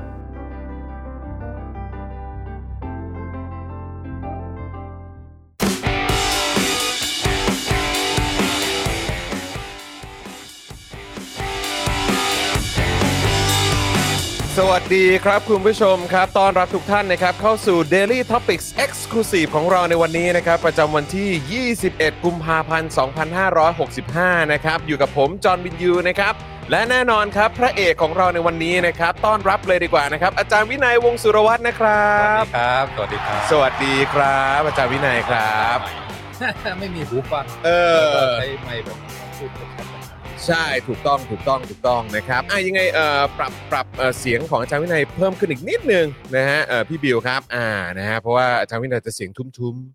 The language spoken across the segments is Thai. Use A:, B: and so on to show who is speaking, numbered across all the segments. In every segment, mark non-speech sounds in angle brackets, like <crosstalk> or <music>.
A: สวัสดีครับคุณผู้ชมครับต้อนรับทุกท่านนะครับเข้าสู่ Daily Topics Exclusive ของเราในวันนี้นะครับ ประจำวันที่ 21 กุมภาพันธ์ 2565 นะครับ อยู่กับผมจอห์นวินยูนะครับ และแน่นอนครับ พระเอกของเราในวันนี้นะครับ ต้อนรับเลยดีกว่านะครับ อาจารย์วินัยวงศ์สุรวัตรนะครับ
B: ครับ สวัสดีครับ
A: สวัสดีครับ อาจารย์วินัยครับ
B: <laughs> ไม่มีหูฟัง
A: เออ
B: ใช้ไมค์แบบพูดชัดๆ
A: ใช่ถูกต้องถูกต้องถูกต้องนะครับอ่ะยังไงเอ่อปรับปรับเอ่อเสียงของอาจารย์วินัยเพิ่มขึ้นอีกนิดนึงนะฮะเอ่อพี่บิวครับอ่านะฮะเพราะว่าอาจารย์วินัยจะเสียงทุ้มๆ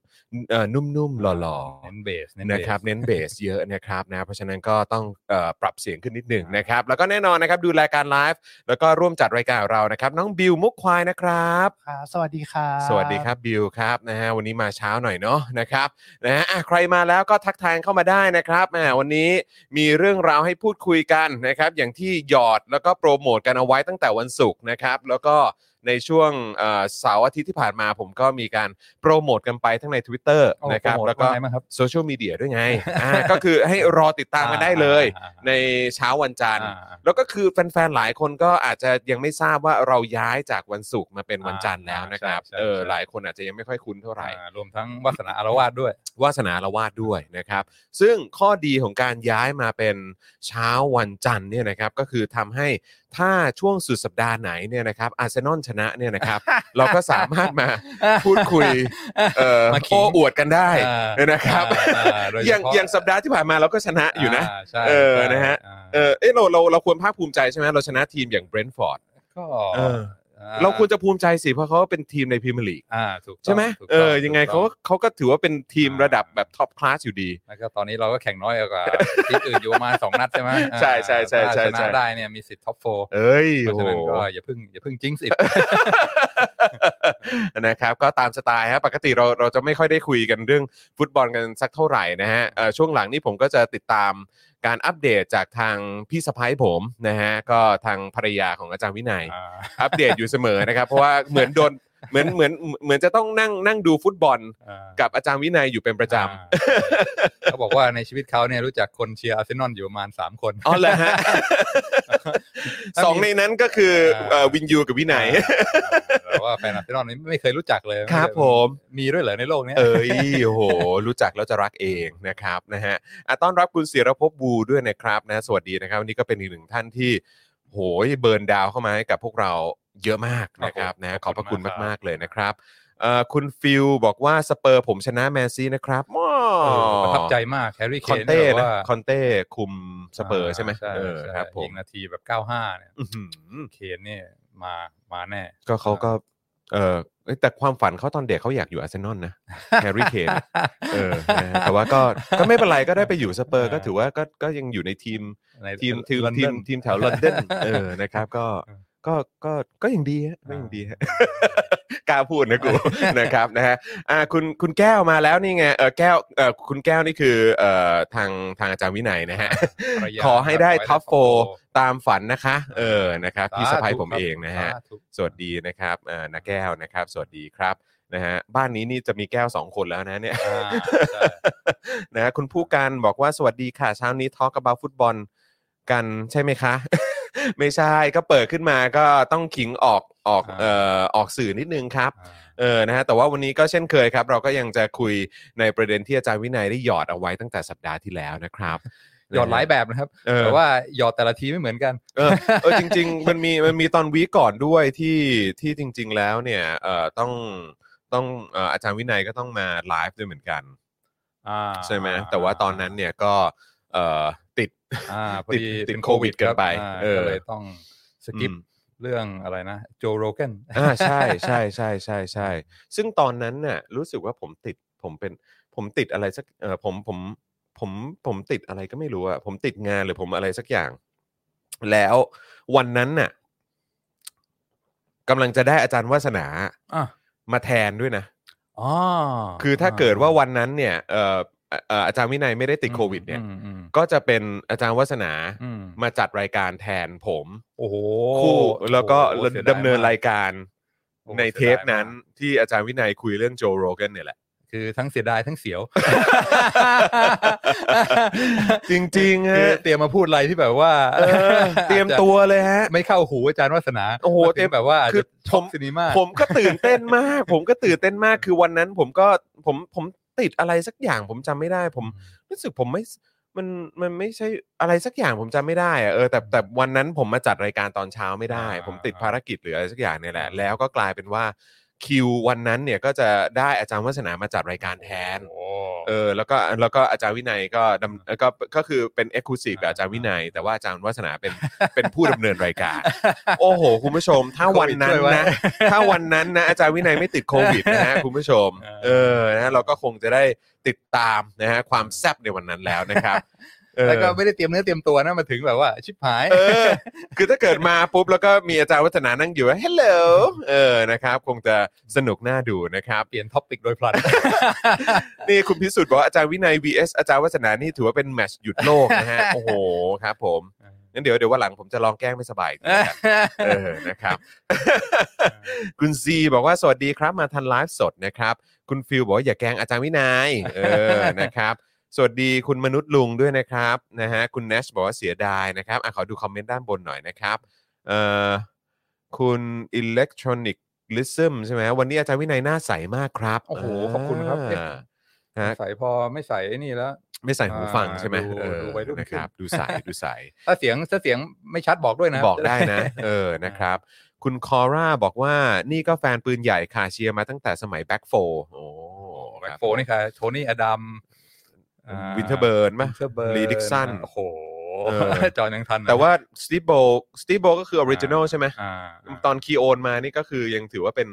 A: เอ่อนุ่มๆหล่อ
B: เน้นเบสเน้น
A: ๆ
B: เส
A: นะครับเน้นเบสเยอะนะครับนะเพราะฉะนั้นก็ต้องเอ่อปรับเสียงขึ้นนิดหนึ่งนะครับ แล้วก็แน่นอนนะครับดูรายการไลฟ์แล้วก็ร่วมจัดรายการของเรานะครับ น้องบิวมุกควายนะครับ
C: ครับสวัสดีครับ
A: สวัสดีครับบิวครับนะฮะวันนี้มาเช้าหน่อยเนาะนะครับนะฮะอ่ะใครมาแล้วก็ทักทายเข้ามาได้นะครับแหมวันนี้มีเรื่องราวให้พูดคุยกันนะครับ อย่างที่หยอดแล้วก็โปรโมทกันเอาไว้ตั้งแต่วันศุกร์นะครับ แล้วก็ในช่วงเอ่อเสาร์อาทิตย์ที่ผ่านมาผมก็มีการโปรโมทกันไปทั้งใน Twitter
B: โอ้โห
A: นะครับ
B: โปโมท
A: แล้วก็
B: าไงบ้างครับ
A: โซเชียลมีเดีย
B: <laughs>
A: ด้วยไงอ่าก็คือให้รอติดตามกันได้เลย
B: อ่า
A: ในเช้าวันจันทร์
B: อ่าอ่า
A: แล้วก็คือแฟนๆ หลายคนก็อาจจะยังไม่ทราบว่าเราย้ายจากวันศุกร์มาเป็นวันจันทร์แล้วนะครับ
B: ใช่ใช่
A: เออ
B: ใช่
A: หลายคนอาจจะยังไม่ค่อยคุ้นเท่าไหร่
B: อ่ารวมทั้งวัฒนาอารวาสด้วย
A: วาสนาละวาดด้วยนะครับ ซึ่งข้อดีของการย้ายมาเป็นเช้าวันจันทร์เนี่ยนะครับ ก็คือทำให้ถ้าช่วงสุดสัปดาห์ไหนเนี่ยนะครับ อาร์เซนอลชนะเนี่ยนะครับ เราก็สามารถมาพูด
B: <laughs>
A: คุย เอ่อ
B: มาขิง
A: โอ้อวดกันได้
B: อ่า
A: นะครับ
B: อ่าโด
A: อย่าง
B: เฉพะ
A: อย่างสัปดาห์ที่ผ่านมาเราก็ชนะอยู่นะ
B: าใช่
A: เออ
B: ใช่
A: นะฮะ
B: อ่า
A: เออเอ้ยเราเราเราควรภาคภูมิใจใช่ไหมเราชนะทีมอย่างเบรนท์ฟอร์ด
B: ก็
A: เออ
B: อ่
A: เราควรจะภูมิใจสิเพราะเขาเป็นทีมในพรีเมียร์ลีก
B: อ่าถูกต้อง
A: ใช่ไหม
B: ถูกต้
A: เออยังไงเขา
B: ถู
A: ก็
B: กต้อ
A: เขาก็ถือว่าเป็นทีม
B: อ่า
A: ระดับแบบท็อปคลาสอยู่ดี
B: แล้วก็ตอนนี้เราก็แข่งน้อยกว่า ทีมอื่นอยู่ประมาณสองนัดใช่ไหมอ่า
A: ใช่ใช่ใช่ใช่
B: ถ้าช
A: ใช่
B: นะได้เนี่ยมีสิทธิ์ท็อปโฟร์
A: เอ้ย
B: เพราะ
A: โห
B: ฉะนั้นก็อย่าเพิ่งอย่าเพิ่งจิ้งสิทธิ์
A: <laughs> นะครับก็ตามสไตล์ฮะปกติเราเราจะไม่ค่อยได้คุยกันเรื่องฟุตบอลกันสักเท่าไหร่นะฮะเอ่อช่วงหลังนี่ผมก็จะติดตามการอัปเดตจากทางพี่สะพ้ายผมนะฮะก็ทางภรรยาของอาจารย์วินัย
B: อ่า
A: อัปเดตอยู่เสมอนะครับเพราะว่าเหมือนโดนเหมือนเหมือนเหมือนจะต้องนั่งนั่งดูฟุตบอล
B: อ่า
A: กับอาจารย์วินัยอยู่เป็นประจำ
B: อ่าเขาบอกว่าในชีวิตเขาเนี่ยรู้จักคนเชียร์อาร์เซนอลอยู่ประมาณสามคน
A: อ๋อเหรอฮะ
B: ถ้ามี
A: สองในนั้นก็คือเอ่อวินยูกับวินัย
B: แต่ว่าแฟนอาร์เซนอลนี่ไม่เคยรู้จักเลย
A: ครับผม
B: มีด้วยเหรอในโลกเนี้ย
A: เอ้ยโอ้โห รู้จักแล้วจะรักเองนะครับนะฮะอ่ะต้อนรับคุณศิรภพบูด้วยนะครับนะสวัสดีนะครับวันนี้ก็เป็นอีกหนึ่งท่านที่โหยเบิร์นดาวเข้ามาให้กับพวกเราเยอะมากนะครับนะขอบพระคุณมากๆเลยนะครับเอ่อคุณฟิลบอกว่าสเปอร์ผมชนะแมนซีนะครับมอ
B: เออประทับใจมากแฮร์รี่
A: ค
B: เค
A: อน
B: น
A: เต้
B: แบ
A: นะ
B: บว่า
A: คอนเต้คุมสเปอร์ใช่ไหมเออ
B: ใช่
A: ครับผม
B: ยิงนาทีแบบเก้าห้าเนี่ย
A: อื้อหือ
B: เคนเนี่ยมามาแน่
A: ก็เขาก็เออเอ้ยแต่ความฝันเขาตอนเด็กเขาอยากอยู่อาร์เซนอลนะ แฮร์รี่เคนเออนะฮ <laughs> ะแต่ว่าก็ก็ไม่เป็นไรก็ได้ไปอยู่สเปอร์ก็ถือว่าก็ก็ยังอยู่ในทีม
B: ใน
A: ทีมทีม
B: London
A: <laughs> ทีมทีมแถวลอนดอนเออนะครับ ก็ ก็ก็ก็ยังดีฮะก็ยังดีฮะ <laughs> กล้าพูดนะกู <laughs> นะครับนะฮะอ่าคุณคุณแก้วมาแล้วนี่ไงเออแก้วเออคุณแก้วนี่คือเอ่อทางทางอาจารย์วินัยนะฮะ
B: ภรรยา
A: ขอให้ได้
B: ข
A: ท็อปโฟ
B: ได้
A: ตามฝันนะคะ เออนะครับพี่สะพาย
B: สาธุ
A: ผม
B: ครับ
A: เองนะฮะ
B: สาธุ
A: สวัสดีนะครับเอ่อนาแก้วนะครับ สวัสดีครับนะฮะบ้านนี้นี่จะมีแก้วสองคนแล้วนะเนี่ย <laughs>
B: อ่าใช่
A: นะฮะคุณผู้การบอกว่าสวัสดีค่ะเช้านี้ทอ l k ก b o u t ฟุตบอลกันใช่ไหมคะ <laughs> ไม่ใช่ก็เปิดขึ้นมาก็ต้องขิงออกออก
B: อ่า
A: เอ่อออกสื่อนิดนึงครับ
B: อ่า
A: เออ นะฮะ แต่ว่าวันนี้ก็เช่นเคยครับ เราก็ยังจะคุยในประเด็นที่อาจารย์วินัยได้หยอดเอาไว้ตั้งแต่สัปดาห์ที่แล้วนะครับ
B: หยอดหลายแบบนะครับ
A: เออ
B: แต่ว่าหยอดแต่ละทีไม่เหมือนกัน
A: เออเออจริง ๆ มันมีมันมีตอนวีคก่อนด้วยที่ที่จริง ๆ แล้วเนี่ยเอ่อต้องต้องเอ่ออาจารย์วินัยก็ต้องมาไลฟ์ด้วยเหมือนกัน
B: อ่า
A: ใช่ไหมแต่ว่าตอนนั้นเนี่ยก็เอ่อติด
B: อ่าพอ
A: ติด
B: ดี
A: ติด
B: เป็น
A: โควิดเกินไป
B: ครับา
A: เออ
B: ก็เลยต้องสกิปเรื่องอะไรนะ โจโรเกน
A: อ่าใช่ใช่ใช่ใช่ใช่ซึ่งตอนนั้นน่ะรู้สึกว่าผมติดผมเป็นผมติดอะไรสักเออผมผมผมผมติดอะไรก็ไม่รู้อะผมติดงานหรือผมอะไรสักอย่าง แล้ววันนั้นน่ะกำลังจะได้อาจารย์วาสนา
B: อ่ะ
A: มาแทนด้วยนะ
B: อ๋อ
A: คือถ้าเกิดว่าวันนั้นเนี่ยเอ่อเอ่ออาจารย์วินัยไม่ได้ติดโควิด เนี่ย
B: อืมอืม
A: ก็จะเป็นอาจารย์วาสนา
B: อืม
A: มาจัดรายการแทนผม
B: โอ้โห
A: คู่แล้วก็
B: โอ้โหสียย
A: ดำเนิน
B: ม
A: รายการ
B: โอ้โห
A: ในเทป
B: เสียดายมาก
A: นั้นที่อาจารย์วินัยคุยเรื่องโจโรกันเนี่ยแหละ
B: คือทั้งเสียดายทั้งเสียว
A: จริงๆ
B: คือ
A: ฮะ
B: เตรียมมาพูดอะไรที่แบบว่า
A: เออเตรียมตัวเลยฮะ
B: ไม่เข้าหูอาจารย์วัฒนา
A: โอ้โห
B: มัน
A: เตรียม
B: เป็นแบบว่า
A: คือ
B: ช
A: ผ
B: ม
A: ม
B: ซีนีมา
A: <laughs> ผมก็ตื่นเต้นมาก ผมก็ตื่นเต้นมากคือวันนั้นผมก็ผมผมติดอะไรสักอย่างผมจำไม่ได้ ผมรู้สึกผมไม่มันมันไม่ใช่อะไรสักอย่างผมจำไม่ได้อะเออแต่แต่วันนั้นผมมาจัดรายการตอนเช้าไม่ได้ ผมติดภารกิจหรืออะไรสักอย่างเนี่ยแหละ แล้วก็กลายเป็นว่าคิววันนั้นเนี่ยก็จะได้อาจารย์วัฒนามาจัดรายการแทน
B: โอ้
A: เออแล้วก็แล้วก็อาจารย์วินัยก็ดำเอ่อก็ก็คือเป็นเอ็กซ์คลูซีฟกับอาจารย์วินัย แต่ว่าอาจารย์วัฒนาเป็น
B: <laughs>
A: เป็นผู้ดำเนินรายการ โอ้โห คุณผู้ชม ถ้าวันนั้น
B: โควิดช่วย <laughs> ไว้
A: นะ ถ้าวันนั้นนะอาจารย์วินัยไม่ติดโควิด
B: <laughs>
A: นะฮะคุณผู้ชม เอ
B: เอ
A: อ
B: อ
A: นะเราก็คงจะได้ติดตามนะฮะความแซบในวันนั้นแล้วนะครับเออ
B: <laughs> แล้วก็ไม่ได้เตรียมเนื้อเตรียมตัวนะมาถึงแบบว่าชิบหาย
A: เออ คือถ้าเกิดมาปุ๊บแล้วก็มีอาจารย์วัฒนานั่งอยู่ฮัลโหลเออนะครับ คงจะสนุกน่าดูนะครับ
B: เปลี่ยนท็อปิกโดยพลัน
A: นี่คุณพิสุทธิ์บอกว่าอาจารย์วินัย vs อาจารย์วัฒนานี่ถือว่าเป็นแมตชหยุดโลกนะ
B: <laughs>
A: ฮะ โอ้โหครับผมงั้นเดี๋ยวเดี๋ยววันหลังผมจะลองแกล้งไม่สบายอีกทีนะครับเออนะครับ
B: <laughs>
A: คุณซีบอกว่าสวัสดีครับมาทันไลฟ์สดนะครับ คุณฟิลบอกว่าอย่าแกล้งอาจารย์วินัยเออนะครับ สวัสดีคุณมนุษย์ลุงด้วยนะครับนะฮะคุณเนชบอกว่าเสียดายนะครับอ่ะขอดูคอมเมนต์ด้านบนหน่อยนะครับเอ่อคุณอิเล็กทรอนิกลิซึมใช่ไหมฮะวันนี้อาจารย์วินัยหน้าใสมากครับ
B: โอ้โหขอบคุณครับเอ๊ะ
A: อ่าฮะ
B: ใส่พอไม่ใส่ไอ้นี่แล้ว
A: ไม่ใส่หูฟังใช่ไหม
B: อ่าดู
A: เออ
B: ดูวัยรุ่น
A: นะครับ ดูใสดูใส
B: ถ้าเสียงถ้าเสียงไม่ชัดบอกด้วยนะ
A: บอกได้
B: <laughs>
A: นะ เออนะครับ คุณคอร่าบอกว่านี่ก็แฟนปืนใหญ่ค่ะเชียร์มาตั้งแต่สมัยแบ็คโฟโอ้
B: แบ็คโฟนี่ค่ะโทนี่อดัม
A: วินเทอร์เบิร์นม
B: วินเทอร์เบิร์น
A: Lee Dixon
B: โอ้โห
A: เออ
B: จอยยังทันนะ
A: แต่ว่าสตีโบสตีโบก็คือออริจินอลใช่ไหม
B: อ่า
A: ตอนคีโอนมานี่ก็คือยังถือว่าเป็น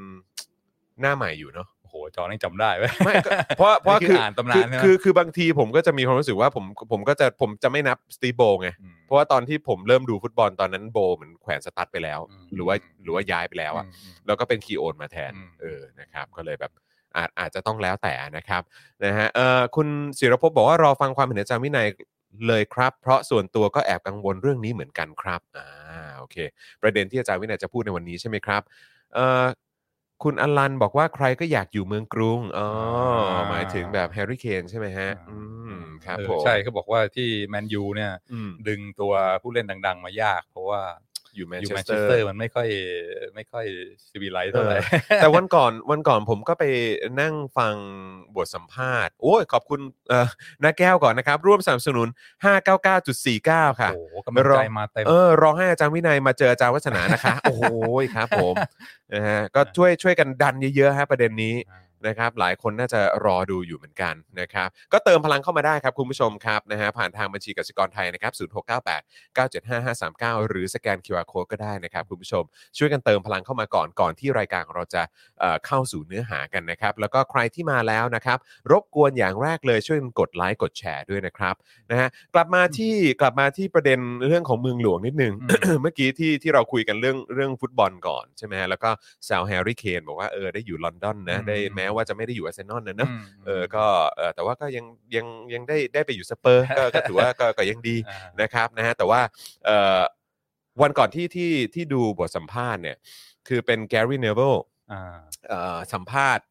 A: หน้าใหม่อยู่
B: <laughs>
A: เนาะ
B: โอ้โหจอยยังจำได้เว้ย
A: ไม่ก็เพราะเพราะ
B: นี่คื
A: คือ อ
B: อ่านตำนาน
A: คือ
B: ใช่ไหม
A: คือคือบางทีผมก็จะมีความรู้สึกว่าผมผมก็จะผมจะไม่นับสตีโบไง
B: อืม
A: เพราะว่าตอนที่ผมเริ่มดูฟุตบอลตอนนั้นโบเหมือนแขวนสตัดไปแล้ว
B: อืม
A: หรือว่าหรือว่าย้ายไปแล้วอะ
B: มม
A: แล้วก็เป็นคีย์โอนมาแทน
B: อืม
A: เออ นะครับ ก็เลยแบบอาจอาจจะต้องแล้วแต่นะครับ นะฮะ เอ่อ คุณศิรภพบอกว่ารอฟังความเห็นอาจารย์วินัยเลยครับ เพราะส่วนตัวก็แอบกังวลเรื่องนี้เหมือนกันครับ อ่า โอเค ประเด็นที่อาจารย์วินัยจะพูดในวันนี้ใช่ไหมครับ เอ่อ คุณอลันบอกว่าใครก็อยากอยู่เมืองกรุง อ๋อ หมายถึงแบบแฮร์รี่เคนใช่ไหมฮะ อืม ครับ
B: เออ
A: ผม
B: ใช่เขาบอกว่าที่แมนยูเนี่ย
A: อืม
B: ดึงตัวผู้เล่นดัง ๆ มายาก เพราะว่า
A: อยู่แมน
B: อยู่
A: เช
B: แม
A: ส
B: น
A: เต
B: เช
A: อ
B: ส
A: ร์
B: เตอร์มันไม่ค่อยไม่ค่อยซีวิไลซ์เท่าไหร่ <laughs>
A: แต่วันก่อนวันก่อนผมก็ไปนั่งฟังบทสัมภาษณ์ โอ้ยขอบคุณเอ่อนาแก้วก่อนนะครับ ร่วมสนับสนุน 599.49 ค่ะ
B: โอ้โหกำลังใจมาเต็ม
A: เออรอให้อาจารย์วินัยมาเจออาจารย์วัฒนานะคะ โอ้โหครับผมนะฮะก็ช่วยช่วยกันดันเยอะๆฮะประเด็นนี้ นะครับหลายคนน่าจะรอดูอยู่เหมือนกันนะครับก็เติมพลังเข้ามาได้ครับคุณผู้ชมครับนะฮะผ่านทางบัญชีกสิกรไทยนะครับศูนย์หกเก้าแปด 9755539 หรือสแกน QR Code ก็ได้นะครับคุณผู้ชม ช่วยกันเติมพลังเข้ามาก่อนก่อนที่รายการของเราจะเอ่อเข้าสู่เนื้อหากันนะครับ แล้วก็ใครที่มาแล้วนะครับ รบกวนอย่างแรกเลยช่วยกันกดไลค์กดแชร์ด้วยนะครับนะฮะกลับมาที่กลับมาที่ประเด็นเรื่องของเมืองหลวงนิดนึง
B: อื
A: <coughs> เมื่อกี้ที่ที่เราคุยกันเรื่องเรื่องฟุตบอลก่อนใช่ไหมฮะแล้วก็สาวแฮร์รี่เคนบอกว่าเออได้อยู่ลอนดอนนะได้
B: อืม
A: แม้ว่าจะไม่ได้อยู่อาร์เซนอลนะเนอะ
B: ม
A: เออ ก็เออแต่ว่าก็ยังยังยังได้ได้ไปอยู่สเปอ
B: <laughs>
A: ร์ก็ก็ถือว่าก็ก็ยังดี
B: อ่า
A: นะครับนะฮะแต่ว่าเอ่อวันก่อนที่ที่ที่ดูบทสัมภาษณ์เนี่ยคือเป็นแกรี่เนเวล
B: อ่า
A: สัมภาษณ์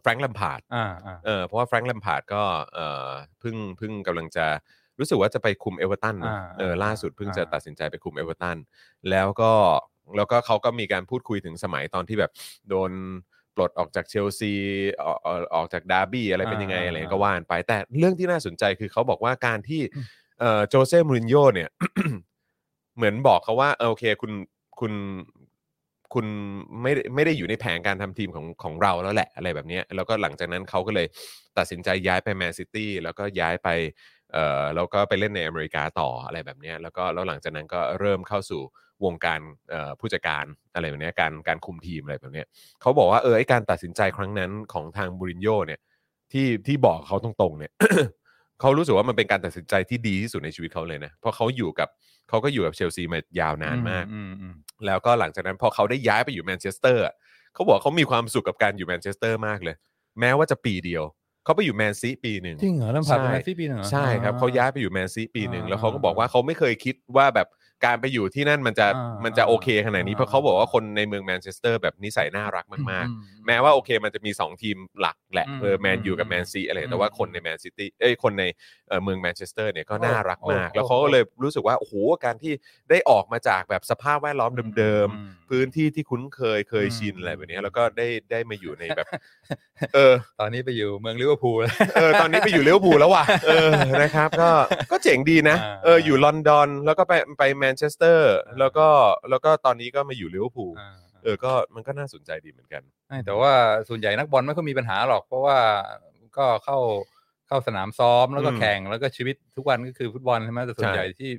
A: แฟรงค์ลัมพาร์ด
B: อ่าอ่า
A: เออเพราะว่าแฟรงค์ลัมพาร์ดก็เอ่อเพิ่งเพิ่งกำลังจะรู้สึกว่าจะไปคุมเอเวอร์ตันนะ
B: า
A: เออล่าสุดเพิ่ง
B: อ่า
A: จะตัดสินใจไปคุมเอเวอร์ตันแล้วก็แล้วก็เขาก็มีการพูดคุยถึงสมัยตอนที่แบบโดนปลดออกจากเชลซีออกออกออกจากดาร์บี้อะไรเป็นยังไง
B: อ่า
A: อะไร
B: อ่า
A: ก็ว่ากันไป แต่เรื่องที่น่าสนใจคือเขาบอกว่าการที่ เอ่อโจเซ่มูรินโญ่เนี่ย <coughs> เหมือนบอกเขาว่าเออโอเคคุณคุณคุณไม่ได้ไม่ได้อยู่ในแผนการทำทีมของของเราแล้วแหละอะไรแบบเนี้ยแล้วก็หลังจากนั้นเขาก็เลยตัดสินใจย้ายไปแมนซิตี้แล้วก็ย้ายไปเอ่อแล้วก็ไปเล่นในอเมริกาต่ออะไรแบบเนี้ยแล้วก็แล้วหลังจากนั้นก็เริ่มเข้าสู่วงการเอ่อผู้จัดการอะไรแบบเนี้ยการการคุมทีมอะไรแบบเนี้ยเขาบอกว่าเออไอการตัดสินใจครั้งนั้นของทางมูรินโญ่เนี่ย ที่ที่บอกเขาตรงๆเนี่ย <coughs> เขารู้สึกว่ามันเป็นการตัดสินใจที่ดีที่สุดในชีวิตเขาเลยนะเพราะเขาอยู่กับเขาก็อยู่กับเชลซีมายาวนานมาก
B: อือืม
A: แล้วก็หลังจากนั้นพอเขาได้ย้ายไปอยู่แมนเชสเตอร์อะเขาบอกเขามีความสุขกับการอยู่แมนเชสเตอร์มากเลย แม้ว่าจะปีเดียว เขาไปอยู่แมนซีปีหนึ่ง
B: จริงเหรอแล้วผ่าน
A: ใช่
B: ไปซีปีหนึ่งเหรอ
A: ใช่ครับ
B: อ่
A: เขาย้ายไปอยู่แมนซีปีหนึ่ง
B: อ่า
A: แล้วเขาก็บอกว่าเขาไม่เคยคิดว่าแบบการไปอยู่ที่นั่นมันจะ
B: อ่ามั
A: มันจะโอเคขนาดนี้
B: อ่า
A: เพราะเขาบอกว่าคนในเมืองแมนเชสเตอร์แบบนิสัยน่ารักมากๆ
B: อื
A: แม้ว่าโอเคมันจะมี 2 ทีมหลักแหละ
B: อืม
A: เออแมนยูกับแมนซีอะไร
B: อืม
A: แต่ว่าคนในแมนซิตี้เอ้ยคนในเอ่อเมืองแมนเชสเตอร์เนี่ยก็
B: โอ้
A: น่ารักมาก
B: โอ้
A: แล้วเขาก็เลยรู้สึกว่าโอ้โหการที่ได้ออกมาจากแบบสภาพแวดล้อมเดิม
B: อื
A: ๆ พื้นที่ที่คุ้นเคยเคย
B: อืม
A: ชินอะไรแบบเนี้ย
B: อืม
A: แล้วก็ได้ได้มาอยู่ใน
B: <laughs>
A: แบบ เออ
B: ตอนนี้ไปอยู่เมืองลิเวอร์พูลแล้ว
A: เออตอนนี้ไปอยู่ลิเวอร์พูลแล้วว่ะเออนะครับก็ก็เจ๋งดีนะ
B: อ่า
A: เอออยู่ลอนดอนแล้วก็ไปไปแมนเชสเตอร์
B: อ่า
A: แล้วก็แล้วก็ตอนนี้ก็มาอยู่ลิเวอร์พูล
B: อ่า
A: เออก็มันก็น่าสนใจดีเหมือนกัน
B: ไม่แต่ว่าส่วนใหญ่นักบอลไม่ค่อยมีปัญหาหรอก เพราะว่าก็เข้าเข้าสนามซ้อมแล้วก็
A: อืม
B: แข่งแล้วก็ชีวิตทุกวันก็คือฟุตบอลใช่ไหมแต่ส่ว
A: ใช่
B: นใหญ่ที่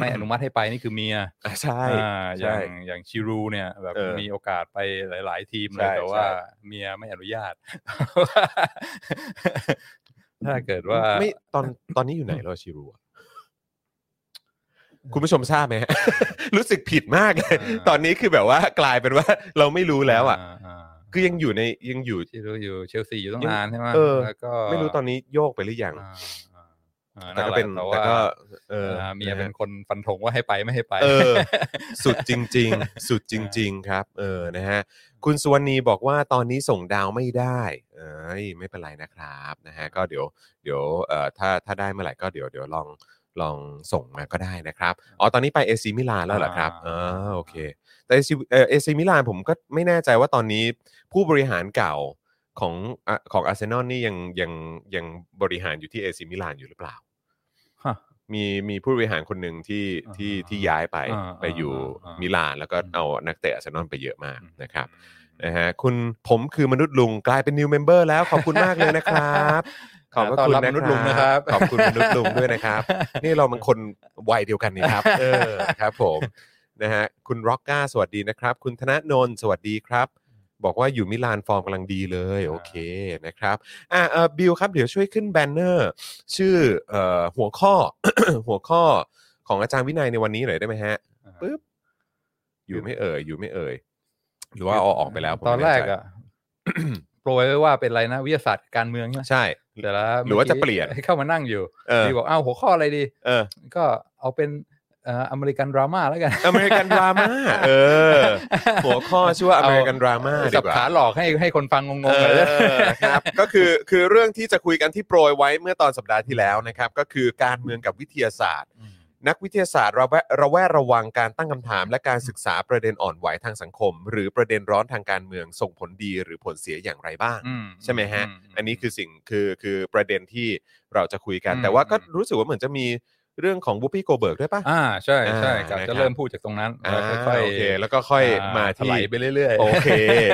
B: ไม่อนุมัติให้ไปนี่คือเมีย
A: อ่ะใช่
B: อ่าอ
A: ใช่
B: ย่างอย่างชิรูเนี่ยแบบ
A: เออ
B: มีโอกาสไปหลาย ๆ ทีมเล
A: ใช่
B: ยแต่ว่า
A: ใช่
B: เมียไม่อนุ
A: <laughs>
B: ญาต ถ้าเกิดว่า
A: ไม่ตอนตอนนี้ <coughs> อยู่ไหนเราชิรูอะคุณผู้ชมทราบไหมฮ <laughs> ะ รู้สึกผิดมากเลย
B: อ่า
A: ตอนนี้คือแบบว่ากลายเป็นว่า เราไม่รู้แล้วอ่ะ
B: า
A: คือยังอยู่ในยังอยู่
B: ที่รู้อยู่เชลซีอยู่ตั้ง
A: ยัง
B: นานใช่ไหม
A: เออ
B: แล้วก็
A: ไม่รู้ตอนนี้โยกไปหรือยัง
B: อ่าอ่าอ่า
A: แต่ก็เป็น
B: แหละแต่
A: แต่
B: ว่า
A: ก็ เออ
B: อ่าเมีย
A: ะฮะ
B: เป็นคนฟันธงว่าให้ไปไม่ให้ไป
A: เออ สุดจริง ๆ สุดจริง ๆ ครับ เออนะฮะคุณสุวรรณีบอกว่าตอนนี้ส่งดาวไม่ได้ เอ้ยไม่เป็นไรนะครับนะฮะก็เดี๋ยวเดี๋ยวเอ่อถ้าถ้าได้เมื่อไหร่ก็เดี๋ยวเดี๋ยวลองลองส่งมาก็ได้นะครับอ๋อตอนนี้ไปเอซีมิลานแล้วเหรอครับอ๋
B: อ่า
A: อโอเค แต่เอซีเอซีมิลานผมก็ไม่แน่ใจว่าตอนนี้ผู้บริหารเก่าของอ่ะของอาร์เซนอลนี่ยังยังยังบริหารอยู่ที่เอซีมิลานอยู่หรือเปล่า
B: ฮะ
A: มีมีผู้บริหารคนหนึ่งที่
B: อ่า
A: ที่ที่ย้ายไป
B: อ่า
A: ไปอยู่
B: อ่าอ่ามิ
A: มิลาน แล้วก็
B: อืม
A: เอานักเตะอาร์เซนอลไปเยอะมากนะครับ
B: อืม
A: นะฮะคุณผมคือมนุษย์ลุงกลายเป็นนิวเมมเบอร์แล้วขอบคุณมากเลยนะครับ
B: <laughs>
A: ขอบพระ
B: ต้น
A: คุณ
B: รับ
A: นะ
B: มนุษย์ลุงนะครับ
A: ขอบคุณมนุษย์ลุงด้วยนะครับ นี่เรามันคนวัยเดียวกันนี่
B: <laughs>
A: ครับ เออครับผมนะฮะคุณร็อกก้าสวัสดีนะครับ คุณธนนนท์สวัสดีครับ บอกว่าอยู่มิลานฟอร์มกำลังดีเลย โอเคนะครับ อ่ะเออบิลครับ เดี๋ยวช่วยขึ้นแบนเนอร์ ชื่อเอ่อหัวข้อ <coughs> หัวข้อของอาจารย์วินัยในวันนี้หน่อยได้ไหมฮะ ปึ๊บ อยู่ไม่เอ่ย อยู่ไม่เอ่ย หรือว่าเอาออกไปแล้วผม
B: ตอน
A: ไม่
B: แร
A: น่
B: ก
A: ใจ
B: อะ <coughs> โปรยไว้ว่าเป็นอะไรนะ วิทยาศาสตร์การเมืองใช่ไหม
A: ใช่
B: แต่ละ
A: หรือว่าจะเปลี่ยน
B: เข้ามานั่งอยู่
A: เออ
B: ดีบอกอ้าวหัวข้ออะไรดี
A: เออ
B: ก็เอาเป็นเอ่ออเมริกันดราม่าแล้วกัน
A: อเมริกันดราม่าเออ หัวข้อชื่อว่าอเมริกันดราม่าดี
B: สับ
A: กว่า
B: ขาหลอกให้ให้คนฟังง
A: เอง
B: ๆเลย
A: อครับ <laughs> ก็คือคือเรื่องที่จะคุยกันที่โปรยไว้เมื่อตอนสัปดาห์ที่แล้วนะครับ ก็คือการเมืองกับวิทยาศาสตร์ นักวิทยาศาสตร์ระแวะระแวดระวังการตั้งคำถาม และการศึกษาประเด็นอ่อนไหวทางสังคม หรือประเด็นร้อนทางการเมืองส่งผลดีหรือผลเสียอย่างไรบ้าง ใช่ไหมฮะ อันนี้คือสิ่งคือคือประเด็นที่เราจะคุยกัน
B: อืม
A: แต่ว่าก็
B: อืม
A: รู้สึกว่าเหมือนจะมี เรื่องของบูปี้โกเบิร์กด้วยปะ
B: อ่าใช่ใช่
A: อ่าก
B: ะ
A: นะครั
B: จะ
A: บ
B: เริ่มพูดจากตรงนั้น
A: อ่า
B: แล้วค่อยๆ
A: โอเค แล้วก็ค่อย
B: อ่
A: มาที่
B: ถลายไปเรื่อยๆ
A: โอเค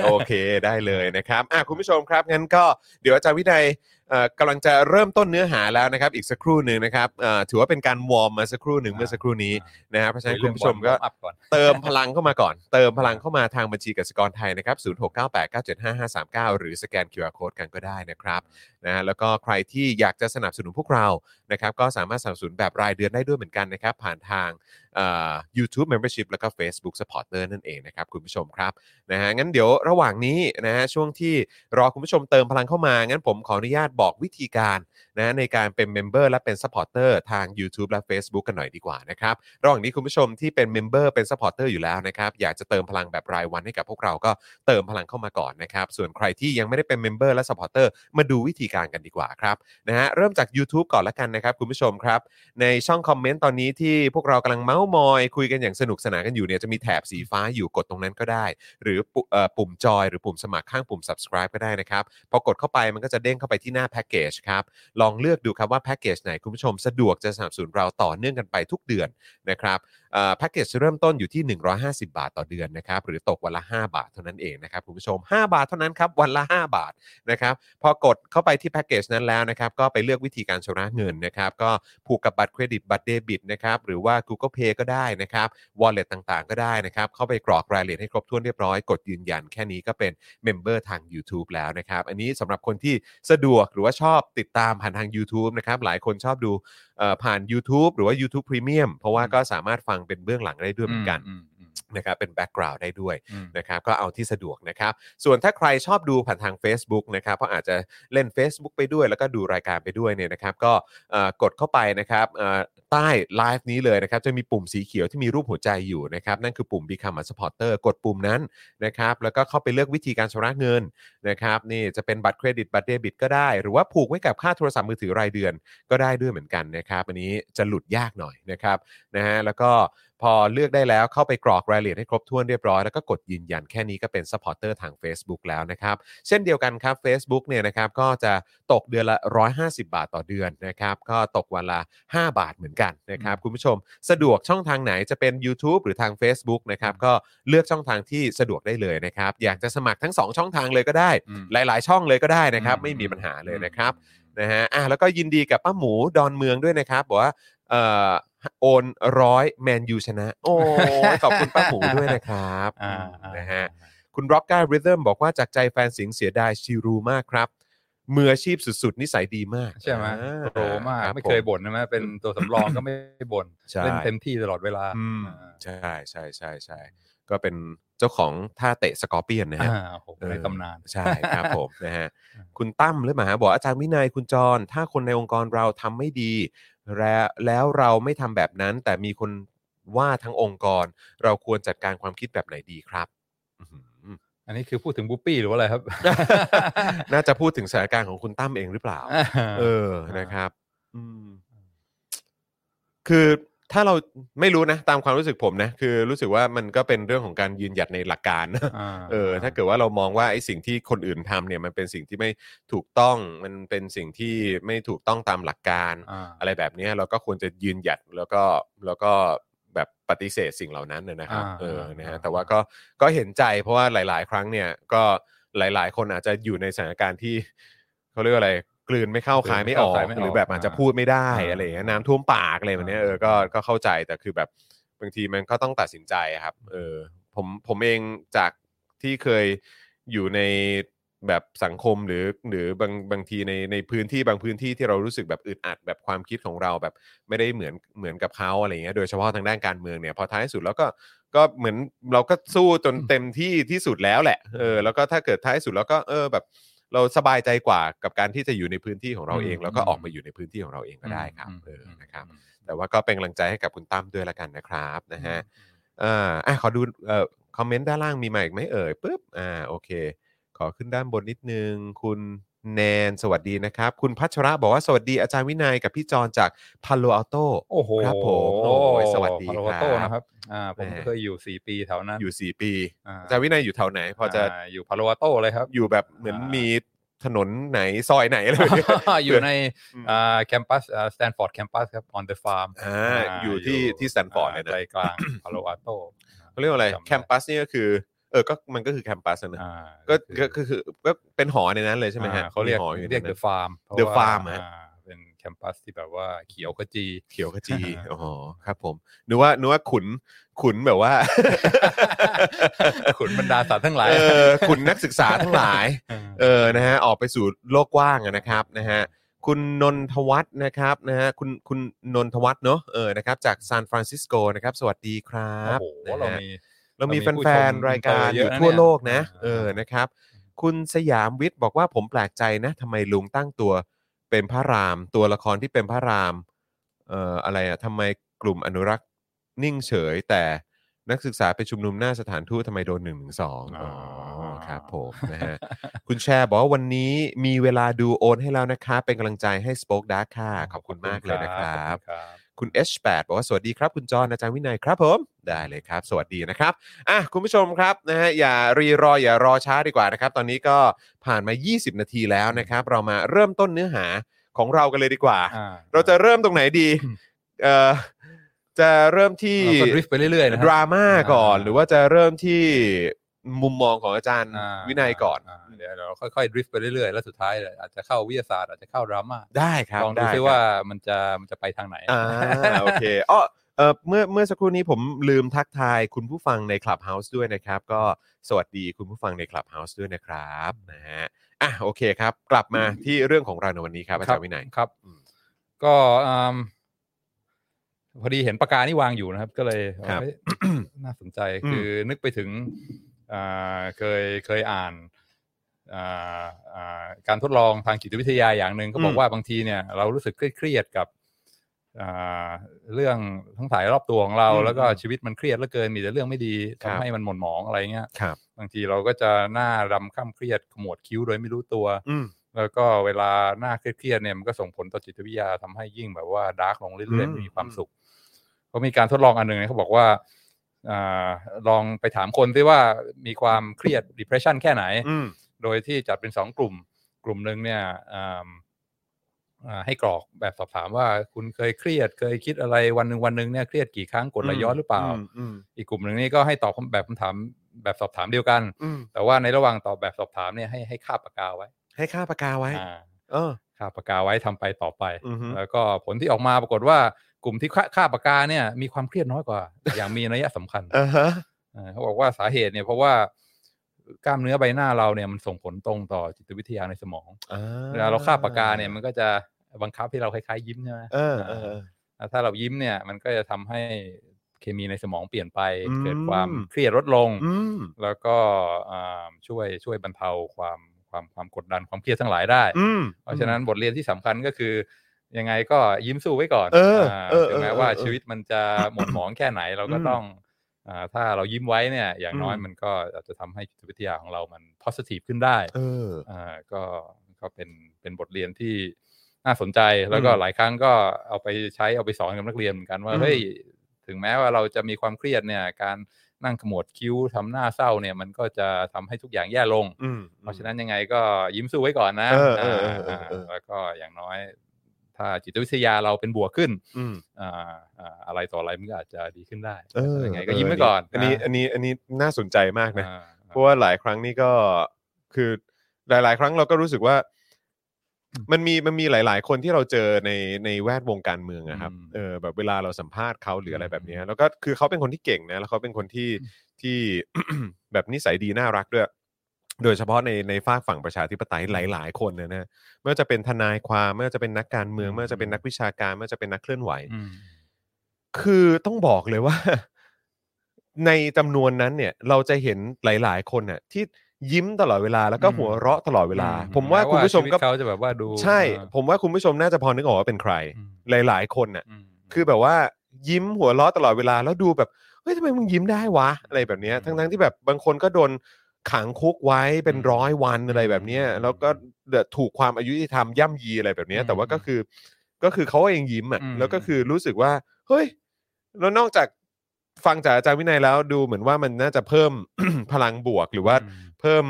A: โอเค ได้เลยนะครับอ่ะคุณผู้ชมครับ งั้นก็เดี๋ยวอาจารย์วินัยเอ่อกำลังจะเริ่มต้นเนื้อหาแล้วนะครับ อีกสักครู่หนึ่งนะครับเอ่อถือว่าเป็นการวอร์มมาสักครู่หนึ่ง
B: อ่า
A: เมื่อสักครู่นี้นะครับเพราะฉะนั้นคุณผู้ชม
B: เรื่
A: ก็
B: องวอร์อัพก่อน
A: เติมพลังเข้ามาก่อน เติมพลังเข้ามาทางบัญชีกสิกรไทยนะครับ 0698975539 หรือสแกน QR Code กันก็ได้นะครับนะฮะแล้วก็ใครที่อยากจะสนับสนุนพวกเรานะครับก็สามารถสนับสนุนแบบรายเดือนได้ด้วยเหมือนกันนะครับผ่านทางเอ่อ YouTube Membership แล้วก็ Facebook Supporter นั่นเองนะครับคุณผู้ชมครับ นะฮะงั้นเดี๋ยวระหว่างนี้นะฮะช่วงที่รอคุณผู้ชมเติมพลังเข้ามา งั้นผมขออนุญาตบอกวิธีการนะฮะในการเป็นเมมเบอร์และเป็นซัพพอร์เตอร์ทาง YouTube และ Facebook กันหน่อยดีกว่านะครับระหว่างนี้คุณผู้ชมที่เป็นเมมเบอร์เป็นซัพพอร์เตอร์อยู่แล้วนะครับอยากจะเติมพลังแบบรายวันให้กับพวกเราก็เติมพลังเข้ามาก่อนนะครับส่วนใครที่ยังไม่ได้เป็นเมมเบอร์และซัพพอร์เตอร์มาดูวิธีการกันดีกว่าครับนะฮะเริ่มจาก YouTube ก่อนละกันนะครับคุณผู้ชมครับ ในช่องคอมเมนต์ตอนนี้ที่พวกเรากำลังเมาส์มอย คุยกันอย่างสนุกสนานกันอยู่เนี่ยจะมีแถบสีฟ้าอยู่กดตรงนั้นก็ได้ หรือปุเอ่อปุ่มจอยหรือปุ่มสมัครข้างปุ่ม subscribe ก็ได้นะครับพอกดเข้าไปมันก็จะเด้งเข้าไปที่หน้าแพ็กเกจครับลองเลือกดูครับว่าแพ็กเกจไหนคุณผู้ชมสะดวกจะสนับสนุนเราต่อเนื่องกันไปทุกเดือนนะครับเอ่อแพ็กเกจเริ่มต้นอยู่ที่ 150 บาทต่อเดือนนะครับหรือตกวันละ 5 บาทเท่านั้นเองนะครับคุณผู้ชม 5 บาทเท่านั้นครับวันละ 5 บาท นะครับพอกดเข้าไปที่แพ็กเกจนั้นแล้วนะครับก็ไปเลือกวิธีการชำระเงินนะครับก็ผูกกับบัตรเครดิตบัตรเดบิตนะครับหรือว่า Google Pay ก็ได้นะครับ Wallet ต่างๆ ก็ได้นะครับ เข้าไปกรอกรายละเอียดให้ครบถ้วนเรียบร้อยกดยืนยันแค่นี้ก็เป็นเมมเบอร์ทาง YouTube แล้วนะครับ อันนี้สำหรับคนที่สะดวกหรือว่าชอบติดตามผ่านทาง YouTube นะครับหลายคนชอบดูเอ่อผ่าน YouTube หรือว่า YouTube Premium เพราะว่าก็สามารถฟังเป็นเบื้องหลังได้ด้วยเหมือนกัน
B: อืมอืม
A: นะครับเป็นแบ็กกราวด์ได้ด้วย
B: อืม
A: นะครับก็เอาที่สะดวกนะครับ ส่วนถ้าใครชอบดูผ่านทาง Facebook นะครับเพราะอาจจะเล่น Facebook ไปด้วย แล้วก็ดูรายการไปด้วยเนี่ยนะครับ ก็เอ่อกดเข้าไปนะครับเอ่อใต้ไลฟ์นี้เลยนะครับ จะมีปุ่มสีเขียวที่มีรูปหัวใจอยู่นะครับ นั่นคือปุ่ม Become a supporter กดปุ่มนั้นนะครับ แล้วก็เข้าไปเลือกวิธีการชำระเงินนะครับนี่จะเป็นบัตรเครดิตบัตรเดบิตก็ได้ หรือว่าผูกไว้กับค่าโทรศัพท์มือถือรายเดือน ก็ได้ด้วยเหมือนกันนะครับอันนี้จะหลุดยากหน่อยนะครับนะฮะแล้วก็พอเลือกได้แล้วเข้าไปกรอกรายละเอียดให้ครบถ้วนเรียบร้อยแล้วก็กดยืนยันแค่นี้ก็เป็นซัพพอร์เตอร์ทาง Facebook แล้วนะครับ เช่นเดียวกันครับ Facebook เนี่ยนะครับก็จะตกเดือนละ 150 บาทต่อเดือนนะครับก็ตกวันละ 5 บาทเหมือนกันนะครับ
B: อืม
A: คุณผู้ชมสะดวกช่องทางไหนจะเป็น YouTube หรือทาง Facebook นะครับก็เลือกช่องทางที่สะดวกได้เลยนะครับอยากจะสมัครทั้งสองช่องทางเลยก็ได้
B: อืม
A: หลาย ๆ ช่องเลยก็ได้นะครับไม่มีปัญหาเลยนะครับ นะฮะอ่ะแล้วก็ยินดีกับป้าหมูดอนเมืองด้วยนะครับ บอกว่าเอ่อโอนร้อยแมนยูชนะ โอ้
B: <laughs>
A: ยขอบคุณป้าหมูด้วยนะครับ
B: อ่าอ่า
A: นะฮะคุณร็อกก้าริทึมบอกว่าจากใจแฟนเสิงห์เสียดายชิรูมากครับ มืออาชีพสุดๆ นิสัยดีมาก
B: ใช่ไหม
A: อ่
B: โปรมาก
A: รับ
B: ไม่เคย
A: ผ
B: บ่นนะไหมเป็นตัวสำรองก็ไม่บ่น
A: ใช่
B: เล่นเต็มที่ตลอดเวลา
A: อืมใช่ใช่ใช่ใช่ก็เป็นเจ้าของท่าเตะสกอร์เปียนนะฮะ
B: อ่าโอ้โห
A: เออ
B: ในตำนาน
A: ใช่ครับผม นะฮ <laughs> ะ
B: อืม
A: คุณตั้มหรือมาหาบอกอาจารย์วินัยคุณจร ถ้าคนในองค์กรเราทำไม่ดี แล้วแล้วเราไม่ทำแบบนั้น แต่มีคนว่าทั้งองค์กร เราควรจัดการความคิดแบบไหนดีครับอื้อหือ
B: อันนี้คือพูดถึงบุ๊ปปี้หรือว่าอะไรครับ
A: น่าจะพูดถึงสถานการณ์ของคุณตั้มเองหรือเปล่า เออนะครับ อืม คือถ้าเราไม่รู้นะ ตามความรู้สึกผมนะ คือรู้สึกว่ามันก็เป็นเรื่องของการยืนหยัดในหลักการ
B: า
A: เออถ้าเกิดว่าเรามองว่าไอ้สิ่งที่คนอื่นทำเนี่ยมันเป็นสิ่งที่ไม่ถูกต้องมันเป็นสิ่งที่ไม่ถูกต้องตามหลักการ
B: า
A: อะไรแบบเนี้ยเราก็ควรจะยืนหยัดแล้วก็แล้วก็แบบปฏิเสธสิ่งเหล่านั้นนะนะครับ
B: อ่า
A: เออนะฮะ
B: อ่า
A: แต่ว่าก็ก็เห็นใจเพราะว่าหลาย ๆ ครั้งเนี่ยก็หลาย ๆ คนอาจจะอยู่ในสถานการณ์ที่เขาเรียกว่าอะไรกลืนไม่เข้าคายไม่ออก
B: กลืนไม่เข้าคายไม่ออก
A: หรือแบบอาจจะพูดไม่ได้อะไรอย่างเงี้ยน้ำท่วมปากอะไรแบบเนี้ยเออก็ก็เข้าใจแต่คือแบบบางทีมันก็ต้องตัดสินใจอะครับเออผมผมเองจากที่เคยอยู่ในแบบสังคมหรือหรือบางบางทีในในพื้นที่บางพื้นที่ที่เรารู้สึกแบบอึดอัดแบบความคิดของเราแบบ ไม่ได้เหมือนเหมือนกับเขาอะไรเงี้ยโดยเฉพาะทางด้านการเมืองเนี่ยพอท้ายสุดแล้วก็ก็เหมือนเราก็สู้จนเต็มที่ที่สุดแล้วแหละเออแล้วก็ถ้าเกิดท้ายสุดแล้วก็เออแบบเราสบายใจกว่ากับการที่จะอยู่ในพื้นที่ของเราเอง
B: อืม
A: แล้วก็
B: อืม
A: ออกมาอยู่ในพื้นที่ของเราเองก็ได้ครับ
B: ม
A: เออ
B: ม
A: นะครับ
B: อืม
A: แต่ว่าก็เป็นกำลังใจให้กับคุณตั้มด้วยละกันนะครับนะฮะอ่าอ่ะขอดูเอ่อคอมเมนต์ด้านล่างมีมาอีกไหมเอ่ยปุ๊บอ่าโอเค ขอขึ้นด้านบนนิดนึง คุณแนนสวัสดีนะครับ คุณพัชระบอกว่าสวัสดีอาจารย์วินัยกับพี่จอนจากพาโลอัลโต
B: โอ้โห
A: ครับผมโอ้ยสวัสดี
B: พาโล
A: ครับ
B: โตนะครับอ่าผม
A: แหม่
B: เคยอยู่สี่ปีแถวนั้น
A: อยู่ 4 ปี
B: อ่า
A: อาจารย์วินัยอยู่แถวไหน พอจะ
B: าอยู่พาโลโตเลยครับ
A: อยู่แบบเหมือน
B: อ่ามี
A: มี ถนนไหนซอยไหนอะไรแบบเนี้ย
B: อยู่ใน
A: อืม
B: แคมปัสสแตนฟอร์ดแคมปัสครับ on the farm
A: อ่า
B: า
A: อยู่ที่
B: อยู่
A: ที่สแตนฟอร์ดเลยนะ
B: ใจก
A: <coughs>
B: ลาง p าโลอาโต
A: เขาเรียกว่าอะไร
B: จำได้
A: แคมปัสนี่ก็คือเออก็มันก็คือแคมปัสนะก็ก็ก็คือก็เป็นหอในนั้นเลยใช่ไหมฮะ
B: เขาเรียก
A: มีหออยู่
B: เรียก
A: ในนั้
B: the
A: น
B: farm พระ
A: The
B: ว่
A: Farm ฮะ
B: อ่าเป็นแคมปัสที่แบบว่าเขียวขจี
A: <laughs> เขียวขจี
B: อ่า
A: อ๋อครับผมนึกว่านึกว่าขุนขุนแบบว่า
B: <laughs> ขุนบรรดาสัตว์ทั้งหลาย
A: เออขุนนักศึกษาทั้งหลาย เออ นะฮะ ออกไปสู่โลกกว้างอะนะครับ นะฮะ คุณนนทวัฒน์นะครับ นะฮะ คุณ คุณนนทวัฒน์เนอะเออ นะครับ จากซานฟรานซิสโก นะครับ สวัสดีครับ
B: โอ้โห
A: นะฮะ
B: เรามี
A: เรามี
B: เรามีผู้
A: แฟน
B: ชม
A: ๆ รายการ
B: เย
A: อ
B: อะ
A: ยู่
B: นะ
A: ทั่วโลกนะ
B: เนี่ย
A: เออ นะครับ คุณสยามวิทย์บอกว่าผมแปลกใจนะทำไมลุงตั้งตัวเป็นพระราม ตัวละครที่เป็นพระราม เอ่อ อะไรอะทำไมกลุ่มอนุรักษ์นิ่งเฉย แต่นักศึกษาไปชุมนุมหน้าสถานทูตทำไมโดนหนึ่งหนึ่งสองอ๋อครับผมนะฮะ คุณแชร์บอกว่าวันนี้มีเวลาดูโอนให้แล้วนะคะ เป็นกำลังใจให้ Spoke Dark ค่ะ ขอบคุณมากเลยนะครับ
B: ขอณบ
A: คุณ H8 บอกว่าสวัสดีครับ คุณจอห์นอาจารย์วินัยครับผมได้เลยครับ สวัสดีนะครับอ่ะคุณผู้ชมครับนะฮะอย่ารีรออย่ารอช้าดีกว่านะครับ ตอนนี้ก็ผ่านมา 20 นาทีแล้วนะครับ เรามาเริ่มต้นเนื้อหาของเรากันเลยดีกว่า
B: อ่
A: เราจะเริ่มตรงไหนดี
B: อืม
A: เอ่อจะเริ่มที่
B: เราก็ดริฟต์ไปเรื่อยๆนะค
A: ด
B: รับ
A: ราม่าก่อน
B: อ่า
A: หรือว่าจะเริ่มที่มุมมองของอาจารย์
B: อ่า
A: วินัยก่อน
B: าเดี๋ยวเราค่อยๆดริฟต์ไปเรื่อยๆ แล้วสุดท้ายเนี่ยอาจจะเข้าวิทยาศาสตร์อาจจะเข้าดราม่า
A: ได้ครับ
B: ลองดู
A: ได้ค
B: ซิ
A: รับ
B: ว่ามันจะมันจะไปทางไหน
A: อ่าโอเคอ้อเออเมื่อเมื่อสักครู่นี้ผมลืมทักทายคุณผู้ฟังใน Clubhouse ด้วยนะครับ ก็สวัสดีคุณผู้ฟังใน Clubhouse ด้วยนะครับนะฮะอ่ะโอเคครับ กลับมาที่เรื่องของเราในวันนี้ครับอาจารย์วินัย
B: ครับ
A: อืม
B: ก็อืมพอดีเห็นปากกานี่วางอยู่นะครับ ก็เลย
A: ครับ
B: เอ้ย <coughs> น่าสนใจ
A: อืม
B: คือนึกไปถึงอ่าเคยเคยอ่านอ่าอ่าการทดลองทางจิตวิทยาอย่างหนึ่งเขาบอกว่าบางทีเนี่ย เรารู้สึกเครียดๆกับอ่าเรื่องทั้งสายรอบตัวของเรา
A: อืม
B: แล้วก็ชีวิตมันเครียดเหลือเกินมีแต่เรื่องไม่ดี
A: ครับ
B: ทำให้มันหม่นหมองอะไรเงี้ย
A: ครับ
B: บางทีเราก็จะหน้ารำข้ามเครียดขมวดคิ้วโดยไม่รู้ตัว
A: อืม
B: แล้วก็เวลาหน้าเครียดๆเนี่ยมันก็ส่งผลต่อจิตวิทยาทำให้ยิ่งแบบว่าดาร์กลงเรื่อยๆ
A: อืม
B: ไม่มีความสุขเขามีการทดลองอันหนึ่งเนี่ยเขาบอกว่าอาลองไปถามคนที่ว่ามีความเครียด depression แค่ไหน
A: อืม
B: โดยที่จัดเป็นสองกลุ่ม กลุ่มหนึ่งเนี่ยอ่าอ่าให้กรอกแบบสอบถามว่าคุณเคยเครียดเคยคิดอะไรวันหนึ่งวันหนึ่งเนี่ยเครียดกี่ครั้งกดไหลย้อนหรือเปล่า
A: มอืม
B: อีกกลุ่มหนึ่งนี่ก็ให้ตอบคำแบบคำถามแบบสอบถามเดียวกัน
A: อืม
B: แต่ว่าในระหว่างตอบแบบสอบถามเนี่ยให้ให้คาบปากกาไว้
A: ให้ค่าปากกาไว้
B: อ่า
A: เออ
B: คาบปากกาไว้ทำไปต่อไป
A: อือฮึ
B: แล้วก็ผลที่ออกมาปรากฏว่ากลุ่มที่ค่าค่าปากกาเนี่ยมีความเครียดน้อยกว่า อย่างมีนัยสำคัญ
A: อ่าฮะ
B: เออเขาบอกว่าสาเหตุเนี่ยเพราะว่ากล้ามเนื้อใบหน้าเราเนี่ยมันส่งผลตรงต่อจิตวิทยาในสมอง
A: อ่
B: เวลาเราคาบปากกาเนี่ยมันก็จะบังคับให้เราคล้ายๆยิ้มใช่ไหม
A: เออเออเออ
B: แล้วถ้าเรายิ้มเนี่ยมันก็จะทำให้เคมีในสมองเปลี่ยนไป
A: อืม
B: เกิดความเครียดลดลง
A: อืม
B: แล้วก็อ่าช่วยช่วยบรรเทาความความความกดดันความเครียดทั้งหลายได้
A: อืม
B: เพราะฉะนั้นบทเรียนที่สำคัญก็คือ ยังไงก็ยิ้มสู้ไว้ก่อน
A: เออ
B: อา
A: เออ
B: ถึงแม้
A: เออ
B: ว่า
A: เออ
B: ชีวิตมันจะ หม่นหมองแค่ไหนเราก็
A: อืม
B: ต้องอาถ้าเรายิ้มไว้เนี่ย อย่างน้อย
A: อืม
B: มันก็อาจจะทำให้จิตวิทยาของเรามัน positive ขึ้นได้
A: เออ
B: อ่าก็ก็เป็นเป็นบทเรียนที่น่าสนใจแล้วก็
A: อืม
B: หลายครั้งก็เอาไปใช้เอาไปสอนกับนักเรียนเหมือนกันว่า
A: อืม
B: เฮ้ยถึงแม้ว่าเราจะมีความเครียดเนี่ยการนั่งขมวดคิ้วทำหน้าเศร้าเนี่ยมันก็จะทำให้ทุกอย่างแย่ลง
A: อืม
B: เพราะฉะนั้นยังไงก็ยิ้มสู้ไว้ก่อนนะ
A: เออเออเออเออ
B: อ่า
A: เออ
B: แล้วก็อย่างน้อย ถ้าจิตวิทยาเราเป็นบวกขึ้น
A: อืม
B: อ่าอ่าอะไรต่ออะไรมันก็อาจจะดีขึ้นได้
A: เออ
B: ยังไงก็
A: เ
B: ยิ้มไว้ก่อน
A: อันนี้
B: ะ
A: อันนี้อันนี้น่าสนใจมากนะ
B: อ่า
A: เพราะว่าหลายครั้งนี่ก็คือหลาย ๆ ครั้งเราก็รู้สึกว่า มันมีมันมีหลาย ๆ คนที่เราเจอในในแวดวงการเมืองอะครับ
B: อืม
A: เออแบบเวลาเราสัมภาษณ์เขาหรืออะไร
B: อืม
A: แบบเนี้ยแล้วก็คือเขาเป็นคนที่เก่งนะ แล้วเขาเป็นคนที่
B: อืม
A: ที่ <coughs> แบบนิสัยดีน่ารักด้วย โดยเฉพาะในในฝากฝั่งประชาธิปไตยหลาย ๆ คนนะนะไม่ว่าจะเป็นทนายความไม่ว่าจะเป็นนักการเมืองไม่ว่าจะเป็นนักวิชาการไม่ว่าจะเป็นนักเคลื่อนไหว
B: อืม
A: คือต้องบอกเลยว่า <laughs> ในจำนวนนั้นเนี่ย เราจะเห็นหลาย ๆ คนน่ะที่ยิ้มตลอดเวลาแล้วก็
B: อืม
A: หัวเราะตลอดเวลา
B: อื
A: ผมว่า
B: แ
A: คุณผู้ชมก็
B: วิตเขาจะแบบว่าดู
A: ใช่
B: อ่า
A: ผมว่าคุณผู้ชมน่าจะพอนึกออกว่าเป็นใคร
B: อืม
A: หลาย ๆ คนน่ะ
B: ม
A: คือแบบว่ายิ้มหัวเราะตลอดเวลาแล้วดูแบบเฮ้ยทำไมมึงยิ้มได้วะอะไรแบบเนี้ย
B: อืม
A: ทั้ง ๆ ที่แบบบางคนก็โดนขังคุกไว้เป็น
B: อืม
A: ร้อยวันอะไรแบบเนี้ย
B: อืม
A: แล้วก็ถูกความอายุที่ทำย่ำยีอะไรแบบเนี้ย
B: อืม
A: แต่ว่าก็คือก็คือเขาเองยิ้มอ่ะ
B: อืม
A: แล้วก็คือรู้สึกว่าเฮ้ยแล้วน <coughs> อกจากฟังจากอาจารย์วินัยแล้วดูเหมือนว่ามันน่าจะเพิ่ม พลังบวกหรือว่า
B: อืม
A: เพิ่ม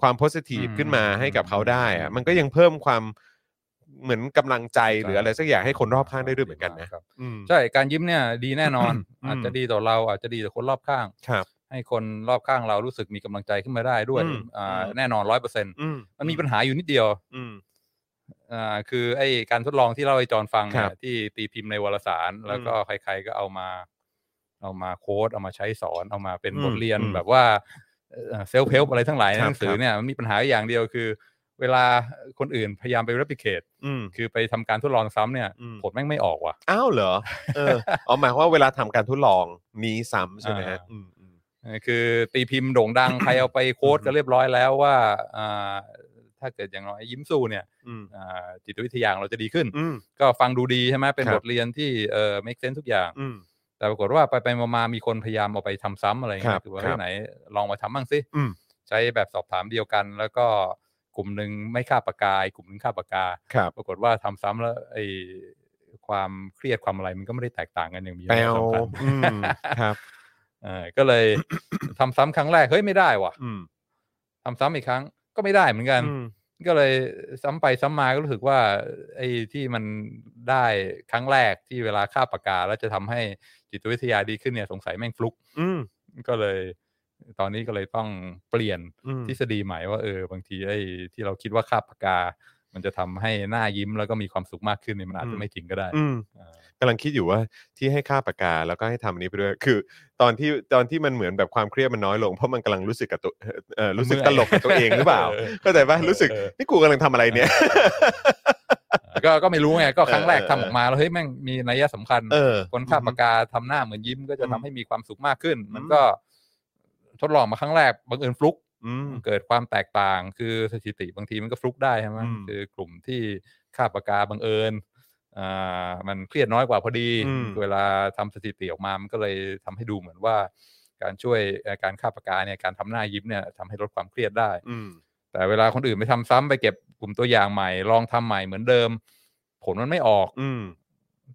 A: ความโพสิทีฟ
B: อืม
A: ขึ้นมาให้กับเขาได้อะ
B: อืม
A: มันก็ยังเพิ่มความเหมือนกำลังใจหรืออะไรสักอย่างให้คนรอบข้างได้ด้วยเหมือนกันนะ
B: ครับ
A: อืม
B: ใช่การยิ้มเนี่ยดีแน่นอน
A: อืม
B: อาจจะดีต่อเราอาจจะดีต่อคนรอบข้าง
A: ครับ
B: ให้คนรอบข้างเรารู้สึกมีกำลังใจขึ้นมาได้ด้วย
A: อืม
B: อ่า
A: อืม
B: แน่นอนร้อยเปอร์เซ็นต์
A: อืม
B: มันมีปัญหาอยู่นิดเดียว
A: อืม
B: อ่าคือไอ้การทดลองที่เล่าให้จอห์นฟัง
A: ค
B: เนี่
A: รั
B: ย
A: บ
B: ที่ตีพิมพ์ในวารสาร แล้วก็ใครๆก็เอามา เอามาโค้ดเอามาใช้สอนเอามาเป็น
A: อืม
B: บทเรียน
A: อืม
B: แบบว่าเซลฟ์เพลอะไรทั้งหลายใน
A: ครับ
B: หนังสือ
A: ครับ
B: เนี่ยมันมีปัญหาอย่างเดียวคือ เวลาคนอื่นพยายามไป replicate
A: อืม
B: คือไปทำการทดลองซ้ำเนี่ย
A: อืม
B: ผลแม่งไม่ออกว่ะ
A: อ้าวเหรอเอ
B: <laughs>
A: อเอาหมายความว่าเวลาทำการทดลองนี้ซ้ำใช่ไหมฮะ
B: อ่า
A: อืมอืม
B: เออคือตีพิมพ์โด่งดั
A: <coughs>
B: ง ใครเอาไปโค้ด
A: อืม
B: ก็เรียบร้อยแล้วว่าอ่าถ้าเกิดอย่างน้อยยิ้มสู้เนี่ย
A: อืม
B: อ่าจิตวิทยาของเราจะดีขึ้น
A: อืม
B: ก็ฟังดูดีใช่ไหมเป็น
A: ครับ
B: บทเรียนที่เอ่อ make sense ทุกอย่าง
A: อืม
B: แต่ปรากฏว่าไปไปมามามีคนพยายามเอาไปทำซ้ำอะไร
A: ครับ
B: เงี้ยคือ
A: ค
B: ว่า
A: รับ
B: ที่ไหนลองมาทำบ้างสิ
A: อืม
B: ใช้แบบสอบถามเดียวกัน แล้วก็กลุ่มหนึ่งไม่ค่าบปากกาอีกกลุ่มหนึ่งค่าบปากกา
A: ครับ
B: ปรากฏว่าทำซ้ำแล้วไอความเครียดความอะไรมันก็ไม่ได้แตกต่างกันอย่างมี
A: แปล
B: นัยว สำคัญ
A: อืมครับ
B: เออก็เลย <coughs> ทำซ้ำครั้งแรกเฮ้ยไม่ได้ว่ะ
A: อืม
B: ทำซ้ำอีกครั้งก็ไม่ได้เหมื <laughs> อนกัน
A: อืม
B: ก็เลยซ้ำไปซ้ำมาก็รู้สึกว่าไอ้ที่มันได้ครั้งแรกที่เวลาค่าบปากกา แล้วจะทำให้จิตวิทยาดีขึ้นเนี่ยสงสัยแม่งฟลุก
A: อืม
B: ก็เลย ตอนนี้ก็เลยต้องเปลี่ยน
A: อืม
B: ทฤษฎีใหม่ว่าเออบางทีไอ้ที่เราคิดว่าค่าบปากกา มันจะทำให้หน้ายิ้มแล้วก็มีความสุขมากขึ้นเนี่ยมันอาจจะไม่จริงก็ได้
A: อืม
B: เออก
A: ำลังคิดอยู่ว่าที่ให้ค่าปากกาแล้วก็ให้ทำอันนี้ไปด้วย คือ ตอนที่ตอนที่มันเหมือนแบบความเครียดมันน้อยลงเพราะมันกำลังรู้สึกกับตัวเอ่อรู้สึกตลกกับตัวเองหรือ
B: <laughs>
A: เปล่า เข้าใจป่ะรู้สึก
B: เออ
A: นี่กูกำลังทำอะไรเนี่ย
B: ก็ก็ไม่รู้ไงก็ครั้งแรก
A: เออ
B: ทำ
A: เออ
B: ออกมาแล้วเฮ้ยแม่งมีนัยสำคัญ
A: เออ
B: คนขับปากกาทำหน้าเหมือนยิ้มก็จะ
A: อืม
B: ทำให้มีความสุขมากขึ้น มัน
A: อืม
B: ก็ทดลองมาครั้งแรกบังเอิญฟลุก
A: อืม
B: เกิดความแตกต่าง คือสถิติบางทีมันก็ฟลุกได้ใช่ไหม
A: อืม
B: คือกลุ่มที่ค่าบปากกาบังเอิญอ่ามันเครียดน้อยกว่าพอดี
A: อืม
B: เวลาทำสถิติออกมามันก็เลยทำให้ดูเหมือนว่า การช่วยเอ่อการค่าบปากกาเนี่ยการทำหน้ายิ้มเนี่ยทำให้ลดความเครียดได้
A: อืม
B: แต่เวลาคนอื่นไปทำซ้ำไปเก็บกลุ่มตัวอย่างใหม่ ลองทำใหม่เหมือนเดิม ผลมันไม่ออก
A: อืม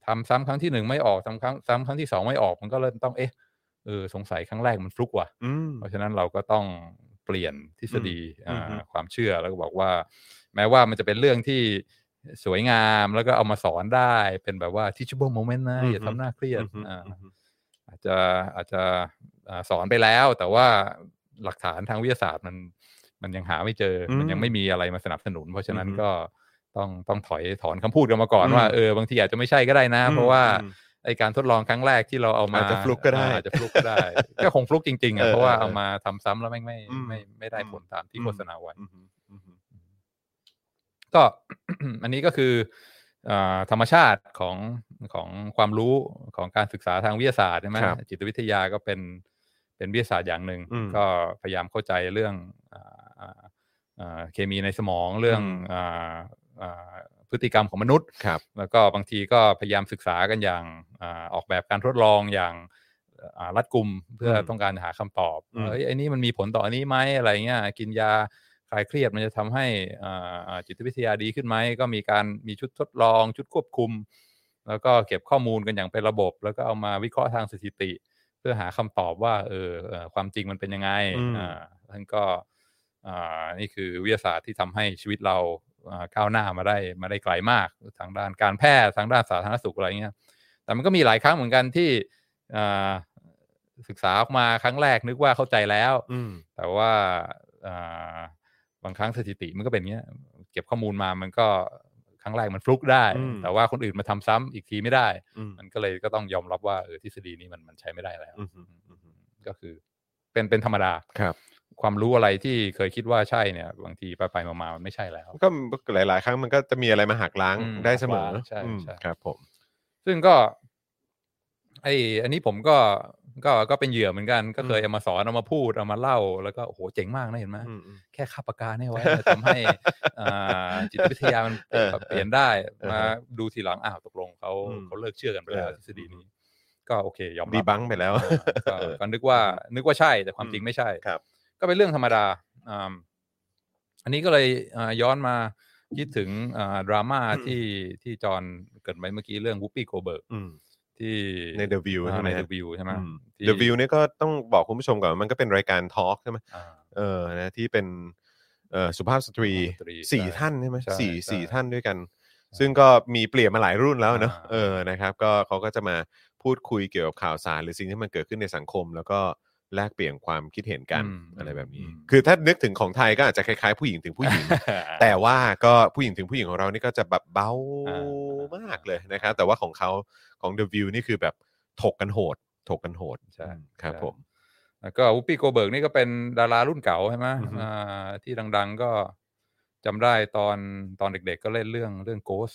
B: ทำซ้ำครั้งที่หนึ่งไม่ออกทำครั้งซ้ำครั้งที่สองไม่ออกมันก็เริ่มต้องเอ๊ะเออสงสัยครั้งแรกมันฟลุกว่ะ
A: อืม
B: เพราะฉะนั้นเราก็ต้องเปลี่ยนทฤษฎี
A: อืม
B: อ่า
A: อืม
B: ความเชื่อแล้วก็บอกว่า แม้ว่ามันจะเป็นเรื่องที่สวยงามแล้วก็เอามาสอนได้เป็นแบบว่า teachable moment นะอย่าทำหน้าเครียด
A: อืม
B: อ่า
A: อืม
B: อาจจะอาจจะอ่าสอนไปแล้วแต่ว่าหลักฐานทางวิทยาศาสตร์มันมันยังหาไม่เจออ
A: ม
B: มันยังไม่มีอะไรมาสนับสนุน เพราะฉะนั้น
A: อือฮึ
B: ก็ต้องต้องถอยถอนคำพูดกันมาก่อน
A: อืม
B: ว่าเออบางทีอาจจะไม่ใช่ก็ได้นะ เพราะว่า
A: อืม
B: ไอการทดลองครั้งแรกที่เราเอามา
A: อาจจะฟลุกก็ได้
B: อาจจะฟลุกก็ได้ ก็คงฟลุกจริงๆอ่ะ
A: เออ
B: เพราะว่า
A: เออ
B: เอามาทำซ้ำแล้วแม่งไม่
A: อืม
B: ไม่ไม่ได้ผลตามที่
A: อืม
B: โฆษณาไว้
A: อืมอืมอืม
B: ก็ <coughs> อันนี้ก็คืออ่าธรรมชาติของของความรู้ของการศึกษาทางวิทยาศาสตร์ใช่ไหม
A: ครับ
B: จิตวิทยาก็เป็นเป็นวิทยาศาสตร์อย่างหนึ่ง
A: อืม
B: ก็พยายามเข้าใจเรื่องอ่าอ่าอ่าเคมีในสมองเรื่อง
A: อืม
B: อ่าอ่าพฤติกรรมของมนุษย์
A: ครับ
B: แล้วก็บางทีก็พยายามศึกษากันอย่างอาออกแบบการทดลองอย่างอ่ารัดกุมเพื่ออ
A: ม
B: ต้องการหาคำตอบ
A: อืม
B: เอ้ยไอ้นี่มันมีผลต่ออันนี้ไหมอะไรเงี้ยกินยาคลายเครียดมันจะทำให้อ่าอ่าจิตวิทยาดีขึ้นไหมก็มีการมีชุดทดลองชุดควบคุม แล้วก็เก็บข้อมูลกันอย่างเป็นระบบ แล้วก็เอามาวิเคราะห์ทางสถิติ เพื่อหาคำตอบว่าเออเอ่อความจริงมันเป็นยังไง
A: อืม
B: อ่าท่านก็อ่านี่คือวิทยาศาสตร์ที่ทำให้ชีวิตเราอ่าก้าวหน้ามาได้มาได้ไกลมากทางด้านการแพทย์ทางด้านสาธารณสุขอะไรเงี้ยแต่มันก็มีหลายครั้งเหมือนกันที่อ่าศึกษาออกมาครั้งแรกนึกว่าเข้าใจแล้ว
A: อืม
B: แต่ว่าอ่าบางครั้งสถิติมันก็เป็นเงี้ยเก็บข้อมูลมามันก็ครั้งแรกมันฟลุกได้
A: อืม
B: แต่ว่าคนอื่นมาทำซ้ำอีกทีไม่ได้
A: อืม
B: มันก็เลยก็ต้องยอมรับว่าเออทฤษฎีนี้มันมันใช้ไม่ได้แล้ว
A: อืมอืมอืม
B: ก็คือเป็นเป็นธรรมดา
A: ครับ
B: ความรู้อะไรที่เคยคิดว่าใช่เนี่ย บางทีไปไปมามามันไม่ใช่แล้ว
A: ก็หลาย ๆ ครั้งมันก็จะมีอะไรมาหักล้าง
B: อืม
A: ได้เสมอ
B: หักล้างใช่
A: อืม
B: ใช่
A: ครับ ผม
B: ซึ่งก็ ไออันนี้ผมก็ก็ก็เป็นเหยื่อเหมือนกัน ก็เคยเอามาสอนเอามาพูดเอามาเล่า แล้วก็โอ้โหเจ๋งมากนะเห็นไหม
A: อืมอืม
B: แค่ขับปากกาเนี่ยไว้มันทำให้อ่าจิตวิทยามัน
A: เออ
B: เปลี่ยนได้
A: เออ
B: มาดูทีหลังอ้าวตกลงเขา
A: อืม
B: เขาเลิกเชื่อกันไปแล้ว
A: เออ
B: ทฤษฎีนี้ ก็โอเค ยอม
A: ดี
B: รับ
A: บังไปแล้ว
B: ก็ก็นึก
A: <laughs>
B: ว่านึกว่าใช่แต่ความจริงไม่ใช่
A: ครับ
B: ก็เป็นเรื่องธรรมดาอ่าอันนี้ก็เลยอ่าย้อนมาคิดถึงอ่าดราม่าที่ที่จอห์นเกริดไปเมื่อกี้เรื่องวูปปี้โกเบิร์ก
A: อืม
B: ที่
A: ใน The View
B: อ่า
A: ใช่ไหม
B: ใน
A: ฮะ
B: เดอะวิวใช่ไหม
A: อืม
B: ที่
A: The View เนี่ยก็ต้องบอกคุณผู้ชมก่อนว่ามันก็เป็นรายการทอล์กใช่ไหม
B: อ่า
A: เออนะที่เป็นเออสุภาพสตรี
B: สุภาพสตรี
A: สี่
B: ใช่
A: ท่านใช่ไหม
B: ใช่
A: สี่
B: ใช่
A: สี่ท่านด้วยกัน ซึ่งก็มีเปลี่ยนมาหลายรุ่นแล้วเนอะ
B: อ่า
A: เออนะครับก็เขาก็จะมาพูดคุยเกี่ยวกับข่าวสารหรือสิ่งที่มันเกิดขึ้นในสังคม แล้วก็แลกเปลี่ยนความคิดเห็นกัน
B: อืม
A: อะไรแบบนี้
B: อืม
A: คือถ้านึกถึงของไทยก็อาจจะคล้ายๆผู้หญิงถึงผู้หญิง แต่ว่าก็ผู้หญิงถึงผู้หญิงของเรานี่ก็จะแบบเบา
B: อ่าม
A: ากเลยนะครับ แต่ว่าของเขาของ The View นี่คือแบบถกกันโหด ถกกันโหด
B: ใช่
A: ครับผม
B: แล้วก็วุปปี้โกเบิร์กนี่ก็เป็นดารารุ่นเก่าใช่ไหม
A: อือฮึ
B: อ่าที่ดังๆก็จำได้ตอนตอนเด็กๆก็เล่นเรื่องเรื่องโกส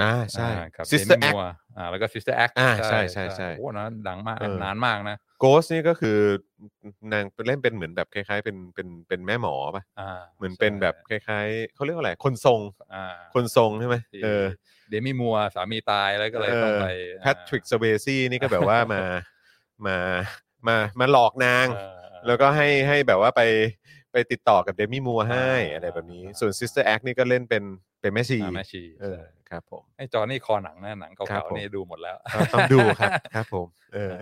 A: อ่าใช่
B: กับ
A: Sister
B: เด
A: Act
B: มัวอ่าแล้วก็ซิสเตอร์แอค
A: อ่าใช่ใช่ใช่
B: โอ้โหนะดังมาก
A: เออ
B: นานมากนะ
A: Ghost นี่ก็คือนางเล่นเป็นเหมือนแบบคล้าย ๆ เป็นเป็นเป็นแม่หมอป่ะ
B: อ่า
A: เหมือนเป็นแบบค
B: ใช่
A: ล้ายๆเขาเรียกว่าอะไรคนทรง
B: อ่า
A: คนทรงใช่ไหม
B: ที่
A: เออ
B: เดมี่มัวร์สามีตายแล้วก็เลยต้องไป
A: แพทริกสเวซี่นี่ก็แบบว่ามา
B: <laughs>
A: มามามาหลอกนาง
B: เออ
A: แล้วก็ให้ให้แบบว่าไปไปติดต่อกับเดมี่มัวให้
B: อ่า
A: อะไรแบบนี้ ส่วน Sister Act นี่ก็เล่นเป็นเป็นแม่ชี
B: อ่าแม่ชี
A: เออ
B: ใช่
A: ครับผม
B: ไอ้จอนี่คอหนังนะหนัง
A: ครับ
B: เก่า
A: ผม
B: ๆนี่ดูหมดแล้ว
A: ครับต้องดูครับ ครับผม เออ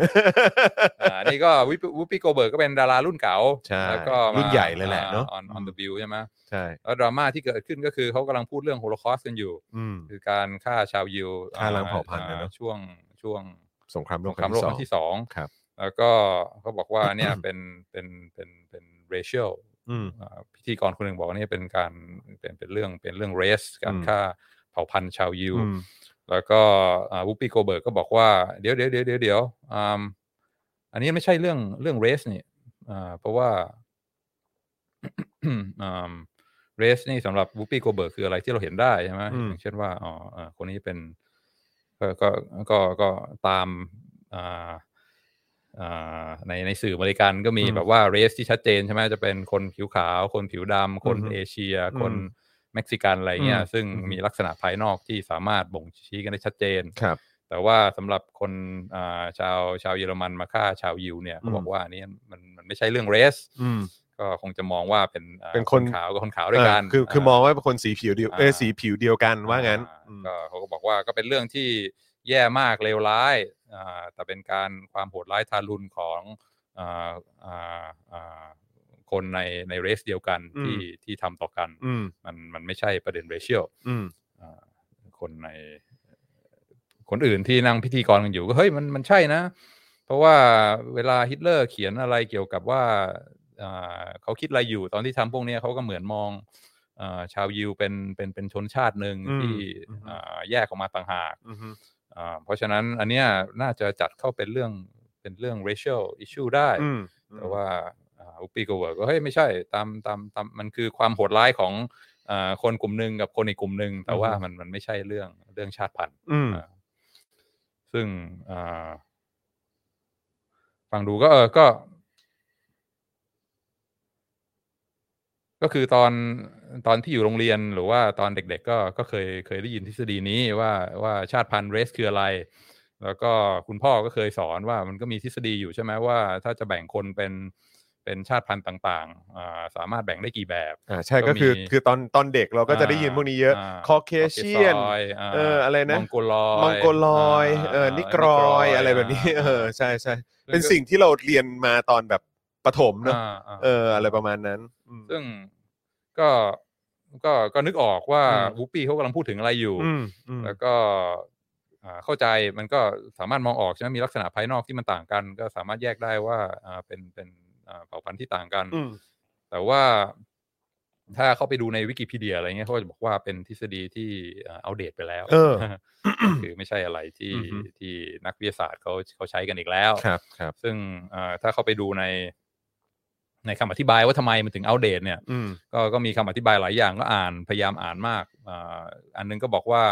B: อ่านี่ก็วิปวูปปี้โกเบิร์กก็เป็นดารารุ่นเก่า
A: ใช่
B: แล้วก็มา
A: รุ่นใหญ่เลยแหละเนอะ
B: ออนออนเด
A: อื
B: อะ
A: ม
B: บิวใช่ไหม
A: ใช่
B: แล้วดราม่าที่เกิดขึ้นก็คือเขากำลังพูดเรื่องโฮโลคอสต์กันอยู่
A: อืม
B: คือการฆ่าชาวยิว
A: ฆ่าล้างเผ่าพันธุ์นะเนอะ
B: อ่าช่วงช่วง
A: สงครามโลก
B: สง
A: ค
B: คราม
A: รั้ง
B: โลก
A: ที่สอง
B: ครั้งที่สอง
A: ครับ
B: แล้วก็เขาบอกว่าเนี่ย <coughs> เป็นเป็นเป็นเป็น racial
A: อืม
B: อ่าพิธีกรคนหนึ่งบอกว่าเนี่ยเป็นการเป็นเป็นเรื่องเป็นเรื่องเรสการ
A: อืม
B: ฆ่าเผ่าพันธุ์ชาวยิว
A: อืม
B: แล้วก็วูปปี้โกเบิร์กก็บอกว่าเดี๋ยวเดี๋ยวเดี๋ยวเดี๋ยวเดี๋ยวอืมอันนี้ไม่ใช่เรื่องเรื่องเรสนี่อ่าเพราะ <coughs> ว่า เรสนี่สำหรับวูปปี้โกเบิร์กคืออะไรที่เราเห็นได้ใช่ไหม
A: อืม
B: อย่างเช่นว่าอ๋อเอ่อคนนี้เป็น ก็ก็ก็ก็ตามอ่าอ่าในในสื่ออเมริกันก็มี
A: อืม
B: แบบว่าเรสที่ชัดเจนใช่ไหมจะเป็นคนผิวขาว คนผิวดำคน
A: อือฮึ
B: เอเชีย
A: อืม
B: คนเม็กซิกันอะไรเงี้ย
A: อืม
B: ซึ่ง
A: อืม
B: มี ลักษณะภายนอกที่สามารถบ่งชี้กันได้ชัดเจน
A: ครับ
B: แต่ว่าสำหรับคนอ่าชาวชาวเยอรมันมาฆ่าชาวยิวเนี่ยเขาบอก
A: อืม
B: ว่าอันนี้มันมันไม่ใช่เรื่องเรส
A: อืม
B: ก็คงจะมองว่าเป็นอ่า
A: เป็นคน
B: ขาวกับคนขาวด้วยกัน
A: เออคือคือมองว่าเป็นคนสีผิวเดียวเอย
B: อ่า
A: สีผิวเดียวกันว่างั้น
B: อ่
A: อืม
B: ก็เขาก็บอกว่าก็เป็นเรื่องที่แย่มากเลวร้ายอ่าแต่เป็นการความโหดร้ายทารุณของอ่าอ่าอ่าคนในในเรสเดียวกัน
A: อืม
B: ที่ที่ทำต่อกัน
A: อืม
B: มันมันไม่ใช่ประเด็นเรเชียล
A: อืม
B: อ่าคนในคนอื่นที่นั่งพิธีกรกันอยู่ก็เฮ้ยมันมันใช่นะ เพราะว่าเวลาฮิตเลอร์เขียนอะไรเกี่ยวกับว่าอ่าเขาคิดอะไรอยู่ตอนที่ทำพวกเนี้ยเขาก็เหมือนมองอาชาวยิวเป็นเป็นเป็นชนชาติหนึ่ง
A: อืม
B: ที่
A: อืม
B: อ่าแยกออกมาต่างหาก
A: อืม
B: อ่าเพราะฉะนั้นอันเนี้ยน่าจะจัดเข้าเป็นเรื่องเป็นเรื่อง racial issue ได้
A: อืม
B: แต่ว่าอุปปี้ก็บอกว่าเฮ้ยไม่ใช่ตามตามตามมันคือความโหดร้ายของอ่าคนกลุ่มหนึ่งกับคนอีกกลุ่มหนึ่งแต่ว่า
A: อือฮึ
B: มันมันไม่ใช่เรื่องเรื่องชาติพันธุ์
A: อืม
B: อ่าซึ่งอ่าฟังดูก็เออก็ ก็คือตอนตอนที่อยู่โรงเรียนหรือว่าตอนเด็ก ๆ ก็ก็เคยเคยได้ยินทฤษฎีนี้ว่าว่าชาติพันธุ์เรสคืออะไร แล้วก็คุณพ่อก็เคยสอนว่ามันก็มีทฤษฎีอยู่ใช่ไหมว่า ถ้าจะแบ่งคนเป็นเป็นชาติพันธุ์ต่างๆอ่าสามารถแบ่งได้กี่แบบ
A: อ่าใช่
B: ก็
A: ก็
B: มี
A: คือคือตอนตอนเด็กเราก็จะได้ยินพวกนี้เยอะ คอเคเชียน เอออะไรนะ
B: มองโกลอย
A: มองโกลอย
B: า
A: เออนิกรอยอะไรแบบนี้
B: า
A: เออใช่ใช่
B: ซึ่
A: เป็นสิ่งที่เราเรียนมาตอนแบบประถมเนอะ
B: าา
A: เออ อะไรประมาณนั้นอืม
B: ซึ่งก็ก็ก็นึกออกว่า
A: อืม
B: วูปปี้เขากำลังพูดถึงอะไรอยู่
A: อืมอืม
B: แล้วก็อ่าเข้าใจมันก็สามารถมองออกใช่ไหมมีลักษณะภายนอกที่มันต่างกัน ก็สามารถแยกได้ว่าอ่าเป็นเป็นอ่าเผ่าพันธุ์ที่ต่างกัน
A: อืม
B: แต่ว่าถ้าเข้าไปดูในวิกิพีเดียอะไรเงี้ยเขาจะบอกว่าเป็นทฤษฎีที่เอาเดตไปแล้ว
A: เออ
B: <coughs> คือไม่ใช่อะไรที่
A: อือฮึ
B: ที่นักวิทยาศาสตร์เขาเขาใช้กันอีกแล้ว
A: ครับครับ
B: ซึ่งเอ่อถ้าเข้าไปดูใน ในคำอธิบายว่าทำไมมันถึงอัปเดตเนี่ย
A: อืม
B: ก็ก็มีคำอธิบายหลายอย่างก็อ่านพยายามอ่านมากอ่าอันนึงก็บอกว่า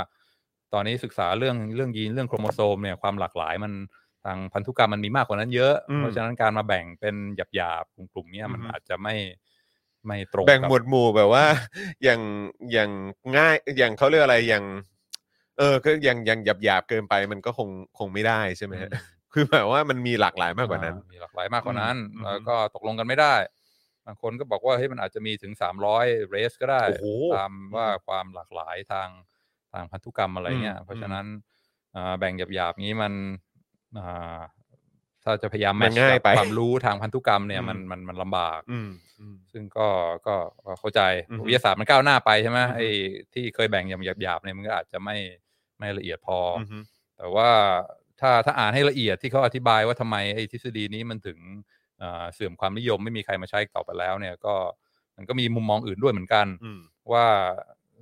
B: ตอนนี้ศึกษาเรื่องเรื่องยีนเรื่องโครโมโซมเนี่ยความหลากหลายมันทางพันธุกรรมมันมีมากกว่านั้นเยอะ
A: อืม
B: เพราะฉะนั้นการมาแบ่งเป็นหยาบๆกลุ่มๆเนี่ยมัน
A: อือฮึ
B: อาจจะไม่ไม่ตรง
A: แบ่ง
B: กับ
A: หมวดหมู่แบบว่า <laughs> อย่างอย่างง่ายอย่างเขาเรียกอะไรอย่าง เออก็อย่างอย่างหยาบหยาบๆเกินไปมันก็คงคงไม่ได้ใช่ไหมฮะ
B: อืม
A: คือแบบว่ามันมีหลากหลายมากกว่านั้น
B: อ่มีหลากหลายมากกว่านั้น
A: อืม
B: แล้วก็ตกลงกันไม่ได้บางคนก็บอกว่าเฮ้ยมันอาจจะมีถึงสามร้อยเรสก็ได้
A: โอ้โห
B: ตามว่าความหลากหลายทางทางพันธุกรรมอะไรเงี้ย
A: อืม
B: เพราะฉะนั้นอ่าแบ่งหยาบๆนี้มันอ่า ถ้าจะพยายาม
A: มั
B: แม
A: น
B: ท
A: ง่ายไป
B: ความรู้ทางพันธุกรรมเนี่ย
A: อืม
B: มันมันมันลำบาก
A: อืมอืม
B: ซึ่งก็ก็ก็เข้าใจ
A: อือฮึ
B: วิทยาศาสตร์มันก้าวหน้าไปใช่ไหม
A: อือฮึ
B: ไอ้ที่เคยแบ่งอย่างหยาบๆเนี่ยมันก็อาจจะไม่ไม่ละเอียดพออ
A: อืม
B: แต่ว่าถ้าถ้าอ่านให้ละเอียดที่เขาอธิบายว่าทำไมไอ้ทฤษฎีนี้มันถึงเอ่อเสื่อมความนิยมไม่มีใครมาใช้ต่อไปแล้วเนี่ยก็มันก็มีมุมมองอื่นด้วยเหมือนกัน
A: อืม
B: ว่า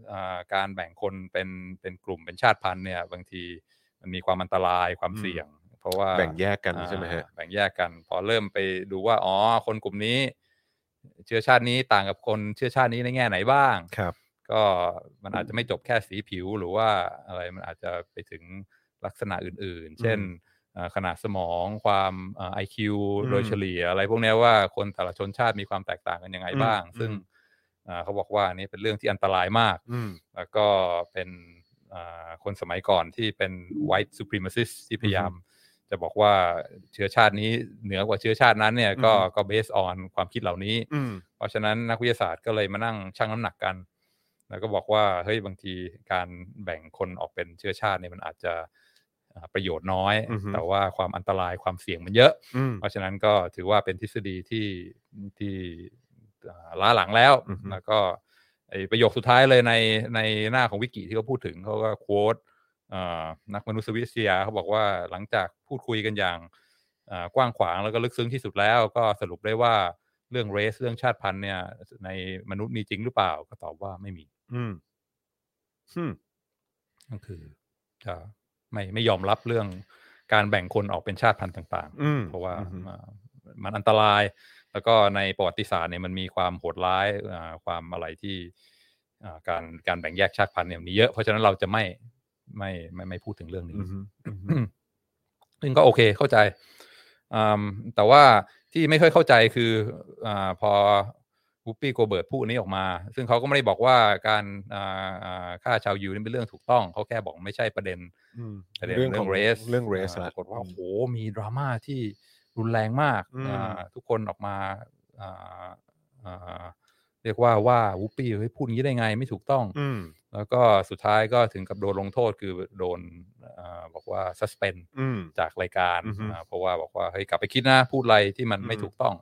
B: เอ่อการแบ่งคนเป็นเป็นกลุ่มเป็นชาติพันธุ์เนี่ยบางทีมันมีความอันตรายความ
A: อืม
B: เสี่ยง เพราะว่า
A: แบ่งแยกกันใช่ไหมฮะ
B: อ่าแบ่งแยกกัน พอเริ่มไปดูว่า อ๋อ คนกลุ่มนี้ เชื้อชาตินี้ต่างกับคนเชื้อชาตินี้ในแง่ไหนบ้าง
A: ครับ
B: ก็มันอาจจะไม่จบแค่สีผิวหรือว่าอะไรมันอาจจะไปถึงลักษณะอื่น
A: อืม
B: ๆ เช่นเอ่อขนาดสมองความไอคิว
A: อืม
B: โดยเฉลี่ย อะไรพวกเนี้ยว่าคนแต่ละชนชาติมีความแตกต่างกันยังไงบ้าง
A: อืม
B: ซึ่งเอ่อเขาบอกว่าอันนี้เป็นเรื่องที่อันตรายมาก
A: อืม
B: แล้วก็เป็นอ่าคนสมัยก่อนที่เป็น white supremacist ที่พยายาม จะบอกว่าเชื้อชาตินี้เหนือกว่าเชื้อชาตินั้นเนี่ยก็
A: อือฮึ
B: ก็ based on ความคิดเหล่านี้
A: อืม
B: เพราะฉะนั้นนักวิทยาศาสตร์ก็เลยมานั่งชั่งน้ำหนักกัน แล้วก็บอกว่าเฮ้ยบางทีการแบ่งคนออกเป็นเชื้อชาติเนี่ยมันอาจจะอ่าประโยชน์น้อย
A: อือฮึ
B: แต่ว่าความอันตรายความเสี่ยงมันเยอะ
A: อืม
B: เพราะฉะนั้นก็ถือว่าเป็นทฤษฎีที่ที่อ่าล้าหลังแล้ว
A: อือฮึ
B: แล้วก็ไอ้ประโยคสุดท้ายเลยในในหน้าของวิกิที่เขาพูดถึงเขาก็โค้ดนักมนุษยวิทยาเขาบอกว่าหลังจากพูดคุยกันอย่างอ่ากว้างขวางแล้วก็ลึกซึ้งที่สุดแล้ว ก็สรุปได้ว่าเรื่องเรสเรื่องชาติพันธุ์เนี่ย ในมนุษย์มีจริงหรือเปล่าก็ตอบว่าไม่มี
A: ืมอืม
B: ก็คือจะไม่ไม่ยอมรับเรื่องการแบ่งคนออกเป็นชาติพันธุ์ต่าง ๆ
A: อืม
B: เพราะว่า
A: อืม
B: อ่ามันอันตราย แล้วก็ในประวัติศาสตร์เนี่ยมันมีความโหดร้ายอ่าความอะไรที่อ่าการการแบ่งแยกชาติพันธุ์เนี่ยมีเยอะ เพราะฉะนั้นเราจะไม่ไม่ไม่ไม่พูดถึงเรื่องนี้
A: อืมอืม
B: ซึ่งก็โอเคเข้าใจอืมแต่ว่าที่ไม่ค่อยเข้าใจคืออาพอวูปปี้โกเบิร์ตพูดอันนี้ออกมา ซึ่งเขาก็ไม่ได้บอกว่าการอ่าอ่าฆ่าชาวยิวนี่เป็นเรื่องถูกต้อง เขาแค่บอกไม่ใช่ประเด็น
A: อืม
B: ประเด็น
A: เรื่
B: เรื่
A: อ
B: อง ง
A: ของ
B: เรส
A: เรื่อง race ละ
B: ปรากฏว่า
A: อืม
B: โอ้โหมีดราม่าที่รุนแรงมาก
A: อืม
B: อ่าทุกคนออกมาอ่าอ่าเรียกว่าว่าวูปปี้เฮ้ยพูดอย่างนี้ได้ไงไม่ถูกต้อง
A: อืม
B: แล้วก็สุดท้ายก็ถึงกับโดนลงโทษคือโดนอาบอกว่า suspend
A: อืม
B: จากรายการ
A: อือฮึ
B: อ่าเพราะว่าบอกว่าเฮ้ยกลับไปคิดนะพูดอะไรที่มัน
A: อืม
B: ไม่ถูกต้อง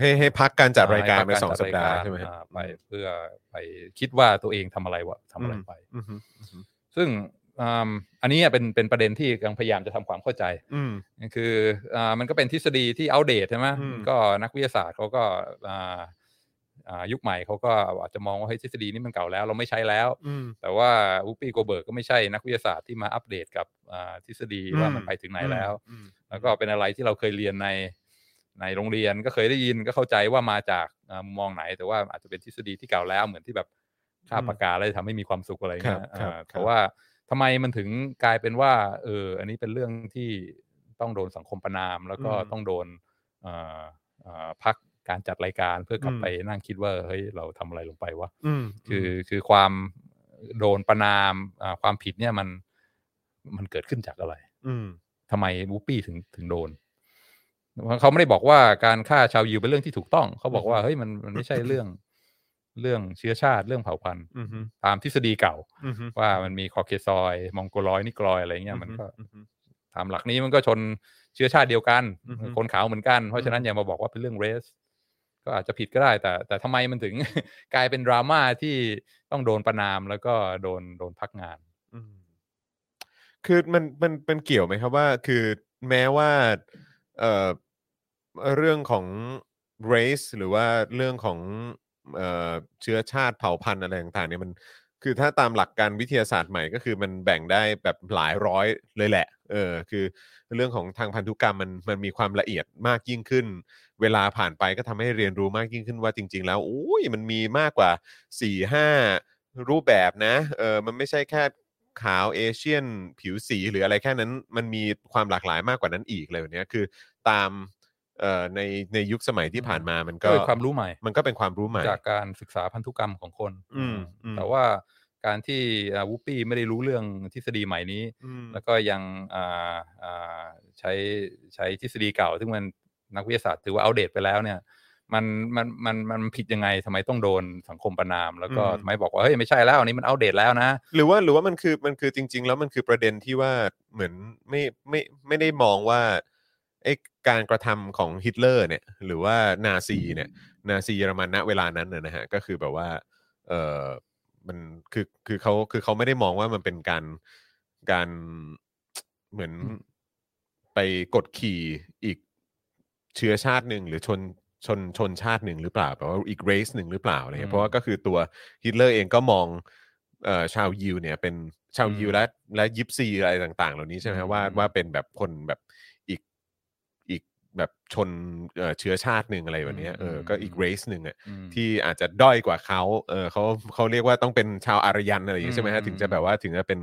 A: ให้ให้พักการจัดรายการไป
B: ให้
A: สอง
B: จั
A: สัปดาห์
B: รยกร
A: ใช่ไหมฮะ
B: อ่ไปเพื่อไปคิดว่าตัวเองทำอะไรวะทำอะไรไป
A: อืม
B: ซึ่งอ่าอันนี้เป็นเป็นประเด็นที่กำลังพยายามจะทำความเข้าใจ
A: อืม
B: คืออามันก็เป็นทฤษฎีที่อัปเดตใช่ไหม
A: อืม
B: ก็นักวิทยาศาสตร์เขาก็อ่าอ่ายุคใหม่เขาก็อาจจะมองว่าเฮ้ยทฤษฎีนี้มันเก่าแล้วเราไม่ใช้แล้ว
A: อืม
B: แต่ว่าวูปปี้โกเบิร์กก็ไม่ใช่นักวิทยาศาสตร์ที่มาอัปเดตกับอ่าทฤษฎี
A: อืม
B: ว่ามันไปถึงไหนแล้ว
A: อืม
B: แล้วก็เป็นอะไรที่เราเคยเรียนในในโรงเรียนก็เคยได้ยินก็เข้าใจว่ามาจากอ่ามุมมองไหน แต่ว่าอาจจะเป็นทฤษฎีที่เก่าแล้วเหมือนที่แบบค่าปากกาแล้วจะทำให้มีความสุขอะไร
A: ครั
B: เงี้
A: บค
B: ย
A: รับ
B: อ่า
A: ครั
B: แต่
A: บ
B: ว่าทำไมมันถึงกลายเป็นว่าเอออันนี้เป็นเรื่องที่ต้องโดนสังคมประนาม แล้วก็
A: อืม
B: ต้องโดนเอ่อเอ่อพักการจัดรายการเพื่อกลั
A: อื
B: บ
A: ม
B: ไปนั่งคิดว่าเฮ้ยเราทำอะไรลงไปวะ
A: อืม
B: คือคือความโดนประนามอ่าความผิดเนี่ยมันมันเกิดขึ้นจากอะไร
A: อืม
B: ทำไมวูปปี้ถึงถึงโดนเขาไม่ได้บอกว่าการฆ่าชาวยิวเป็นเรื่องที่ถูกต้อง เขาบอกว่า
A: อือฮึ
B: เฮ้ยมันมันไม่ใช่เรื่องเรื่องเชื้อชาติเรื่องเผ่าพันธุ์
A: อืมอืม
B: ตามทฤษฎีเก่า
A: อืม
B: ว่ามันมีคอเคซอยมองโกลอยนิกรอยอะไรเงี้ยมันก็ ตามหลักนี้มันก็ชนเชื้อชาติเดียวกัน
A: อือฮึ
B: คนขาวเหมือนกัน เพราะฉะนั้น
A: อืม
B: อย่ามาบอกว่าเป็นเรื่องเรส ก็อาจจะผิดก็ได้ แต่ แต่ทำไมมันถึง <laughs> กลายเป็นดราม่าที่ต้องโดนประนามแล้วก็โดนโดนพักงาน
A: อืมคือมันมันเป็นเกี่ยวไหมครับว่าคือแม้ว่าเอ่อเรื่องของ race หรือว่าเรื่องของเอ่อเชื้อชาติเผ่าพันธุ์อะไรต่างๆเนี่ยมันคือถ้าตามหลักการวิทยาศาสตร์ใหม่ก็คือมันแบ่งได้แบบหลายร้อยเลยแหละ เออคือเรื่องของทางพันธุกรรมมันมันมีความละเอียดมากยิ่งขึ้น เวลาผ่านไปก็ทำให้เรียนรู้มากยิ่งขึ้นว่าจริง ๆ แล้วอุ้ยมันมีมากกว่า4ี่ห้ารูปแบบนะเออมันไม่ใช่แค่ ขาวเอเชียนผิวสีหรืออะไรแค่นั้น มันมีความหลากหลายมากกว่านั้นอีกเลยเนี้ยคือตามเอ่อในในยุคสมัยที่ผ่านมามัน
B: ก็
A: ก็
B: เป็นความรู้ใหม่
A: มันก็เป็นความรู้ใหม่
B: จากการศึกษาพันธุกรรมของคน
A: อืมอืม
B: แต่ว่าการที่อ่าวูปปี้ไม่ได้รู้เรื่องทฤษฎีใหม่นี้
A: อืม
B: แล้วก็ยังอ่าอ่าใช้ใช้ทฤษฎีเก่า ซึ่งมันนักวิทยาศาสตร์ถือว่าอัปเดตไปแล้วเนี่ย มันมันมันมันผิดยังไงทำไมต้องโดนสังคมประนาม แล้วก็
A: อืม
B: ทำไมบอกว่าเฮ้ยไม่ใช่แล้วอันนี้มันอัปเดตแล้วนะ
A: หรือว่าหรือว่ามันคือมันคือจริง ๆ แล้วมันคือประเด็นที่ว่าเหมือนไม่ไม่ไม่ได้มองว่า ไอ้การกระทำของฮิตเลอร์เนี่ยหรือว่านาซีเนี่ยนาซีเยอรมันณเวลานั้นน่ะนะฮะก็คือแบบว่าเออมันคือคือเขาคือเขาไม่ได้มองว่ามันเป็นการการเหมือนไปกดขี่อีกเชื้อชาติหนึ่งหรือชนชนชนชาติหนึ่งหรือเปล่าแปลว่าอีกเรสหนึ่งหรือเปล่าอะไรเงี้ย
B: อืม
A: เพราะว่าก็คือตัวฮิตเลอร์เองก็มองเอ่อชาวยิวเนี่ยเป็นชาวยิว
B: อืม
A: และและยิปซีอะไรต่าง ๆ เหล่านี้ใช่ไหมฮะว่า
B: อืม
A: ว่าเป็นแบบคนแบบอีกอีกแบบชนเอ่อเชื้อชาติหนึ่งอะไรแบบเนี้ยเออก็อีกเรสหนึ่งอะ
B: อืม
A: ที่อาจจะด้อยกว่าเขาเออเขาเขาเรียกว่าต้องเป็นชาวอารยันอะไรอย่างนี้
B: อืม
A: ใช่ไหมฮะ
B: อืม
A: ถึงจะแบบว่าถึงจะเป็น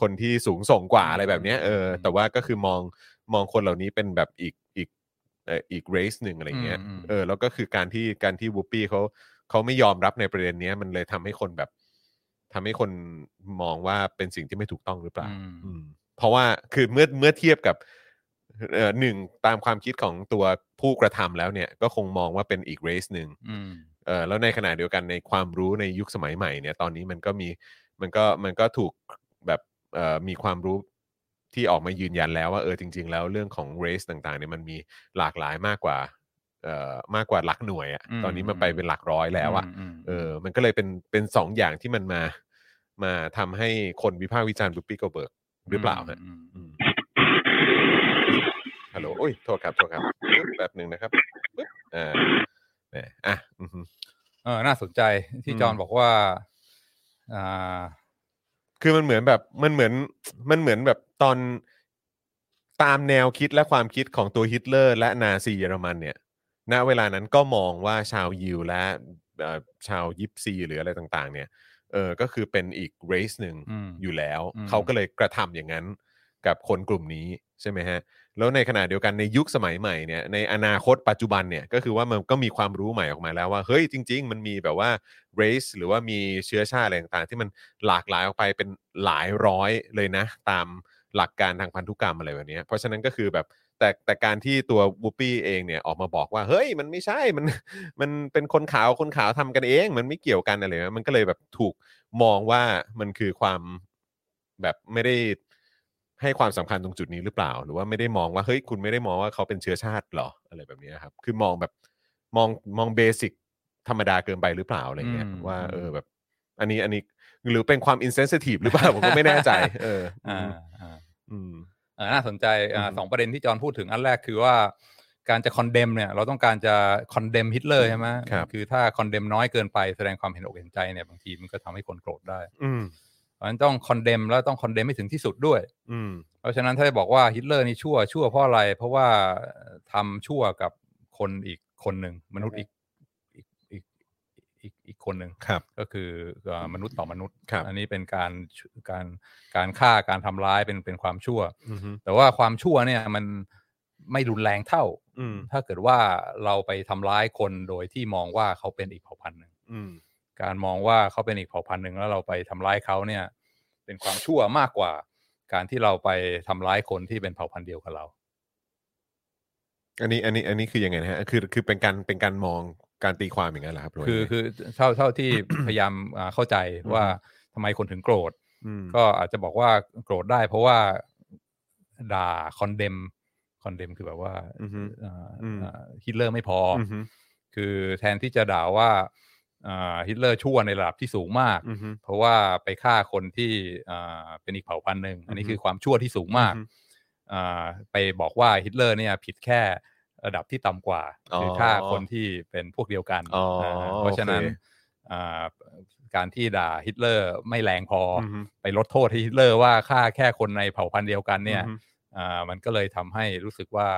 A: คนที่สูงส่งกว่าอะไรแบบเนี้ยเอออ
B: ม
A: แต่ว่าก็คือมองมองคนเหล่านี้เป็นแบบอีกอีกเอ่ออีกเรสหนึ่งอะไรอย่างเงี้ย
B: อืมอืม
A: เออแล้วก็คือการที่การที่วูปปี้เขาเขาไม่ยอมรับในประเด็นเนี้ยมันเลยทำให้คนแบบทำให้คนมองว่าเป็นสิ่งที่ไม่ถูกต้องหรือเปล่า
B: อืม
A: อืมเพราะว่าคือเมื่อเมื่อเทียบกับเอ่อหนึ่งตามความคิดของตัวผู้กระทำแล้วเนี่ยก็คงมองว่าเป็นอีกเรสหนึ่ง
B: อืม
A: เออแล้วในขณะเดียวกันในความรู้ในยุคสมัยใหม่เนี่ยตอนนี้มันก็มีมันก็มันก็ถูกแบบเอ่อมีความรู้ที่ออกมายืนยันแล้วว่าเออจริง ๆ แล้วเรื่องของ race ต่างๆเนี่ยมันมีหลากหลายมากกว่าเอ่อมากกว่าหลักหน่วยอะ
B: อืม
A: ตอนนี้มันไปเป็นหลักร้อยแล้วอะ
B: ม
A: เออมันก็เลยเป็นเป็นสองอย่างที่มันมา มาทำให้คนวิพากษ์วิจารณ์บุ๊ปปี้โกเบิร์กหรือเปล่าฮะ
B: ม
A: อืมฮัลโหลโอ้ยโทษครับโทษครับปึ๊บแป๊บหนึ่งนะครับปึ๊บอ่าแหมอ่ะอือฮึ
B: เออ น่าสนใจที่
A: อืม
B: จอห์นบอกว่าอ่า
A: คือมันเหมือนแบบมันเหมือนมันเหมือนแบบตอนตามแนวคิดและความคิดของตัวฮิตเลอร์และนาซีเยอรมันเนี่ย ณเวลานั้นก็มองว่าชาวยิวและเอ่อชาวยิปซีหรืออะไรต่างๆ เนี่ยเออก็คือเป็นอีกเรสหนึ่ง
B: อืม
A: อยู่แล้ว
B: อืม
A: เขาก็เลยกระทำอย่างนั้นกับคนกลุ่มนี้ใช่ไหมฮะ แล้วในขณะเดียวกันในยุคสมัยใหม่เนี่ยในอนาคตปัจจุบันเนี่ยก็คือว่ามันก็มีความรู้ใหม่ออกมาแล้วว่าเฮ้ยจริง ๆ มันมีแบบว่า race หรือว่ามีเชื้อชาติอะไรต่างๆ ที่มันหลากหลายออกไปเป็นหลายร้อยเลยนะ ตามหลักการทางพันธุกรรมอะไรแบบเนี้ยเพราะฉะนั้นก็คือแบบแต่แต่การที่ตัววูปปี้เองเนี่ยออกมาบอกว่าเฮ้ยมันไม่ใช่มัน มันเป็นคนขาวคนขาวทำกันเอง มันไม่เกี่ยวกันอะไรนะมันก็เลยแบบถูกมองว่ามันคือความแบบไม่ได้ให้ความสำคัญตรงจุดนี้หรือเปล่า หรือว่าไม่ได้มองว่าเฮ้ยคุณไม่ได้มองว่าเขาเป็นเชื้อชาติหรออะไรแบบนี้ครับ คือมองแบบมองมองเบสิกธรรมดาเกินไปหรือเปล่าอะไรเงี้ย
B: อืม
A: ว่า
B: อืม
A: เออแบบ อันนี้อันนี้หรือเป็นความอินเซน i ทีฟหรือเปล่า ผมก็ไม่แน่ใจ เอออื
B: อ่าม อ่า
A: อืม
B: เอ่อน่าสนใจอ่า
A: อืม
B: สองประเด็นที่จอห์นพูดถึงอันแรกคือว่าการจะคอนเดมเนี่ยเราต้องการจะคอนเดมฮิตเลอร์ใช่ไหม
A: ครับ
B: คือถ้าคอนเดมน้อยเกินไปแสดงความเห็นอกเห็นใจเนี่ยบางทีมันก็ทำให้คนโกรธได้
A: อืม
B: เพราะฉะนั้นต้องคอนเดมแล้วต้องคอนเดมให้ถึงที่สุดด้วย
A: อืม
B: เพราะฉะนั้นถ้าจะบอกว่าฮิตเลอร์นี่ชั่วชั่วเพราะอะไร เพราะว่าทำชั่วกับคนอีกคนหนึ่งมนุษย์อีกอีกอีกอีกอีกคนหนึ่ง
A: ครับ
B: ก็คือเอ่อมนุษย์ต่อมนุษย์
A: ครับ
B: อันนี้เป็นการการการฆ่าการทำร้ายเป็นเป็นความชั่ว
A: อืม
B: แต่ว่าความชั่วเนี่ยมันไม่รุนแรงเท่า
A: อืม
B: ถ้าเกิดว่าเราไปทำร้ายคนโดยที่มองว่าเขาเป็นอีกเผ่าพันธุ์หนึ่ง
A: อืม
B: การมองว่าเขาเป็นอีกเผ่าพันธุ์หนึ่งแล้วเราไปทำร้ายเขาเนี่ย เป็นความชั่วมากกว่า การที่เราไปทำร้ายคนที่เป็นเผ่าพันธุ์เดียวกับเรา
A: อันนี้อันนี้อันนี้คือยังไงนะฮะคือคือเป็นการเป็นการมองการตีความอย่างนั้นเหรอครับหรืว่า
B: คือ
A: ยังไง
B: คือเท่าเท่า
A: <coughs>
B: ที่ พยายามอ่าเข้าใจ
A: อืม
B: ว่าทำไมคนถึงโกรธ
A: อืม
B: ก็อาจจะบอกว่าโกรธได้เพราะว่าด่าคอนเดมคอนเดมคือแบบว่า
A: อือฮึ
B: เอ่อ
A: อืม
B: เอ่อฮิตเลอร์ไม่พออ
A: อืมฮึ
B: คือแทนที่จะด่าว่าเอ่อฮิตเลอร์ชั่วในระดับที่สูงมาก
A: อืมฮึ
B: เพราะว่าไปฆ่าคนที่เอ่อเป็นอีกเผ่าพันธุ์หนึ่งอันนี้
A: อือฮึ
B: คือความชั่วที่สูงมาก
A: อือฮึ
B: เอ่อไปบอกว่าฮิตเลอร์เนี่ยผิดแค่ระดับที่ต่ำกว่า
A: อ๋อ
B: คือฆ่าคนที่เป็นพวกเดียวกัน
A: อ๋ออ่
B: าเพราะฉะนั้น
A: โอเค
B: อ่าการที่ด่าฮิตเลอร์ไม่แรงพออ
A: มฮึ
B: ไปลดโทษให้ฮิตเลอร์ว่าฆ่าแค่คนในเผ่าพันธุ์เดียวกันเนี่ย
A: อืมฮึ
B: อ่ามันก็เลยทำให้รู้สึกว่า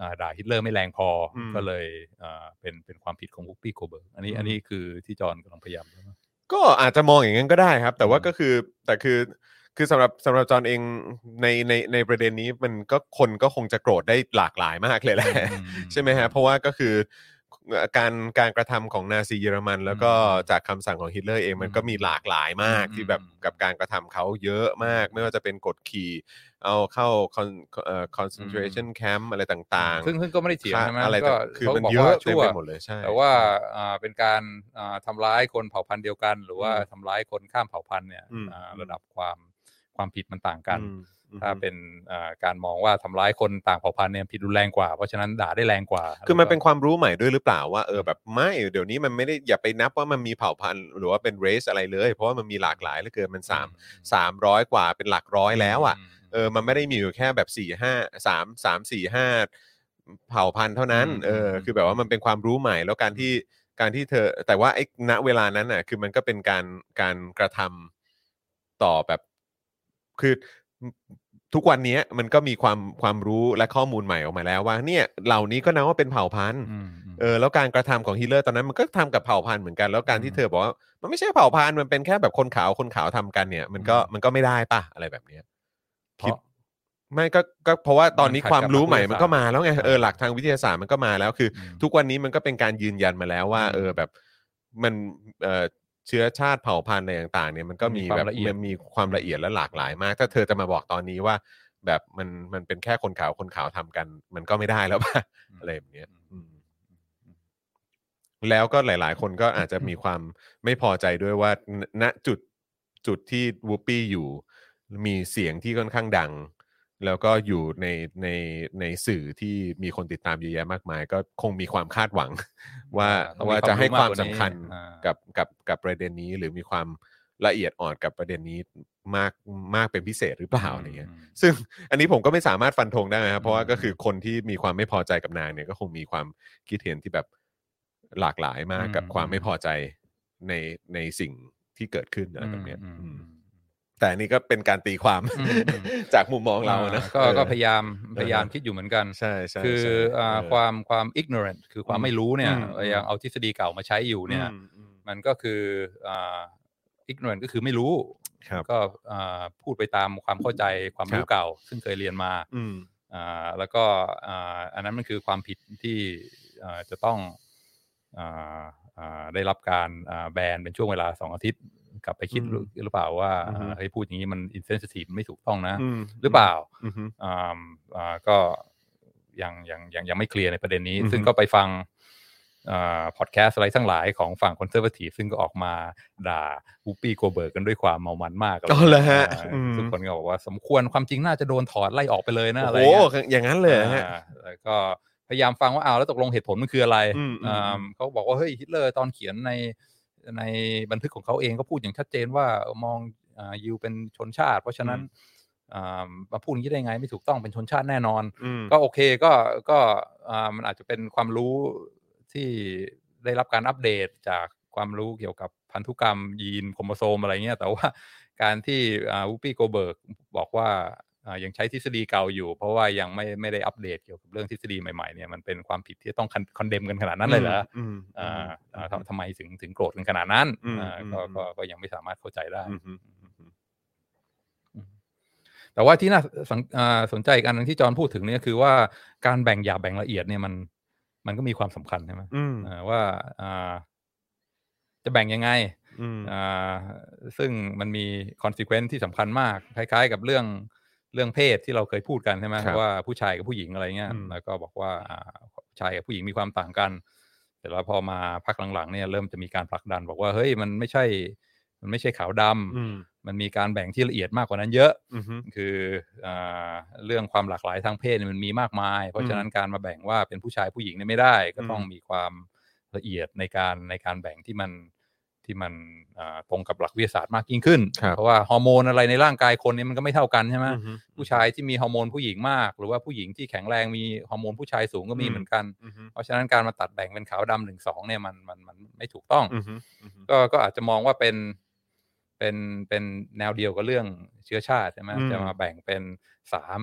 B: อ่าด่าฮิตเลอร์ไม่แรงพออ
A: ม
B: ก็เลยอ่าเป็นเป็นความผิดของวุปปี้โคเบิร์กอันนี้
A: อืม
B: อันนี้คือที่จอห์นกำลังพยายาม
A: <laughs>
B: นะ
A: ก็อาจจะมองอย่างนั้นก็ได้ครับ แต่ว่า
B: อืม
A: ก็คือแต่คือคือสำหรับสำหรับจอห์นเองในในในประเด็นนี้มันก็คนก็คงจะโกรธได้หลากหลายมากเลยแหละ
B: อืม
A: ใช่ไหมฮะเพราะว่าก็คือการการกระทำของนาซีเยอรมัน แล้วก็
B: อืม
A: จากคำสั่งของฮิตเลอร์เองมัน
B: อืม
A: ก็มีหลากหลายมาก
B: อืม
A: ที่แบบกับการกระทำเขาเยอะมาก ไม่ว่าจะเป็นกดขี่ เอาเข้าคอนเอ่อ concentration camp อะไรต่างๆ
B: ซึ่งซึ่งก็ไม่ได้เถียงใช่ไหม
A: ค่าอะไร
B: ก็
A: ต่างคือมัน
B: เขาบอก
A: เยอะ
B: ว่าชั่
A: เต็ม
B: ว
A: ไปหมดเลยใช่
B: แต่ว่าอ่าเป็นการอ่าทำร้ายคนเผ่าพันธุ์เดียวกัน หรือว่า
A: อืม
B: ทำร้ายคนข้ามเผ่าพันธุ์เนี่ย
A: อืม
B: อ่า
A: อืม
B: ระดับความ ความผิดมันต่างกัน
A: อืมอืม
B: ถ้าเป็นเอ่อการมองว่าทำร้ายคนต่างเผ่าพันธุ์เนี่ยผิดรุนแรงกว่า เพราะฉะนั้นด่าได้แรงกว่า
A: คือมันเป็น
B: แล้วก็
A: ความรู้ใหม่ด้วยหรือเปล่าว่าเออแบบไม่เดี๋ยวนี้มันไม่ได้อย่าไปนับว่ามันมีเผ่าพันธุ์หรือว่าเป็นเรสอะไรเลย เพราะว่ามันมีหลากหลายเหลือเกินมันสามสามร้อยกว่าเป็นหลักร้อยแล้วอ่ะ
B: ม
A: เออ มันไม่ได้มีอยู่แค่แบบสี่ห้าสามสามสี่ห้าเผ่าพันธุ์เท่านั้น
B: อืม
A: เออ
B: อืม
A: คือแบบว่ามันเป็นความรู้ใหม่ แล้วการที่การที่เธอ แต่ว่าไอ้ณเวลานั้นน่ะ คือมันก็เป็นการการกระทำต่อแบบ คือทุกวันนี้มันก็มีความความรู้และข้อมูลใหม่ออกมาแล้วว่า เนี่ยเหล่านี้ก็นับว่าเป็นเผ่าพันธุ์
B: อืมอืม
A: เออแล้วการกระทำของฮิตเลอร์ตอนนั้นมันก็ทำกับเผ่าพันธุ์เหมือนกันแล้วการที่
B: อืม
A: เธอบอกว่ามันไม่ใช่เผ่าพันธุ์มันเป็นแค่แบบคนขาวคนขาวทำกันเนี่ย มันก็
B: อืม
A: มันก็ไม่ได้ป่ะอะไรแบบเนี้ย
B: เพ
A: คิด
B: ราะ
A: ไม่ก็ก็เพราะว่าตอนนี้
B: มันขัด
A: ความรู้
B: กับหลัก
A: ใหม่มันก็มาแล้วไง
B: วิทยาศาสตร์
A: เออหลักทางวิทยาศาสตร์มันก็มาแล้วคือ
B: อืม
A: ทุกวันนี้มันก็เป็นการยืนยันมาแล้วว่า
B: อืม
A: เออแบบมันเออเชื้อชาติเผ่าพันธุ์อะไรต่างๆ เนี่ยมันก็
B: มี
A: มี
B: ความ
A: แบบ
B: ละเอียด
A: มันมีความละเอียดและหลากหลายมาก ถ้าเธอจะมาบอกตอนนี้ว่า แบบมันมันเป็นแค่คนขาวคนขาวทำกัน มันก็ไม่ได้แล้ว <laughs> ป่ะอะไรแบบเนี้ย อืม แล้วก็หลาย ๆ คนก็อาจจะมีความไม่พอใจด้วยว่าณณจุดจุดที่วูปปี้อยู่ มีเสียงที่ค่อนข้างดัง แล้วก็อยู่ในในในสื่อที่มีคนติดตามเยอะแยะมากมาย ก็คงมีความคาดหวัง ว่า
B: ต้องมี
A: ว่าจะให้ความสำคัญ
B: อ่ากั
A: กับกับกับประเด็นนี้ หรือมีความละเอียดอ่อนกับประเด็นนี้มากมากเป็นพิเศษหรือเปล่าอะไรเงี้ย
B: ม
A: ซึ่ง <laughs> อันนี้ผมก็ไม่สามารถฟันธงได้นะครับเพราะว่า
B: อืม
A: ก็คือคนที่มีความไม่พอใจกับนางเนี่ยก็คงมีความคิดเห็นที่แบบหลากหลายมาก
B: อืม
A: กับความไม่พอใจในในสิ่งที่เกิดขึ้นอะไรแบบเนี้ย
B: อืม
A: อื
B: อื
A: ม
B: ม
A: แต่อันนี่ก็เป็นการตีความ
B: อืมอืม
A: <laughs> จากมุมมองเรานะ
B: อ่ก็
A: เออ
B: ก็พยายามพยายาม
A: เออ
B: คิดอยู่เหมือนกัน
A: ใช่ใช่
B: คือ
A: ใช่
B: อ่า
A: เออ
B: ความความ ignorant คือความไม่รู้เนี่ย
A: อืมอืม
B: ยังเอาทฤษฎีเก่ามาใช้อยู่เนี่ย
A: อืมอืม
B: มันก็คืออ่า ignorant ก็คือไม่รู้
A: ครับ
B: ก็อ่าพูดไปตามความเข้าใจความ
A: ครับ
B: รู้เก่า ซึ่งเคยเรียนมา
A: อืม
B: อ่าแล้วก็อ่าอันนั้นมันคือความผิดที่อ่าจะต้องอ่าอ่าได้รับการอ่าแบนเป็นช่วงเวลาสองอาทิตย์ กลับไปคิด
A: อืม
B: หรือหรือเปล่าว่า
A: อือฮึ
B: เฮ้ยพูดอย่างนี้มัน insensitive ไม่ถูกต้องนะ
A: ม
B: หรือเปล่า
A: อืมอืม
B: อ่ามอ่าก็ยังยังยังยังไม่เคลียร์ในประเด็นนี้
A: อือฮึ
B: ซึ่งก็ไปฟังพอดแคสต์อะไรทั้งหลายของฝั่งคอนเซอร์วทีฟซึ่งก็ออกมาด่าวูปี้โกเบิร์กกันด้วยความเมามันมากไร
A: อ๋อเหรอฮะ
B: อ่า
A: อืม
B: ทุกคนก็บอกว่าสมควรความจริงน่าจะโดนถอดไล่ออกไปเลยนะอะไร
A: โอ้
B: เงี้ย
A: โหอย่างนั้นเลยฮะ
B: อ่าแล้วก็พยายามฟังว่าอ้าวแล้วตกลงเหตุผลมันคืออะไร
A: อืมอืม
B: อ่าเขาบอกว่าเฮ้ยฮิตเลอร์ตอนเขียนในในบันทึกของเขาเองก็พูดอย่างชัดเจนว่ามองอ่ายิวเป็นชนชาติ เพราะฉะนั้นอ่ามาพูดอย่างนี้ได้ไงไม่ถูกต้องเป็นชนชาติแน่นอน
A: อืม
B: ก็โอเคก็ก็อ่ามันอาจจะเป็นความรู้ที่ได้รับการอัปเดตจากความรู้เกี่ยวกับพันธุกรรมยีนโครโมโซมอะไรเงี้ยแต่ว่าการที่วูปี้โกเบิร์กบอกว่าอ่ายังใช้ทฤษฎีเก่าอยู่ เพราะว่ายังไม่ไม่ได้อัปเดตเกี่ยวกับเรื่องทฤษฎีใหม่ๆเนี่ยมันเป็นความผิดที่ต้องคอนเดมกันขนาดนั้นเลยเหรอ
A: อืมอืม
B: ออ่าอ่าทำทำไมถึงถึงโกรธกันขนาดนั้น
A: อืม
B: อ่าก็
A: อืม
B: ก็ก็ยังไม่สามารถเข้าใจได้
A: อืมอืมอืม
B: แต่ว่าที่น่าสังอ่าสนใจอีกอันหนึงที่จอห์นพูดถึงเนี่ยคือว่าการแบ่งหยาบแบ่งละเอียดเนี่ยมัน มันก็มีความสำคัญใช่ไหม
A: อืม
B: อ่าว่าอ่าจะแบ่งยังไง
A: อืม
B: อ่าซึ่งมันมี consequence ที่สำคัญมาก คล้าย ๆ กับเรื่องเรื่องเพศที่เราเคยพูดกันใช่ไหม
A: ครับ
B: ว่าผู้ชายกับผู้หญิงอะไรเงี้ย
A: อืม
B: แล้วก็บอกว่าอ่าชายกับผู้หญิงมีความต่างกันแต่แล้วพอมาพักหลังๆเนี่ยเริ่มจะมีการผลักดัน บอกว่าเฮ้ยมันไม่ใช่ มันไม่ใช่ขาวดำ
A: อืม
B: มันมีการแบ่งที่ละเอียดมากกว่านั้นเยอะ
A: อืม
B: คืออาเรื่องความหลากหลายทางเพศเนี่ยมันมีมากมาย เพ
A: อื
B: ราะ
A: ม
B: ฉะนั้นการมาแบ่งว่าเป็นผู้ชายผู้หญิงเนี่ยไม่ได้ ก็
A: อืม
B: ต้องมีความละเอียดในการในการแบ่งที่มันที่มันอ่าตรงกับหลักวิทยาศาสตร์มากยิ่งขึ้น เพราะว่าฮอร์โมนอะไรในร่างกายคนเนี่ยมันก็ไม่เท่ากันใช่ไหม
A: อืม
B: ผู้ชายที่มีฮอร์โมนผู้หญิงมาก หรือว่าผู้หญิงที่แข็งแรงมีฮอร์โมนผู้ชายสูงก็มี
A: อืม
B: เหมือนกัน
A: อืม
B: เพราะฉะนั้นการมาตัดแบ่งเป็นขาวดำหนึ่งสองเนี่ยมันมันมันไม่ถูกต้อง
A: อืมอืม
B: ก็ก็อาจจะมองว่าเป็นเป็นเป็นแนวเดียวกับเรื่องเชื้อชาติใช่ไหม
A: อืม
B: จะมาแบ่งเป็นสาม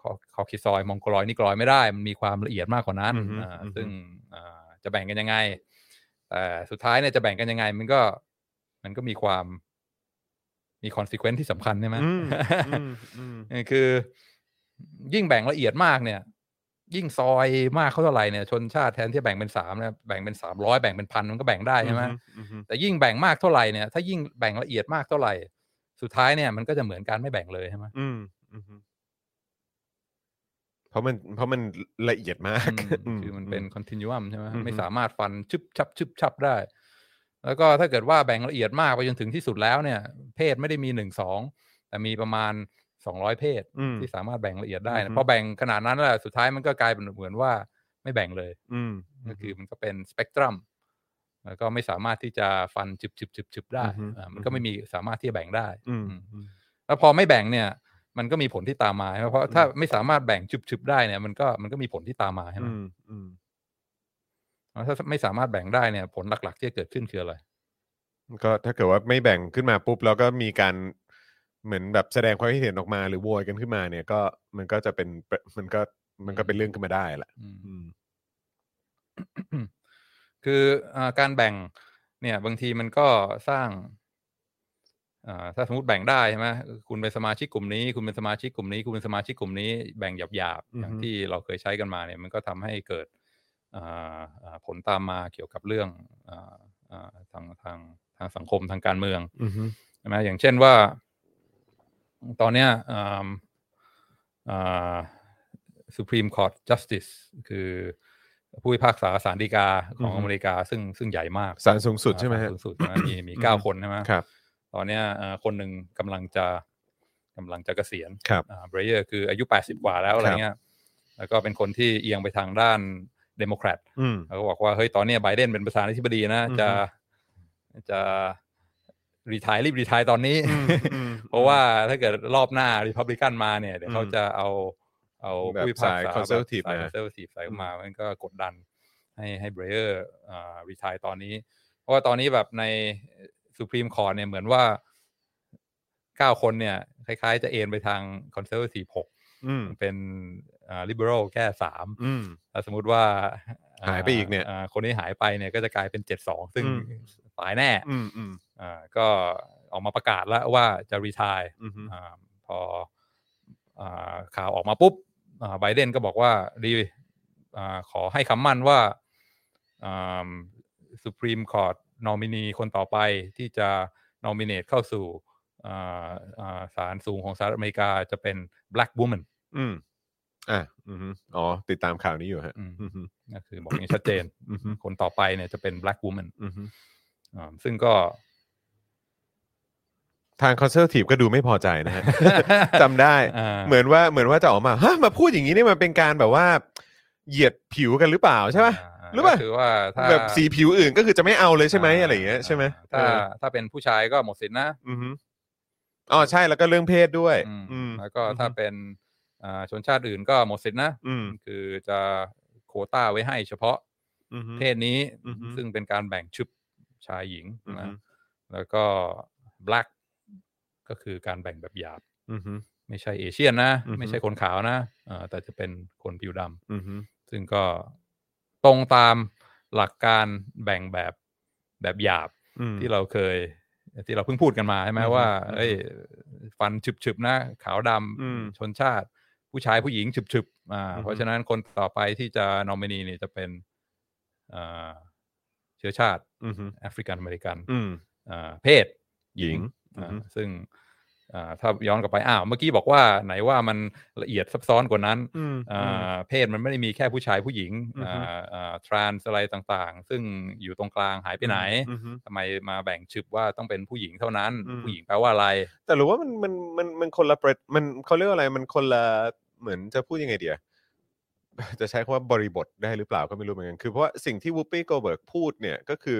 B: คอคอคิซอยมองโกลอยนิกรอยไม่ได้ มันมีความละเอียดมากกว่านั้น
A: อือฮึ
B: อ่า
A: อือฮึ
B: ซึ่งอ่าจะแบ่งกันยังไงแต่สุดท้ายเนี่ยจะแบ่งกันยังไง มันก็มันก็มีความมีคอนซิเควนซ์ที่สำคัญใช่ไหม
A: อืมอื
B: <laughs>
A: มอืม
B: เออคือ ยิ่งแบ่งละเอียดมากเนี่ย ยิ่งซอยมากเขาเท่าไหร่เนี่ยชนชาติแทนที่จะแบ่งเป็นสามนะแบ่งเป็นสามร้อยแบ่งเป็นพันมันก็แบ่งได้ใช่ไหม
A: อือฮึอือฮึ
B: แต่ยิ่งแบ่งมากเท่าไหร่เนี่ยถ้ายิ่งแบ่งละเอียดมากเท่าไหร่ สุดท้ายเนี่ยมันก็จะเหมือนการไม่แบ่งเลยใช่ไหม
A: อืมอืมเพราะมันเพราะมันละเอียดมาก
B: อืมคือมันเป็น
A: ม
B: continuum ใช่ไหม
A: อืม
B: ไม่สามารถฟันชึบชับชึบชับได้ แล้วก็ถ้าเกิดว่าแบ่งละเอียดมากไปจนถึงที่สุดแล้วเนี่ย เพศไม่ได้มีหนึ่งสอง แต่ แต่มีประมาณ 200 เพศ
A: อืม
B: ที่สามารถแบ่งละเอียดได้
A: อือ
B: นะ
A: ฮึ
B: พอแบ่งขนาดนั้นแหละสุดท้ายมันก็กลายเป็นเหมือนว่าไม่แบ่งเลย
A: อืม
B: ก็คือมันก็เป็นสเปกตรัมแล้วก็ไม่สามารถที่จะฟันจุบจุบจุบจุบได้อ่ามันก็ไม่มีสามารถที่จะแบ่งได้
A: อืม
B: แล้วพอไม่แบ่งเนี่ย มันก็มีผลที่ตามมาใช่ไหมเพราะถ้าไม่สามารถแบ่งจุบจุบได้เนี่ย มันก็มันก็มีผลที่ตามมาใช่ไหม
A: อืมอืม
B: แล้วถ้าไม่สามารถแบ่งได้เนี่ย ผลหลักๆที่จะเกิดขึ้นคืออะไร
A: ก็ถ้าเกิดว่าไม่แบ่งขึ้นมาปุ๊บแล้วก็มีการเหมือนแบบแสดงความคิดเห็นออกมาหรือโวยกันขึ้นมาเนี่ยก็มันก็จะเป็นมันก็มันก็เป็นเรื่องขึ้นมาได้แหละ
B: อืม
A: อืม
B: คืออาการแบ่งเนี่ยบางทีมันก็สร้างอ่าถ้าสมมติแบ่งได้ใช่ไหมคุณเป็นสมาชิกกลุ่มนี้ คุณเป็นสมาชิกกลุ่มนี้ คุณเป็นสมาชิกกลุ่มนี้แบ่งหยาบ
A: อือฮึ
B: ๆอย่างที่เราเคยใช้กันมาเนี่ยมันก็ทำให้เกิดอ่าอ่าผลตามมาเกี่ยวกับเรื่องอ่าอ่าทางทางทางสังคมทางการเมือง
A: อืม
B: ใช่ไหมอย่างเช่นว่า ตอนเนี้ยอ่าอ่า Supreme Court Justice คือผู้พิพากษาศาลฎีกาของ
A: อือฮึ
B: อเมริกา ซึ่งซึ่งใหญ่มาก
A: ศาลสูงสุดใช่ไหม
B: ศา
A: ฮะ
B: ลสูงสุดนะมีมีเก้าคนใช่ไหม
A: ครับ
B: ตอนเนี้ยเอ่อคนหนึ่งกำลังจะกำลังจะเกษียณ
A: ครับ
B: เบรเยอร์คืออายุ 80 กว่าแล้วอะไร
A: ครับ
B: เงี้ยแล้วก็เป็นคนที่เอียงไปทางด้านเดโมแครต
A: อืม
B: เขาก็บอกว่าเฮ้ยตอนเนี้ยไบเดนเป็นประธานาธิบดีนะ
A: อืม
B: จะจะรีทายรีบรีทายตอนนี้
A: อืมอืม
B: เพราะว่าถ้าเกิดรอบหน้ารีพับลิกันมาเนี่ย เดี๋ยว
A: อืม
B: เขาจะเอาเอา
A: แบบ
B: ผู้พิพากษา
A: สาย conservative
B: แบบ
A: มา
B: สายคอนเซอร์วทีฟสายออกมามันก็กดดันให้ให้เบรเออร์รีทายตอนนี้ เพราะว่าตอนนี้แบบในสุพรีมคอร์เนี่ยเหมือนว่าเก้าคนเนี่ย คล้ายๆ จะเอ็นไปทางคอนเซอร์วทีฟหก
A: อืม
B: เป็นลิเบอรัลแค่สาม
A: อืม
B: ถ้าสมมติว่า
A: หายไปอีกเนี่ย
B: าคนนี้หายไปเนี่ยก็จะกลายเป็นเจ็ดสองซึ่ง
A: อืม
B: ตายแน่
A: อืมอืม
B: อ่าก็ออกมาประกาศแล้วว่าจะรีทาย
A: อืมอืม
B: พออ่าข่าวออกมาปุ๊บอ่าไบเดนก็บอกว่าดีอาขอให้คำมั่นว่าสุพรีมคอร์ t นอมินีคนต่อไปที่จะนอมิเนตเข้าสู่อ่าอ่าศาลสูงของสหรัฐอเมริกาจะเป็น black woman
A: อืมอ่ะอืมอ๋อ ติดตามข่าวนี้อยู่ฮะ <laughs>
B: อืม
A: อืมอืม
B: ก็คือบอกอย่างชัดเจน
A: อืมอืม
B: คนต่อไปเนี่ยจะเป็น black woman
A: อืม
B: อ่าซึ่งก็
A: ทางคอนเซอร์ทีฟก็ดูไม่พอใจนะฮ <laughs> ะ <laughs> จำได้
B: <laughs> อ่า
A: เหมือนว่าเหมือนว่าจะออกมาฮะมาพูดอย่างนี้เนี่ยมันเป็นการแบบว่า เหยียดผิวกันหรือเปล่าใช่ป่ะ
B: า
A: หรือเปล่า
B: ก็คือว่าถ้า
A: แบบสีผิวอื่นก็คือจะไม่เอาเลยใช่ไหมา อะไรอย่างเงี้ยใช่ไหม
B: ถ้า
A: เออ
B: ถ้าเป็นผู้ชายก็หมดสิทธินะ
A: อืมอ๋อใช่แล้วก็เรื่องเพศด้วย
B: อืม
A: อืม
B: แล้วก็ถ้าเป็นอ่าชนชาติอื่นก็หมดสิทธินะ
A: อืม
B: คือจะโควต้าไว้ให้เฉพาะ
A: อืม
B: เพศนี้
A: อือฮึ
B: ซึ่งเป็นการแบ่งชุบชายหญิง
A: อือฮึ
B: นะแล้วก็ black ก็คือการแบ่งแบบหยาบ
A: อืม
B: ไม่ใช่เอเชียนนะ
A: อือฮึ
B: ไม่ใช่คนขาวนะอ่าแต่จะเป็นคนผิวดำ
A: อืม
B: ซึ่งก็ตรงตามหลักการแบ่งแบบแบบหยาบที่เราเคย ที่เราเพิ่งพูดกันมาใช่ไหม
A: อือฮึ
B: ว่า
A: อือฮึ
B: เอ้ยฟันฉึบๆนะขาวด
A: อืม
B: ำชนชาติ ผู้ชายผู้หญิงฉึบๆอ่า
A: อือฮึ
B: เพราะฉะนั้นคนต่อไปที่จะนอมินีเนี่ยจะเป็นอ่าเชื้อชาติ
A: อืม
B: แอฟริกันอเมริกัน
A: อืม
B: อ่าเพศหญิง
A: หญิง
B: อ่า
A: อือฮึ
B: ซึ่งอ่าถ้าย้อนกลับไปอ้าวเมื่อกี้บอกว่าไหนว่ามันละเอียดซับซ้อนกว่านั้น
A: อืม
B: อ่าเพศมันไม่ได้มีแค่ผู้ชายผู้หญิง
A: อือฮึ
B: อ่าอ่าทรานส์อะไรต่างๆ ซึ่งอยู่ตรงกลางหายไปไหน
A: อือฮึ
B: ทำไมมาแบ่งชึบว่าต้องเป็นผู้หญิงเท่านั้น
A: อืม
B: ผู้หญิงแปลว่าอะไร
A: แต่รู้ว่ามันมันมันมันคนละประเด็นมันเขาเรียกว่าอะไรมันคนละเหมือนจะพู <laughs> ดยังไงเดีย จะใช้คำว่าบริบทได้หรือเปล่าก็ไม่รู้เหมือนกัน คือเพราะว่าสิ่งที่วูปปี้โกเบิร์กพูดเนี่ยก็คือ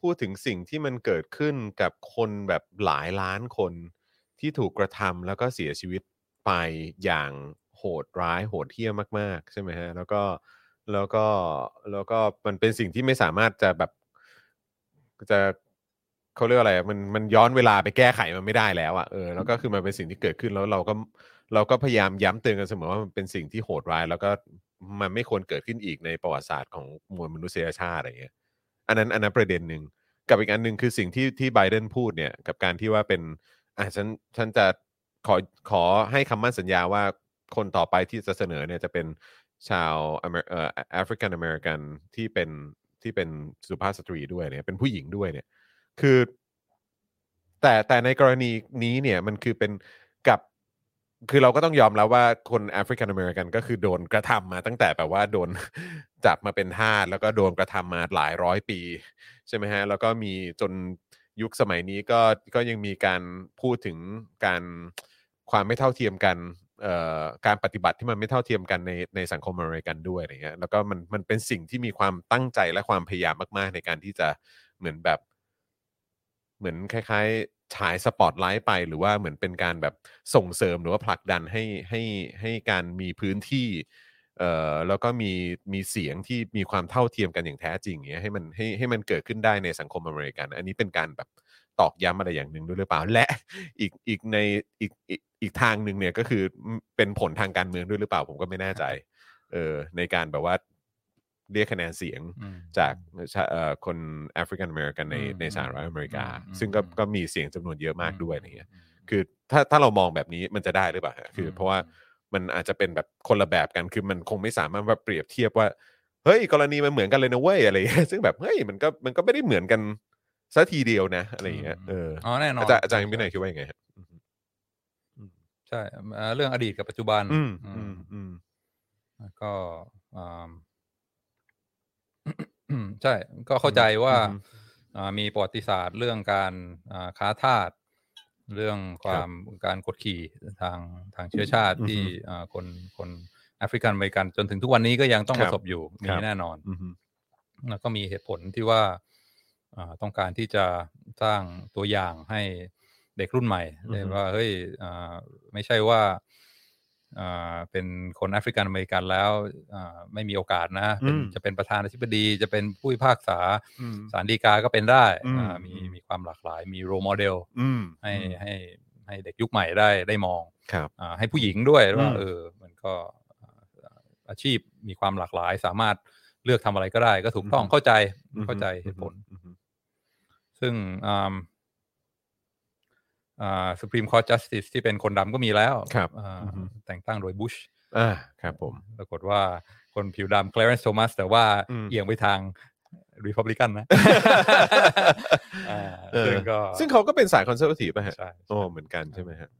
A: พูดถึงสิ่งที่มันเกิดขึ้นกับคนแบบหลายล้านคนที่ถูกกระทำแล้วก็เสียชีวิตไปอย่างโหดร้ายโหดเหี้ยมมากๆ ใช่ไหมฮะ แล้วก็แล้วก็แล้วก็มันเป็นสิ่งที่ไม่สามารถจะแบบจะเขาเรียกอะไรอะมันมันย้อนเวลาไปแก้ไขมันไม่ได้แล้วอะ่ะเออแล้วก็คือมันเป็นสิ่งที่เกิดขึ้นแล้วเราก็ เราก็พยายามย้ำเตือนกันเสมอว่ามันเป็นสิ่งที่โหดร้าย แล้วก็มันไม่ควรเกิดขึ้นอีกในประวัติศาสตร์ของมวลมนุษยชาติอะไรเงี้ย อันนั้นอันนั้นประเด็นหนึ่งกับอีกอันหนึ่งคือสิ่งที่ที่ไบเดนพูดเนี่ย กับการที่ว่าเป็นอ่ะฉันฉันจะขอขอให้คำมั่นสัญญาว่าคนต่อไปที่จะเสนอเนี่ยจะเป็นชาวอเมริเอ่อแอฟริกันอเมริกันที่เป็นที่เป็นสุภาพสตรีด้วยเนี่ยเป็นผู้หญิงด้วยเนี่ย คือ แต่แต่ในกรณีนี้เนี่ยมันคือเป็นกับ คือเราก็ต้องยอมแล้วว่าคนแอฟริกันอเมริกันก็คือโดนกระทำมาตั้งแต่แบบว่าโดน <laughs> จับมาเป็นทาสแล้วก็โดนกระทำมาหลายร้อยปี ใช่ไหมฮะ แล้วก็มีจนยุคสมัยนี้ก็ก็ยังมีการพูดถึงการ ความไม่เท่าเทียมกันเอ่อการปฏิบัติที่มันไม่เท่าเทียมกันในในสังคมอเมริกันด้วยอะไรเงี้ยแล้วก็มันมันเป็นสิ่งที่มีความตั้งใจและความพยายามมากๆ ในการที่จะเหมือนแบบ เหมือนคล้ายๆฉายสปอตไลท์ไป หรือว่าเหมือนเป็นการแบบส่งเสริมหรือว่าผลักดันให้ให้ให้การมีพื้นที่ เอ่อแล้วก็มีมีเสียงที่มีความเท่าเทียมกันอย่างแท้จริงอย่างเงี้ยให้มันให้ให้มันเกิดขึ้นได้ในสังคมอเมริกัน อันนี้เป็นการแบบตอกย้ำอะไรอย่างหนึ่งด้วยหรือเปล่า และ <laughs> อีกอีกในอีกอีกอีกทางหนึ่งเนี่ยก็คือเป็นผลทางการเมืองด้วยหรือเปล่า ผมก็ไม่แน่ใจ เออในการแบบว่าเรียกคะแนนเสียง
B: อืม
A: จากชาเอ่อคนแอฟริกันอเมริกันใน
B: อืม
A: ในสหรัฐอเมริกา
B: อืม
A: ซึ่งก็
B: อืม
A: ก็มีเสียงจำนวนเยอะมากด้วยอะไรเงี้ยคือถ้าถ้าเรามองแบบนี้มันจะได้หรือเปล่าฮะคือเพราะว่ามันอาจจะเป็นแบบคนละแบบกันคือมันคงไม่สามารถว่าเปรียบเทียบว่าเฮ้ยกรณีมันเหมือนกันเลยนะเว้ยอะไรเงี้ย <laughs> ซึ่งแบบเฮ้ยมันก็มันก็ไม่ได้เหมือนกันสัทีเดียวนะอะไรเงี้ยเออ
B: อ๋อแน่นอน
A: อาจารย์อาจารย์วินัยคิดว่ายังไงฮะ
B: ใช่เอ่อเรื่องอดีตกับปัจจุบัน
A: อืม
B: อืม
A: อืมอืม
B: แล้วก็อ่าม <coughs> ใช่ ก็เข้าใจว่า
A: อืม
B: อ่ามีประวัติศาสตร์เรื่องการอ่าค้าทาสเรื่องความการกดขี่ทางทางเชื้อชาติ
A: อือฮึ
B: ที่อ่าคนคนแอฟริกันอเมริกันจนถึงทุกวันนี้ก็ยังต้อง
A: ค
B: ป
A: รับ
B: ระสบอยู่มี
A: ครับ
B: แน่นอน
A: อืม
B: แล้วก็มีเหตุผลที่ว่าอ่าต้องการที่จะสร้างตัวอย่างให้เด็กรุ่นใหม่
A: อือฮึ
B: ได้ว่าเฮ้ยอ่าไม่ใช่ว่าอ่าเป็นคนแอฟริกันอเมริกันแล้วอ่าไม่มีโอกาสนะเป็น
A: อืม
B: จะเป็นประธานาธิบดี จะเป็นผู้พิพากษา
A: อืม
B: สารดีกาก็เป็นได้
A: อืม
B: อ่ามี
A: อืม
B: มีความหลากหลาย มีโรโมเดล
A: อืม
B: ให้ให้ให้เด็กยุคใหม่ได้ได้มอง
A: ครับ
B: อ่าให้ผู้หญิงด้วยว่า
A: อืม
B: เออมันก็อ่าอาชีพมีความหลากหลาย สามารถเลือกทำอะไรก็ได้ ก็ถูกต้อง
A: อืม
B: เข้าใจเข้าใจเหตุผล
A: อืมอืม
B: ซึ่งอ่าอ่า Supreme Court Justice ที่เป็นคนดำก็มีแล้ว
A: ครับ
B: อ่า
A: อือฮึ
B: แต่งตั้งโดยบุช
A: อ่าครับผม
B: ปรากฏว่าคนผิวดำ Clarence Thomas แต่ว่า
A: อืม
B: เอียงไปทาง Republican
A: <laughs>
B: นะ อ่า
A: เออ
B: ซึ่งก็
A: <laughs> ซึ่งเขาก็เป็นสายคอนเซอร์วทีฟป่ะฮะ
B: ใช่
A: โอ้เหมือนกันใช่ไหมฮะ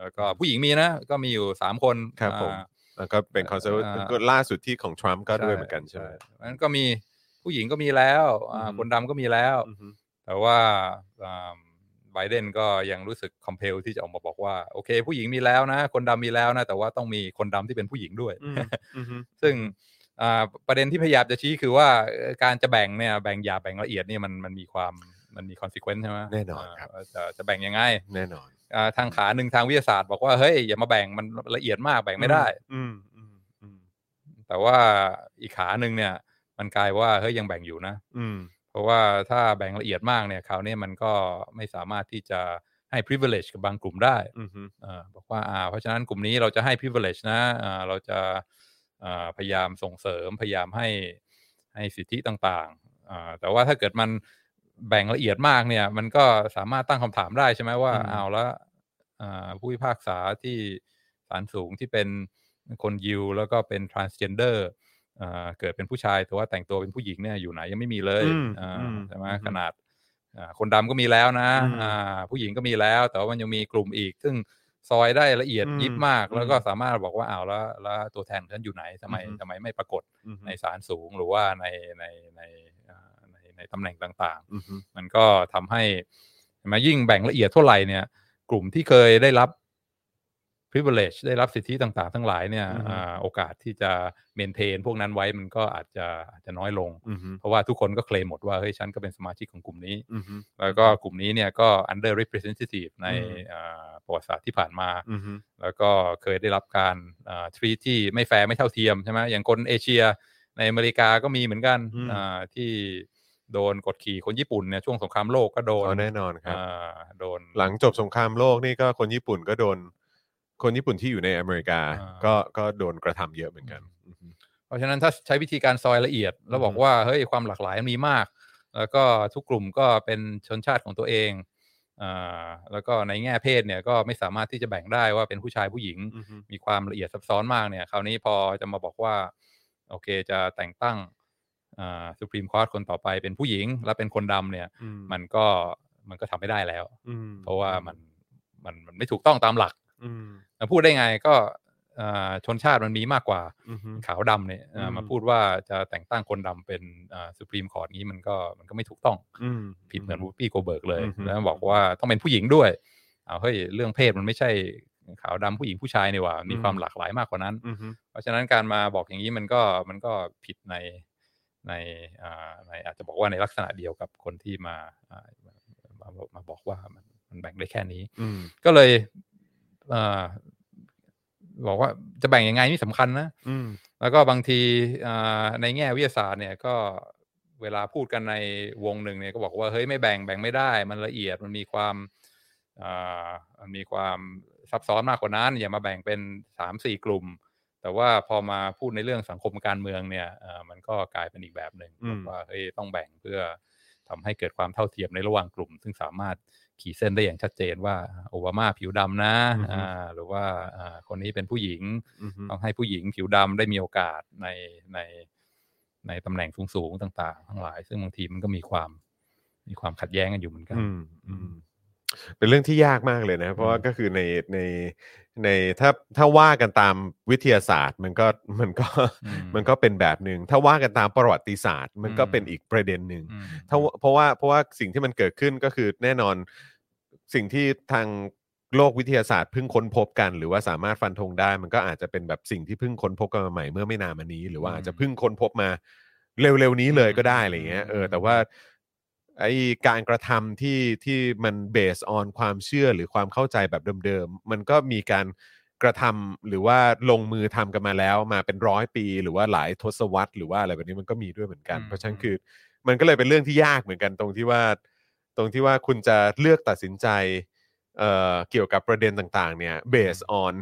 B: แล้วก็ผู้หญิงมีนะ ก็มีอยู่สามคน
A: ครับผม
B: อ่า
A: แล้วก็เป็นคอนเซอร์ว
B: อ่า
A: ก็ล่าสุดที่ของทรัมป์ก็ด้วยเหมือนกันใช่ไหม
B: นั้นก็มีผู้หญิงก็มีแล้วอ่า
A: อือฮึ
B: คนดำก็มีแล้ว
A: อือฮึ
B: แต่ว่าไบเดนก็ยังรู้สึกคอมเพลที่จะออกมาบอกว่า โอเค ผู้หญิงมีแล้วนะ คนดำมีแล้วนะ แต่ว่าต้องมีคนดำที่เป็นผู้หญิงด้วย
A: อืมอือฮึ
B: ซึ่งอ่าประเด็นที่พยายามจะชี้คือว่าเอ่อการจะแบ่งเนี่ยแบ่งหยาบแบ่งละเอียดเนี่ยมันมันมีความมันมีคอนซ e เควนซ์ใช่ไหม
A: แน่นอนครับ
B: าจะจะแบ่งยังไง
A: แน่นอน
B: อ่าทางขาหนึ่งทางวิทยาศาสตร์บอกว่าเฮ้ยอย่ามาแบ่งมันละเอียดมากแบ่งไม่ได้
A: อืมอืมอืม
B: แต่ว่าอีกขาหนึ่งเนี่ย มันกลายว่าเฮ้ยยังแบ่งอยู่นะ
A: อืม
B: เพราะว่าถ้าแบ่งละเอียดมากเนี่ยคราวนี้มันก็ไม่สามารถที่จะให้ privilege กับบางกลุ่มได้
A: อืมอืม
B: เอ่อบอกว่าอ่า เพราะฉะนั้นกลุ่มนี้เราจะให้ privilege นะอ่าเราจะอ่าพยายามส่งเสริมพยายามให้ให้สิทธิต่างๆอ่าแต่ว่าถ้าเกิดมันแบ่งละเอียดมากเนี่ย มันก็สามารถตั้งคำถามได้ใช่ไหมว่าเอาแล้วอ่าผู้พิพากษาที่ศาลสูงที่เป็นคนยิวแล้วก็เป็น transgender อ่าเกิดเป็นผู้ชายแต่ว่าแต่งตัวเป็นผู้หญิงเนี่ยอยู่ไหนยังไม่มีเลยอ่าใช่ไหมขนาดอ่าคนดำก็มีแล้วนะอ่าผู้หญิงก็มีแล้ว แต่ว่ามันยังมีกลุ่มอีก ซึ่งซอยได้ละเอียดยิบมาก แล้วก็สามารถบอกว่าอ้าวแล้วแล้วตัวแทนของฉันอยู่ไหนทำไมทำไมไม่ปรากฏ
A: อืม
B: ในศาลสูงหรือว่าในในในอ่าในในตำแหน่งต่าง ๆ
A: อืมอืม
B: มันก็ทำให้เห็นไหมยิ่งแบ่งละเอียดเท่าไหร่เนี่ย กลุ่มที่เคยได้รับ privilege ได้รับสิทธิต่าง ๆ ทั้งหลายเนี่ย
A: อือฮึ
B: อ่าโอกาสที่จะเมนเทนพวกนั้นไว้มันก็อาจจะอาจจะน้อยลง
A: อืมอืม
B: เพราะว่าทุกคนก็เคลมหมดว่าเฮ้ยฉันก็เป็นสมาชิกของกลุ่มนี้
A: อืมอืม
B: แล้วก็กลุ่มนี้เนี่ยก็ under representative ใน
A: อืม
B: อ่าประวัติศาสตร์ที่ผ่านมา
A: อืมอืม
B: แล้วก็เคยได้รับการทรีที่ไม่แฟร์ไม่เท่าเทียมใช่ไหมอย่างคนเอเชียในอเมริกาก็มีเหมือนกัน
A: อืม
B: อ่าที่โดนกดขี่คนญี่ปุ่นเนี่ยช่วงสงครามโลกก็โดน
A: อ๋อแน่นอนครับ
B: อ่าโดน
A: หลังจบสงครามโลกนี่ก็คนญี่ปุ่นก็โดน คนญี่ปุ่นที่อยู่ในอเมริกา
B: อ่า
A: ก็ก็โดนกระทำเยอะเหมือนกันอืม
B: เพราะฉะนั้นถ้าใช้วิธีการซอยละเอียด แล้วบอก
A: อืม
B: ว่าเฮ้ยความหลากหลายมีมาก แล้วก็ทุกกลุ่มก็เป็นชนชาติของตัวเองอ่าแล้วก็ในแง่เพศเนี่ยก็ไม่สามารถที่จะแบ่งได้ว่าเป็นผู้ชายผู้หญิง
A: อืมอืม
B: มีความละเอียดซับซ้อนมากเนี่ย คราวนี้พอจะมาบอกว่า โอเคจะแต่งตั้งสุพรีมคอร์ t คนต่อไปเป็นผู้หญิง และเป็นคนดำเนี่ย
A: อืม
B: มันก็มันก็ทำไม่ได้แล้ว
A: อืม
B: เพราะว่ามันมันมันไม่ถูกต้องตามหลัก
A: อืม
B: มาพูดได้ไงก็เอ่อชนชาติมันมีมากกว่า
A: อืม
B: ขาวดำเนี่ยเอ่ออ
A: ม
B: มาพูดว่าจะแต่งตั้งคนดำเป็นสุพรีมคอร์ t นี้มันก็มันก็ไม่ถูกต้อง
A: อืม
B: ผิดเหมือนวูดปี้โกเบิร์กเลย
A: อือฮึ
B: แล้วบอกว่าต้องเป็นผู้หญิงด้วย เอาเฮ้ยเรื่องเพศมันไม่ใช่ ขาวดำผู้หญิงผู้ชายเนี่ยว่ามี
A: อืม
B: ความหลากหลายมากกว่านั้น
A: อือฮึ
B: เพราะฉะนั้นการมาบอกอย่างนี้มันก็มันก็ผิดในในอ่าในอาจจะบอกว่าในลักษณะเดียวกับคนที่มาอ่ามามามาบอกว่ามันมันแบ่งได้แค่นี้
A: อืม
B: ก็เลยเอ่อบอกว่าจะแบ่งยังไงนี่สำคัญนะ
A: อืม
B: แล้วก็บางทีอ่าในแง่วิทยาศาสตร์เนี่ยก็เวลาพูดกันในวงหนึ่งเนี่ยก็บอกว่าเฮ้ยไม่แบ่งแบ่งไม่ได้ มันละเอียดมันมีความอ่ามันมีความซับซ้อนมากกว่านั้น อย่ามาแบ่งเป็นสามสี่กลุ่ม แต่ว่าพอมาพูดในเรื่องสังคมการเมืองเนี่ยเอ่อมันก็กลายเป็นอีกแบบหนึ่งแบบว่าเฮ้ยต้องแบ่งเพื่อทำให้เกิดความเท่าเทียมในระหว่างกลุ่ม ซึ่งสามารถขีดเส้นได้อย่างชัดเจนว่าโอบามาผิวดำนะอ่าหรือว่าอ่าคนนี้เป็นผู้หญิง
A: อือฮึ
B: ต้องให้ผู้หญิงผิวดำได้มีโอกาสในในในตำแหน่งสูงๆต่าง ๆ ทั้งหลาย ซึ่งบางทีมันก็มีความมีความขัดแย้งกันอยู่เหมือนกัน
A: อืมอืมเป็นเรื่องที่ยากมากเลยนะ เพราะว่าก็คือในในในถ้าถ้าว่ากันตามวิทยาศาสตร์มันก็ <laughs> มันก็
B: อืม
A: มันก็เป็นแบบหนึ่งถ้าว่ากันตามประวัติศาสตร์ มันก็เป็นอีกประเด็นหนึ่ง
B: อืม
A: ถ้าว่าเพราะว่าเพราะว่าสิ่งที่มันเกิดขึ้นก็คือแน่นอนสิ่งที่ทางโลกวิทยาศาสตร์เพิ่งค้นพบกัน หรือว่าสามารถฟันธงได้ มันก็อาจจะเป็นแบบสิ่งที่เพิ่งค้นพบกันมาใหม่เมื่อไม่นานมานี้ หรือว่า
B: อืม
A: อาจจะเพิ่งค้นพบมาเร็วๆนี้เลยก็ได้อะไรเงี้ยเออ
B: อืม
A: แต่ว่าไอการกระทำที่ที่มันเบสออนความเชื่อหรือความเข้าใจแบบเดิมๆมันก็มีการกระทำหรือว่าลงมือทำกันมาแล้วมาเป็นร้อยปี หรือว่าหลายทศวรรษหรือว่าอะไรแบบนี้มันก็มีด้วยเหมือนกัน
B: อืม
A: เพราะฉะนั้นคือ มันก็เลยเป็นเรื่องที่ยากเหมือนกันตรงที่ว่า ตรงที่ว่าคุณจะเลือกตัดสินใจเอ่อเกี่ยวกับประเด็นต่างๆ เนี่ยเบสออน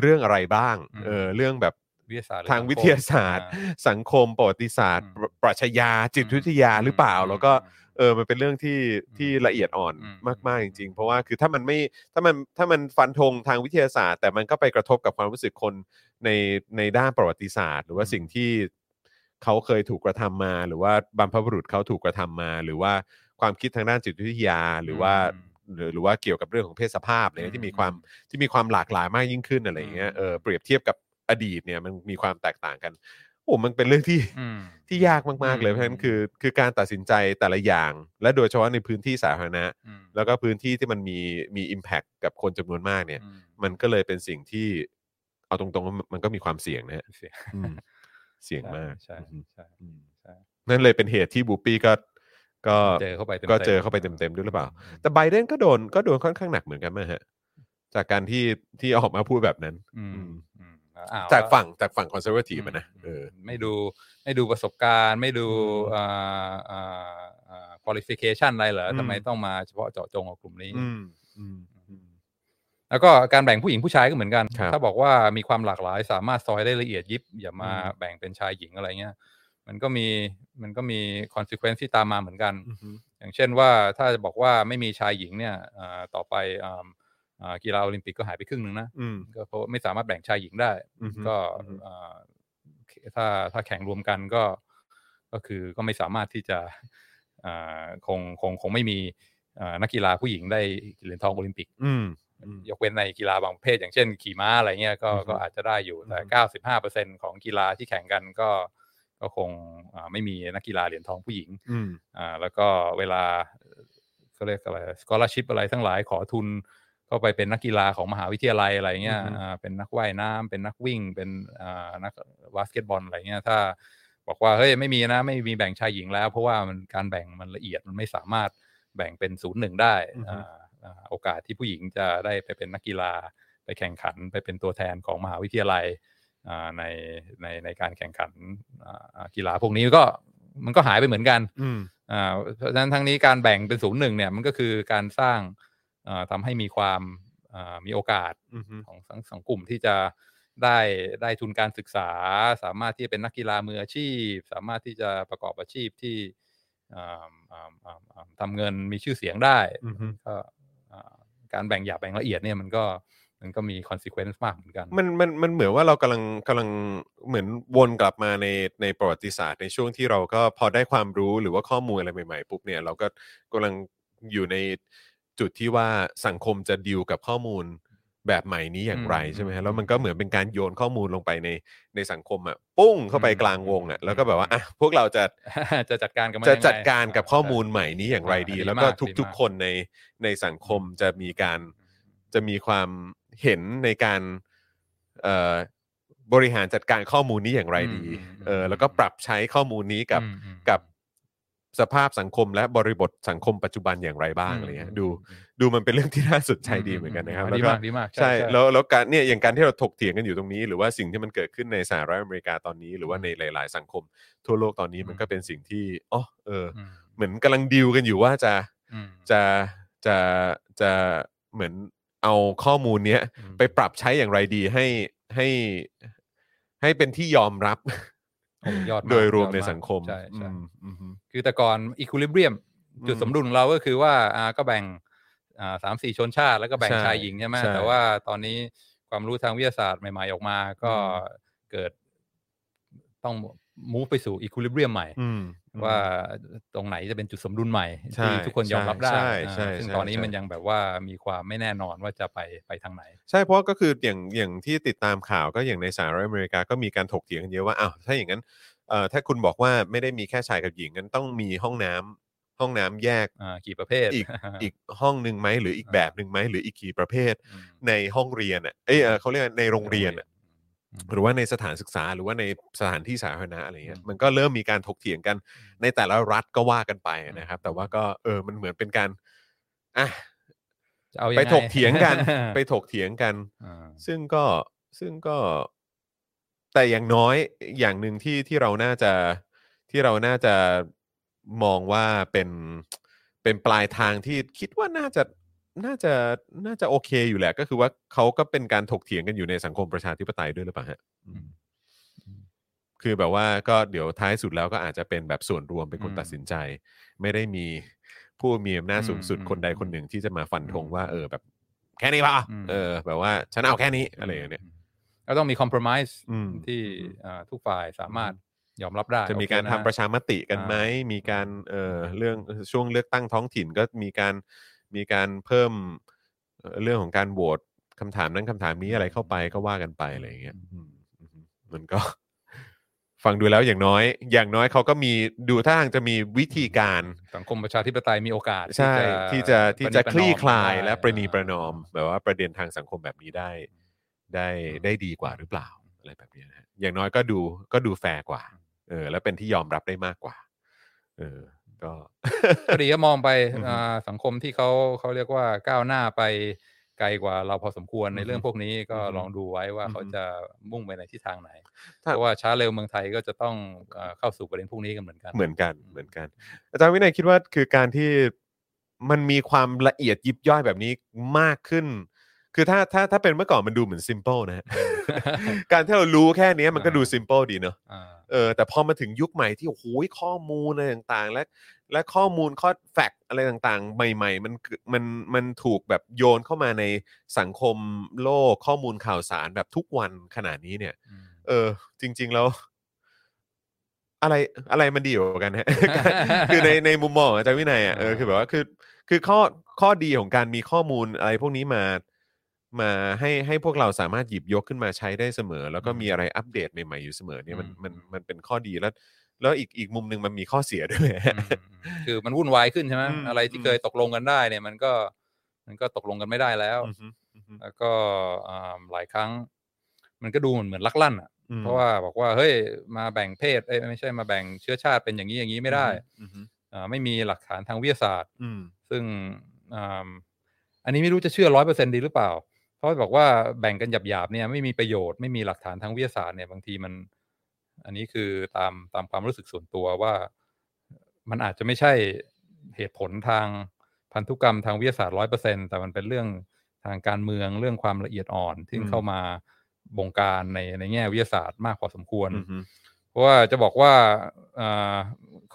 A: เรื่องอะไรบ้าง
B: อืม
A: เออเรื่องแบบ
B: วิทยาศาสตร์หรือ
A: ทาง
B: สัคม
A: วิทยาศาสตร์
B: อ่
A: สังคมประวัติศาสตร์
B: อืม
A: ปรปรัชญาจิตวิทยาหรือเปล่า แล้วก็
B: อืม
A: เออมันเป็นเรื่องที่ที่ละเอียดอ่อน
B: อืม
A: มากๆ
B: อื
A: จ
B: ม
A: ริง ๆ เพราะว่าคือถ้ามันไม่ถ้ามันถ้ามันฟันธงทางวิทยาศาสตร์ แต่มันก็ไปกระทบกับความรู้สึกคนในในด้านประวัติศาสตร์ หรือว่าสิ่งที่เขาเคยถูกกระทำมา หรือว่าบรรพบุรุษเขาถูกกระทำมา หรือว่าความคิดทางด้านจิตวิทยาหรือว่า หรือหรือว่าเกี่ยวกับเรื่องของเพศสภาพอะไรเนี่ย
B: อืม
A: ที่มีความที่มีความหลากหลายมากยิ่งขึ้นอะไรอย่างเงี้ย
B: อืม
A: เออเปรียบเทียบกับอดีตเนี่ยมันมีความแตกต่างกันโอ้มันเป็นเรื่องที่
B: อืม
A: ที่ยากมากๆเลย
B: อืม
A: เพราะฉะนั้นคือคือการตัดสินใจแต่ละอย่าง และโดยเฉพาะในพื้นที่สาธารณะ
B: อืม
A: แล้วก็พื้นที่ที่มันมีมี impact กับคนจำนวนมากเนี่ย
B: อืม
A: มันก็เลยเป็นสิ่งที่เอาตรงๆว่ามันก็มีความเสี่ยงนะฮะ
B: เสี่ยง
A: อืมเสี่ยงมาก
B: ใช่
A: อืม
B: ใช่
A: อืม
B: ใช่
A: นั่นเลยเป็นเหตุที่บูปี้ก็ก็
B: เจอเข้าไปต็มๆ
A: ก็เจอเข้าไปเต็มๆด้วยหรือเปล่า แต่ไบเดนก็โดนก็โดนค่อนข้างหนักเหมือนกันไหมฮะ จากการที่ที่ออกมาพูดแบบนั้น
B: อืมอืมอ้ว
A: จากฝั่งจากฝั่งคอนเซอร์วทีฟนะเออ
B: ไม่ดูไม่ดูประสบการณ์ ไม่ดู
A: อืม
B: อ่าอ่าอ่า qualification อะไรเหรออ
A: ม
B: ทำไมต้องมาเฉพาะเจาะจงกับกลุ่มนี้
A: อืมอืมอืม
B: แล้วก็การแบ่งผู้หญิงผู้ชายก็เหมือนกัน
A: ครับ
B: ถ้าบอกว่ามีความหลากหลายสามารถซอยได้ละเอียดยิบ อย่ามา
A: อืม
B: แบ่งเป็นชายหญิงอะไรเงี้ยมันก็มีมันก็มี consequence ที่ตามมาเหมือนกัน
A: อืม
B: อย่างเช่นว่าถ้าจะบอกว่าไม่มีชายหญิงเนี่ยอ่าต่อไปอ่าอ่ากีฬาโอลิมปิกก็หายไปครึ่งหนึ่งนะ
A: อืม
B: ก็เพราะไม่สามารถแบ่งชายหญิงได้
A: อือฮึ
B: ก็
A: อือฮึ
B: เอ่อถ้าถ้าแข่งรวมกันก็ ก็คือก็ไม่สามารถที่จะ <laughs> เอ่อคงคงคงไม่มีเอ่อนักกีฬาผู้หญิงได้เหรียญทองโอลิมปิก
A: อืม
B: ยกเว้นในกีฬาบางประเภท อย่างเช่น ขี่ม้าอะไรเงี้ยก็
A: อือฮึ
B: ก็อาจจะได้อยู่
A: อื
B: แต่
A: อฮึ
B: เก้าสิบห้าเปอร์เซ็นของกีฬาที่แข่งกันก็ก็คงเอ่อไม่มีนักกีฬาเหรียญทองผู้หญิง
A: อืม
B: อ่าแล้วก็เวลาเขาเรียกอะไรสกอ r ชิพอะไรทั้งหลายขอทุนเข้าไปเป็นนักกีฬาของมหาวิทยาลัยอะไรเงี้ย
A: อือฮึ
B: อ่าเป็นนักว่ายน้ำเป็นนักวิ่ง เป็นอ่านักบาสเกตบอลอะไรเงี้ยถ้าบอกว่าเฮ้ยไม่มีนะไม่มีแบ่งชายหญิงแล้ว เพราะว่ามันการแบ่งมันละเอียดมันไม่สามารถแบ่งเป็นศูนย์หนึ่งได้อ่าอ่าโอกาสที่ผู้หญิงจะได้ไปเป็นนักกีฬาไปแข่งขันไปเป็นตัวแทนของมหาวิทยาลัย อ่าในในในการแข่งขันอ่าอ่ากีฬาพวกนี้ก็มันก็หายไปเหมือนกัน
A: อืม
B: อ่าเพราะฉะนั้นทั้งนี้การแบ่งเป็นศูนย์หนึ่งเนี่ยมันก็คือการสร้างเอ่อทำให้มีความเอ่อมีโอกาส
A: อืม
B: ของทั้งสองกลุ่มที่จะได้ได้ทุนการศึกษา สามารถที่จะเป็นนักกีฬามืออาชีพ สามารถที่จะประกอบอาชีพที่อ่าอ่าอ่าอ่าทำเงินมีชื่อเสียงได้
A: อือฮึ
B: ก็อ่าการแบ่งหยาบแบ่งละเอียดเนี่ยมันก็มันก็มี consequence มากเหมือนกัน
A: มันมันมันเหมือนว่าเรากำลังกำลังเหมือนวนกลับมาในในประวัติศาสตร์ในช่วงที่เราก็พอได้ความรู้หรือว่าข้อมูลอะไรใหม่ๆปุ๊บเนี่ยเราก็กำลังอยู่ในจุดที่ว่าสังคมจะดิวกับข้อมูลแบบใหม่นี้อย่างไรใช่ไหมฮะแล้วมันก็เหมือนเป็นการโยนข้อมูลลงไปในในสังคมอ่ะปุ้งเข้าไปกลางวงอ่ะแล้วก็แบบว่าอ่ะพวกเราจะ
B: <laughs> จะจัดการกับมัน
A: จะ
B: ยังไง
A: จัดการกับ
B: อ่
A: ข้อมูล
B: ใช่
A: ใหม่นี้อย่างไรดี
B: อ่าดี
A: แล้วก็
B: มากดี
A: ทุก
B: มา
A: ๆ
B: ก
A: คนในในสังคมจะมีการจะมีความ เห็นในการเอ่อบริหารจัดการข้อมูลนี้อย่างไรดี
B: อืมอืม
A: เออแล้วก็ปรับใช้ข้อมูลนี้กับ
B: อืมอืม
A: กับสภาพสังคมและบริบทสังคมปัจจุบันอย่างไรบ้างอะไรเงี้ยดูดูมันเป็นเรื่องที่น่าสนใจดีเหมือนกันนะครับ
B: ดี
A: แล้วก็
B: มากดีมาก
A: ใช่แล้วแล้วการเนี่ยอย่างการที่เราถกเถียงกันอยู่ตรงนี้ หรือว่าสิ่งที่มันเกิดขึ้นในสหรัฐอเมริกาตอนนี้ หรือว่าในหลาย ๆ สังคมทั่วโลกตอนนี้มันก็เป็นสิ่งที่อ๋อเออ
B: อืม
A: เหมือนกำลังดิวกันอยู่ว่าจะ
B: อืม
A: จะจะจะเหมือนเอาข้อมูลเนี้ย
B: อืม
A: ไปปรับใช้อย่างไรดีให้ให้ให้เป็นที่ยอมรับ
B: โอ้ยอดมาก
A: โดยรวม
B: อด
A: ในสังคม
B: ใช่ใช่
A: อืมอืม
B: คือแต่ก่อนอีควิลิเบียมจุดสมดุลของเราก็คือว่าอ่าก็แบ่งอ่าสามสี่ชนชาติ แล้วก็แบ่ง
A: ใช่
B: ชายหญิงใช่ไหม
A: ใช่
B: แต่ว่าตอนนี้ความรู้ทางวิทยาศาสตร์ใหม่ๆออกมา ก็เกิดต้องมูฟไปสู่อีควิลิเบียมใหม่
A: อืม
B: ว่าตรงไหนจะเป็นจุดสมดุลใหม่
A: ใช่
B: ที่ทุกคนยอมรับได้
A: ใช่ใช่
B: อ่าซึ่ง
A: ใช่
B: ตอนนี้
A: ใช่
B: มันยังแบบว่ามีความไม่แน่นอนว่าจะไปไปทางไหน
A: ใช่เพราะก็คืออย่างอย่างที่ติดตามข่าวก็อย่างในสหรัฐอเมริกาก็มีการถกเถียงกันเยอะว่าอ้าวถ้าอย่างนั้นเอ่อถ้าคุณบอกว่าไม่ได้มีแค่ชายกับหญิงงั้นต้องมีห้องน้ำห้องน้ำแยก
B: อ่ากี่ประเภท
A: อีกอีกห้องหนึ่งไหมหรืออีกแบบหนึ่งไหมหรืออีกกี่ประเภท
B: อืม
A: ในห้องเรียนอ่ะเอยเอ่อเขาเรียกว่าในโรงเรียนอะ
B: อืม
A: หรือว่าในสถานศึกษาหรือว่าในสถานที่สาธารณะอะไรเงี้ย
B: อืม
A: มันก็เริ่มมีการถกเถียงกันในแต่ละรัฐก็ว่ากันไปนะครับ แต่ว่าก็เออมันเหมือนเป็นการอ่ะ
B: จะเอายัง
A: ไป
B: ง
A: ถกเถียง
B: <laughs>
A: กัน ไปถกเถียงกัน
B: อ่า
A: ซึ่งก็ซึ่งก็แต่อย่างน้อยอย่างหนึ่งที่ที่เราน่าจะที่เราน่าจะมองว่าเป็นเป็นปลายทางที่คิดว่าน่าจะน่าจะน่าจะโอเคอยู่แหละ ก็คือว่าเขาก็เป็นการถกเถียงกันอยู่ในสังคมประชาธิปไตยด้วยหรือเปล่าฮะอืมคือแบบว่าก็เดี๋ยวท้ายสุดแล้วก็อาจจะเป็นแบบส่วนรวมเป็นคน
B: อืม
A: ตัดสินใจ ไม่ได้มีผู้มีอำนาจสูงสุด
B: อืม
A: คนใดคนหนึ่งที่จะมาฟันธงว่า
B: อืม
A: เออแบบ แค่นี้ป่ะ
B: อืม
A: เออ แบบว่าฉันเอาแค่นี้อะไรอย่างเนี้ย
B: ก็ต้องมีคอม p r o m i s e
A: อืม
B: ที่
A: อืม
B: อ่าทุกฝ่ายสามารถยอมรับได้
A: จะมี
B: โอเค
A: การ
B: น
A: ทำประชามติกันไหม มีการเอ่อเรื่องช่วงเลือกตั้งท้องถิ่นก็มีการมีการเพิ่มเอ่อเรื่องของการโหวตคำถามนั้นคำถามนี้อะไรเข้าไปก็ว่ากันไปอะไรอย่างเงี้ยอืมอืมมันก็ <laughs> ฟังดูแล้วอย่างน้อย อย่างน้อยเขาก็มีดูท่าทางจะมีวิธีการ
B: สังคมประชาธิปไตยมีโอกาส
A: ใช่ที่จะที่จะ
B: ปร
A: ค
B: ณี
A: ลี่
B: ปรนอม
A: คลาย
B: ได้
A: และประนีประนอม
B: า
A: แบบว่าประเด็นทางสังคมแบบนี้ได้ ได้ได้ดีกว่าหรือเปล่าอะไรแบบนี้นะฮะอย่างน้อยก็ดูก็ดูแฟร์กว่า เออ แล้วเป็นที่ยอมรับได้มากกว่า เออ ก็ <coughs>
B: ก็ดีก็มองไป
A: อืม
B: อ่าสังคมที่เขาเขาเรียกว่าก้าวหน้าไปไกลกว่าเราพอสมควรในเรื่องพวกนี้ก็
A: อือฮึ
B: ลองดูไว้ว่า
A: อือฮึ
B: เขาจะมุ่งไปในทิศทางไหน
A: ถ้า
B: เพราะว่าช้าเร็วเมืองไทยก็จะต้องเอ่อเข้าสู่ประเด็นพวกนี้กันเหมือนกัน
A: เหมือนกันเหมือนกัน อาจารย์วินัยคิดว่าคือการที่มันมีความละเอียดยิบย่อยแบบนี้มากขึ้น คือถ้าถ้าถ้าเป็นเมื่อก่อนมันดูเหมือนซิมเ l e นะฮะ <laughs> การที่เรารู้แค่เนี้ยมันก็ดูซิมเ l e ดีเนอะ
B: อ่า
A: เออแต่พอมาถึงยุคใหม่ที่โอ้โหข้อมูลอะไรต่างๆ และและข้อมูลข้อแฟกต์อะไรต่างๆ ใหม่ ๆ มันคือมันมันถูกแบบโยนเข้ามาในสังคมโลกข้อมูลข่าวสารแบบทุกวันขนาดนี้เนี่ย เออ จริง ๆ แล้ว อะไรอะไรมันดีกว่ากันฮะ <laughs> คือใน
B: <laughs>
A: ในมุมมองของอาจารย์วินัยอ่ะเออคือแบบว่าคือคือข้อข้อดีของการมีข้อมูลอะไรพวกนี้มามาให้ให้พวกเราสามารถหยิบยกขึ้นมาใช้ได้เสมอ แล้วก็
B: อืม
A: มีอะไรอัปเดตใหม่ๆอยู่เสมอเนี่ยมัน
B: อืม
A: มันมันเป็นข้อดีแล้ว แล้วอีกอีกมุมหนึ่งมันมีข้อเสียด้วย
B: อืมคือมันวุ่นวายขึ้นใช่ไหม
A: อืม
B: อะไรที่
A: อืม
B: เคยตกลงกันได้เนี่ยมันก็มันก็ตกลงกันไม่ได้แล้ว
A: อือฮึอือฮึ
B: แล้วก็อ่าหลายครั้ง มันก็ดูเหมือนเหมือนลักลั่นอ่ะ
A: อืม
B: เพราะว่าบอกว่าเฮ้ยมาแบ่งเพศเอ้ยไม่ใช่มาแบ่งเชื้อชาติเป็นอย่างนี้อย่างนี้ไม่ได้
A: อือฮึ
B: อ่าไม่มีหลักฐานทางวิทยาศาสตร์
A: อืม
B: ซึ่งอ่าอันนี้ไม่รู้จะเชื่อร้อยเปอร์เซ็นดีหรือเปล่า เพราะบอกว่าแบ่งกันหยาบๆเนี่ยไม่มีประโยชน์ไม่มีหลักฐานทางวิทยาศาสตร์เนี่ยบางทีมัน อันนี้คือตามตามความรู้สึกส่วนตัวว่า มันอาจจะไม่ใช่เหตุผลทางพันธุกรรมทางวิทยาศาสตร์ร้อยเปอร์เซ็นแต่มันเป็นเรื่องทางการเมืองเรื่องความละเอียดอ่อนที่เข้ามาบงการในในแง่วิทยาศาสตร์มากพอสมควร
A: อือฮึ
B: เพราะว่าจะบอกว่า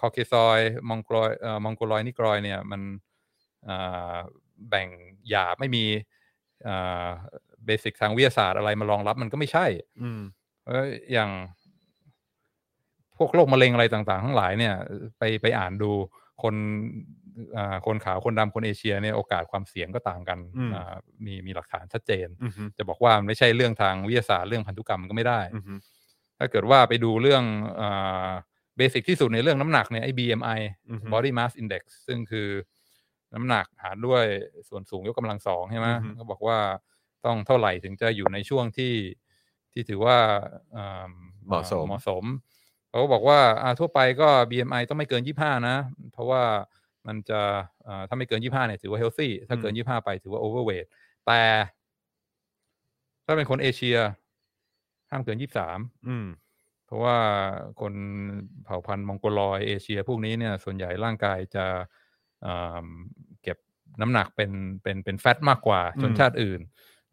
B: คอเคซอยมองโกลอยมองโกลอยนิกรอยเนี่ยมันอ่าแบ่งหยาบไม่มีเบสิกทางวิทยาศาสตร์อะไรมารองรับมันก็ไม่ใช่
A: อืม
B: เอ้ยอย่าง พวกโรคมะเร็งอะไรต่างๆ ทั้งหลายเนี่ย ไปไปอ่านดูคนอ่าคนขาวคนดำคนเอเชียเนี่ยโอกาสความเสี่ยงก็ต่างกันอ่ามีมีหลักฐานชัดเจน
A: อือฮึ
B: จะบอกว่ามันไม่ใช่เรื่องทางวิทยาศาสตร์เรื่องพันธุกรรมก็ไม่ได้
A: อือฮึ
B: ถ้าเกิดว่าไปดูเรื่องเบสิกที่สุดในเรื่องน้ำหนักเนี่ยไอ้ BMI
A: อือฮึ
B: Body Mass Index ซึ่งคือน้ำหนักหารด้วยส่วนสูงยกกำลังสองใช่ไหม
A: อือฮึ
B: ก็บอกว่า ต้องเท่าไหร่ถึงจะอยู่ในช่วงที่ที่ถือว่าอ่
A: เหมาะสม
B: เหมาะสมเขาก็บอกว่าอ่าทั่วไปก็ BMI ต้องไม่เกิน 25 นะ เพราะว่ามันจะอ่าถ้าไม่เกิน 25เนี่ยถือว่าเฮลซี่ถ้าเกิน 25 ไปถือว่าโอเวอร์เวทแต่ ถ้าเป็นคนเอเชียห้ามเกิน 23
A: อืม
B: เพราะว่าคนเผ่าพันธุ์มองโกลอยเอเชีย พวกนี้เนี่ยส่วนใหญ่ร่างกายจะอ่าเก็บน้ำหนักเป็นเป็นเป็นแฟตมากกว่า
A: อืม
B: ชนชาติอื่น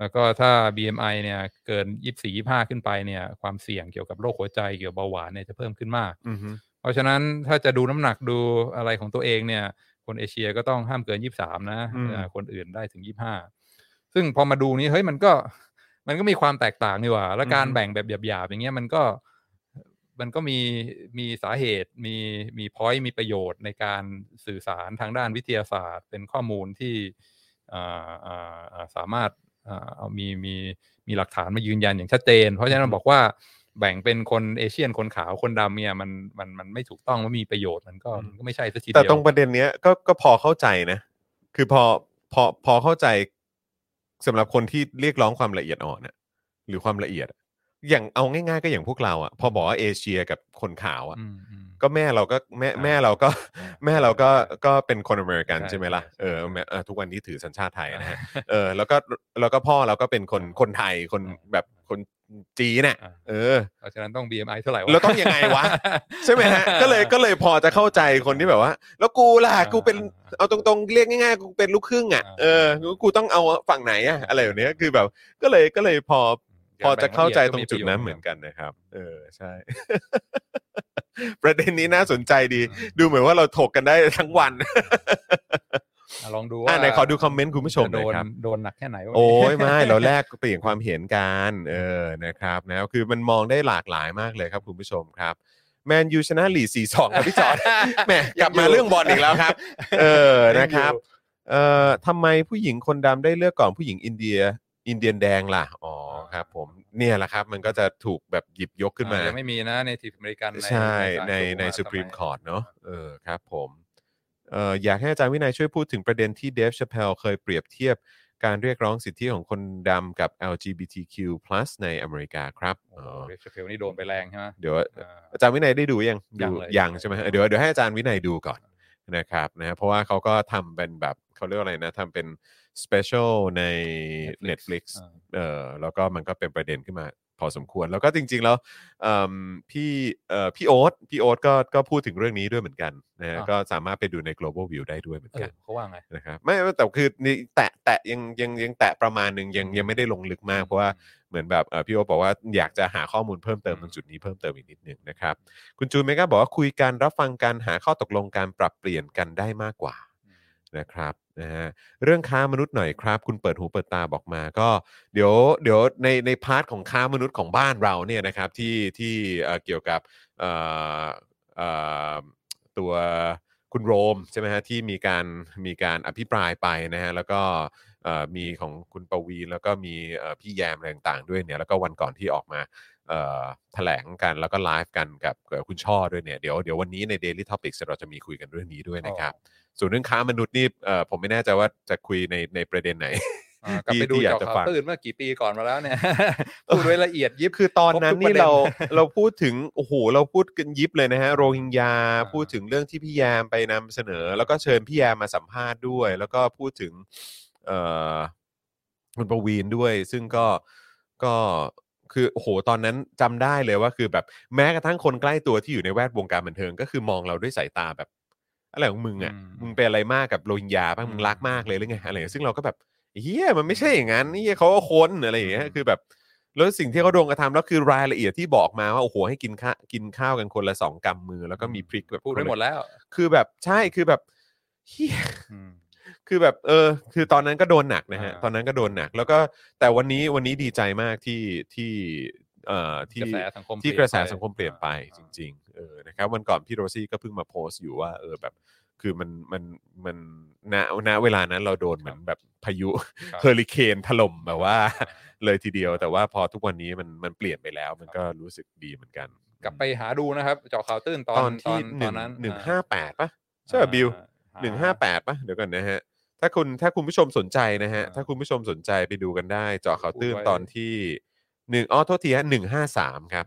B: แล้วก็ถ้า BMI เนี่ยเกิน 24 25 ขึ้นไปเนี่ยความเสี่ยงเกี่ยวกับโรคหัวใจเกี่ยวกับเบาหวานเนี่ยจะเพิ่มขึ้นมาก
A: อืมฮึ
B: เพราะฉะนั้นถ้าจะดูน้ำหนักดูอะไรของตัวเองเนี่ย คนเอเชียก็ต้องห้ามเกิน 23 นะ
A: อืม
B: เอ่อคนอื่นได้ถึง 25 ซึ่งพอมาดูนี้เฮ้ยมันก็มันก็มีความแตกต่างนี่หว่า และการ
A: อืม
B: แบ่งแบบหยาบๆอย่างเงี้ยมันก็มันก็มีมีสาเหตุมีมีพอยต์มีประโยชน์ในการสื่อสารทางด้านวิทยาศาสตร์ เป็นข้อมูลที่อ่าอ่าอ่าสามารถอ่าเอามีมีมีหลักฐานมายืนยันอย่างชัดเจน เพราะฉะนั้นบอกว่าแบ่งเป็นคนเอเชียนคนขาวคนดำเนี่ยมันมันมันไม่ถูกต้องไม่มีประโยชน์มันก็
A: อืม
B: มันก็ไม่ใช่สักทีเดียว
A: แต่ตรงประเด็นเนี้ยก็ก็พอเข้าใจนะ คือพอพอพอเข้าใจสำหรับคนที่เรียกร้องความละเอียดอ่อนน่ะหรือความละเอียดอะอย่างเอาง่ายๆ ก็อย่างพวกเราอ่ะพอบอกว่าเอเชียกับคนขาวอ่ะ
B: อืมอืม
A: ก็แม่เราก็แม่
B: ใช่
A: แม่เราก็
B: ใช่
A: แม่เราก็ก็เป็นคนอเมริกัน
B: ใช่
A: ใช่ไหมล่ะ
B: ใช่
A: เออแม่เออทุกวันนี้ถือสัญชาติไทยนะฮะเออแล้วก็แล้วก็พ่อเราก็เป็นคนคนไทยคน
B: ใช่
A: แบบคนจีนน่ะ
B: อ่า
A: เออ
B: เพราะฉะนั้นต้อง BMI เท่าไหร่วะ
A: แล้วต้องยังไง
B: <laughs>
A: วะ ใช่ไหมฮะก็เลยก็เลยพอจะเข้าใจคนที่แบบว่า แล้วกูล่ะ
B: อ่า
A: กูเป็น
B: อ่า
A: เอาตรงๆเรียกง่ายๆกูเป็นลูกครึ่งอ่ะ
B: อ่า
A: เออกูต้องเอาฝั่งไหนอ่ะอะไรแบบเนี้ยคือแบบ ก็เลยก็เลยพอพอจะเข้าใจตรงจุดนั้นเหมือนกันนะครับ เออใช่ <laughs> ประเด็นนี้น่าสนใจดี ดูเหมือนว่าเราถกกันได้ทั้ง <laughs> วัน
B: อ่ะลองดู
A: อ่ะ
B: ว่า
A: ไหนขอดูคอมเมนต์คุณผู้ชมหน่
B: โด
A: อย
B: น
A: ครับ
B: โดนหนักแค่ไหนวะ
A: โอ้ย
B: เนี่ย
A: ไม่ เราแลกเปลี่ยนความเห็นกันเออนะครับนะคือมันมองได้หลากหลายมากเลยครับคุณผู้ชมครับแมนยูชนะลีสี่สองครับพี่จอร์ <laughs>
B: <laughs>
A: ด แหมกลับมาเรื่องบอลอีกแล้ว <laughs> ครับ เออนะครับเอ่อทำไมผู้หญิงคนดำได้เลือกก่อนผู้หญิงอินเดีย อินเดียนแดงล่ะ อ๋อครับผมเนี่ยแหละครับ มันก็จะถูกแบบหยิบยกขึ้นมา
B: อ่ะยังไม่มีนะในทีอเมริกัน
A: ใช่ในใน
B: ศาล
A: สุพรีม
B: ทำไ
A: คอร์ตเนาะเออครับผมเอ่ออยากให้อาจารย์วินัยช่วยพูดถึงประเด็นที่เดฟช p เพลเคยเปรียบเทียบการเรียกร้องสิทธิของคนดำกับ LGBTQ+ ในอเมริกาครับ
B: โอ้
A: อ๋
B: โห
A: อ
B: เรชเฟลนี่โดนไปแรงใช่ไหม
A: เดี๋ยว
B: อ่า
A: อาจารย์วินัยได้ดูยัง
B: ยั
A: ดู
B: งเลย
A: ยังใช่ไหม
B: ยัง
A: เดี๋ยวเดี๋ยวให้อาจารย์วินัยดูก่อนนะครับนะเพราะว่าเขาก็ทำเป็นแบบเขาเรียกว่าอะไรนะทำเป็นสเปเชียลใน Netflix
B: อ่า
A: เออแล้วก็มันก็เป็นประเด็นขึ้นมาพอสมควร แล้วก็จริง ๆ แล้วเอิ่มพี่เอ่อพี่โอ๊ตพี่โอ๊ตก็ก็พูดถึงเรื่องนี้ด้วยเหมือนกันนะฮะ
B: อ่า
A: ก็สามารถไปดูใน global view ได้ด้วยเหมือน
B: เอ
A: กั
B: อน เขาว่าไง
A: นะครับไม่แต่คือนี่แตะแตะยังยังยังแตะประมาณหนึ่งยังยังไม่ได้ลงลึกมากเพราะว่าเหมือนแบบเอ่อพี่โอ๊ตบอกว่าอยากจะหาข้อมูลเพิ่มเติมตรงจุดนี้เพิ่มเติมอีกนิดหนึงนะครับ คุณจูนเมกาบอกว่าคุยกันรับฟังกันหาข้อตกลงการปรับเปลี่ยนกันได้มากกว่า
B: อืม
A: นะครับนะฮะเรื่องค้ามนุษย์หน่อยครับ คุณเปิดหูเปิดตาบอกมาก็ เดี๋ยวเดี๋ยวในในพาร์ทของค้ามนุษย์ของบ้านเราเนี่ยนะครับที่ที่เอ่อเกี่ยวกับเอ่อเอ่อตัวคุณโรมใช่ไหมฮะที่มีการมีการอภิปรายไปนะฮะแล้วก็เอ่อมีของคุณปวีณแล้วก็มีเอ่อพี่แยมอะไรต่างๆด้วยเนี่ยแล้วก็วันก่อนที่ออกมา เอ่อแถลงกันแล้วก็ไลฟ์กันกับกับคุณช่อด้วยเนี่ยเดี๋ยวเดี๋ยววันนี้ใน Daily Topics เราจะมีคุยกันเรื่องนี้ด้วยนะครับ ส่วนเรื่องค้ามนุษย์นี่เอ่อผมไม่แน่ใจว่าจะคุยในในประเด็นไหน
B: อ่ากลับไปดู
A: ที่อยาก
B: เจาะ
A: จะ
B: ข่า
A: ฟั
B: ว
A: ง
B: ตื่นเมื่อกี่ปีก่อนมาแล้วเนี่ย <laughs> พูดไว้ละเอียดยิบ
A: คือตอนนั้นนี่
B: ครบทุกประเด็น <laughs>
A: เราเราพูดถึงโอ้โหเราพูดกันยิบเลยนะฮะโรฮิงญา
B: า
A: พูดถึงเรื่องที่พี่แยามไปนำเสนอ แล้วก็เชิญพี่แยามมาสัมภาษณ์ด้วย แล้วก็พูดถึงเอ่อคุณประวีนด้วย ซึ่งก็ก็คือโอ้โหตอนนั้นจำได้เลยว่าคือแบบแม้กระทั่งคนใกล้ตัวที่อยู่ในแวดวงการบันเทิง ก็คือมองเราด้วยสายตาแบบอะไรของมึงอ่ะ
B: อืม
A: มึงเป็นอะไรมากกับโรฮิงญาป่ะมึงรักมากเลยหรือไงอะไรอย่างเงี้ยซึ่งเราก็แบบเฮียมันไม่ใช่อย่างนั้นนี่เขาก็คนอะไรอย่างเงี้ย
B: อืม
A: คือแบบแล้วสิ่งที่เขาโดนกระทำแล้วคือรายละเอียดที่บอกมาว่าโอ้โหให้กินข้ากินข้าวกันคนละสองกำมือ แล้วก็มีพริกแบบ
B: พูดไว้หมดแล้ว
A: คือแบบใช่คือแบบเฮีย <laughs>
B: อืม
A: คือแบบเออ คือตอนนั้นก็โดนหนักนะฮะ
B: อ่า
A: ตอนนั้นก็โดนหนัก แล้วก็แต่วันนี้วันนี้ดีใจมากที่ที่เอ่อที่
B: กระแสสังคม
A: ที่ก
B: เปลี่ยนไประ
A: แสสังคมเปลี่ยนไป
B: อ่า
A: จริงๆเออนะครับวันก่อนพี่โรซี่ก็เพิ่งมาโพสต์อยู่ว่าเออแบบคือมันมันมันณณเวลานั้นเราโดนเหมือนแบบพายุ
B: ครับ
A: เฮอริเคนถล่มแบบว่า เลยทีเดียวแต่ว่าพอทุกวันนี้มันมันเปลี่ยนไปแล้ว มันก็รู้สึกดีเหมือนกัน
B: กลับไปหาดูนะครับเจาะข่าวตื่นตอน
A: ตอนที่ห
B: ตอน
A: นึ่ง
B: นั้น
A: หนึ่ง
B: อ่
A: ห้าแปดปะใช่ป่ะบิว
B: อ่
A: หนึ่งห้าแปดปะเดี๋ยวก่อนนะฮะ ถ้าคุณถ้าคุณผู้ชมสนใจนะฮะ ถ้าคุณผู้ชมสนใจไปดูกันได้ เจาะข่าวตื้นตอนที่หนึ่งอ้อโทษทีฮะหนึ่งห้าสามครับ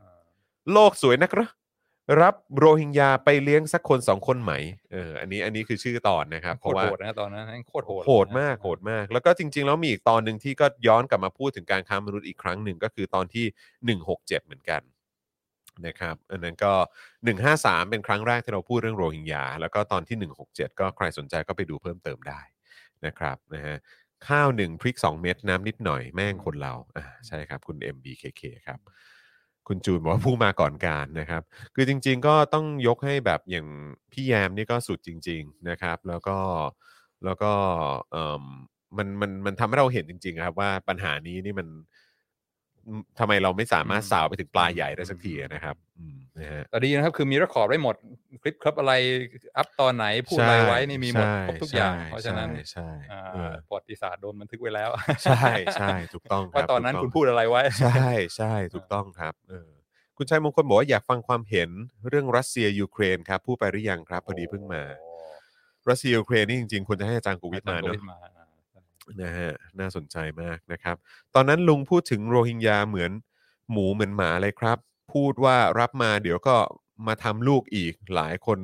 A: โลกสวยนักเหรอรับโรฮิงญาไปเลี้ยงสักคนสองคนไหมเอออันนี้อันนี้คือชื่อตอนนะครับ เพ
B: โคต
A: ราะ
B: ร
A: ว่า
B: โหดนะตอนนั้นโคตรโหด
A: โหดมากโหดมาก แล้วก็จริง ๆ แล้วมีอีกตอนหนึ่งที่ก็ย้อนกลับมาพูดถึงการค้ามนุษย์อีกครั้งหนึ่งก็คือตอนที่ 167 เหมือนกันนะครับอันนั้นก็ 153 เป็นครั้งแรกที่เราพูดเรื่องโรฮิงญาแล้วก็ตอนที่ 167 ก็ใครสนใจก็ไปดูเพิ่มเติมได้นะครับนะฮะข้าวหนึ่งพริก 2 เม็ดน้ำนิดหน่อยแม่งคนเราอ่าใช่ครับคุณ MBKK ครับ คุณจูนบอกว่าผู้มาก่อนการนะครับ คือจริง ๆ ก็ต้องยกให้แบบอย่างพี่แยมนี่ก็สุดจริง ๆนะครับ แล้วก็แล้วก็เอิ่มมันมันมันทำให้เราเห็นจริงๆครับว่าปัญหานี้นี่มันทำไมเราไม่สามารถสาวไปถึงปลาใหญ่ได้สักทีนะครับอืมนะฮะ
B: แต่ดีนะครับคือมีรคคอร์ดได้หมดคลิปครับอะไรอัพตอนไหนพูดอะไรไว้นี่มีหมด
A: ใช่
B: ครบทุกอย่าง
A: ใช่
B: เพราะฉะนั้น
A: ใช่ใช่
B: อ่า
A: เออ
B: ประวัติศาสตร์โดนบันทึกไว้แล้ว
A: ใช่ใช่ถูกต้องครับ
B: ว่าตอนนั้น
A: ถูก
B: คุ
A: ง
B: ณพูดอะไรไว้
A: ใช่ใช่ถูกต้อง <laughs> ครับเออคุณชัยมงคลบอกว่าอยากฟังความเห็นเรื่องรัสเซียยูเครนครับพูดไปหรือยังครับ พอดีเพิ่งมา
B: โอ้
A: รัสเซียยูเครนนี่จริงๆควรจะให้อาจารย์กูวิทย์มา
B: อจร
A: เนาะ
B: ย์โควิดมาอ่า
A: นะฮะน่าสนใจมากนะครับ ตอนนั้นลุงพูดถึงโรฮิงญาเหมือนหมูเหมือนหมาเลยครับ พูดว่ารับมาเดี๋ยวก็มาทำลูกอีกหลายคน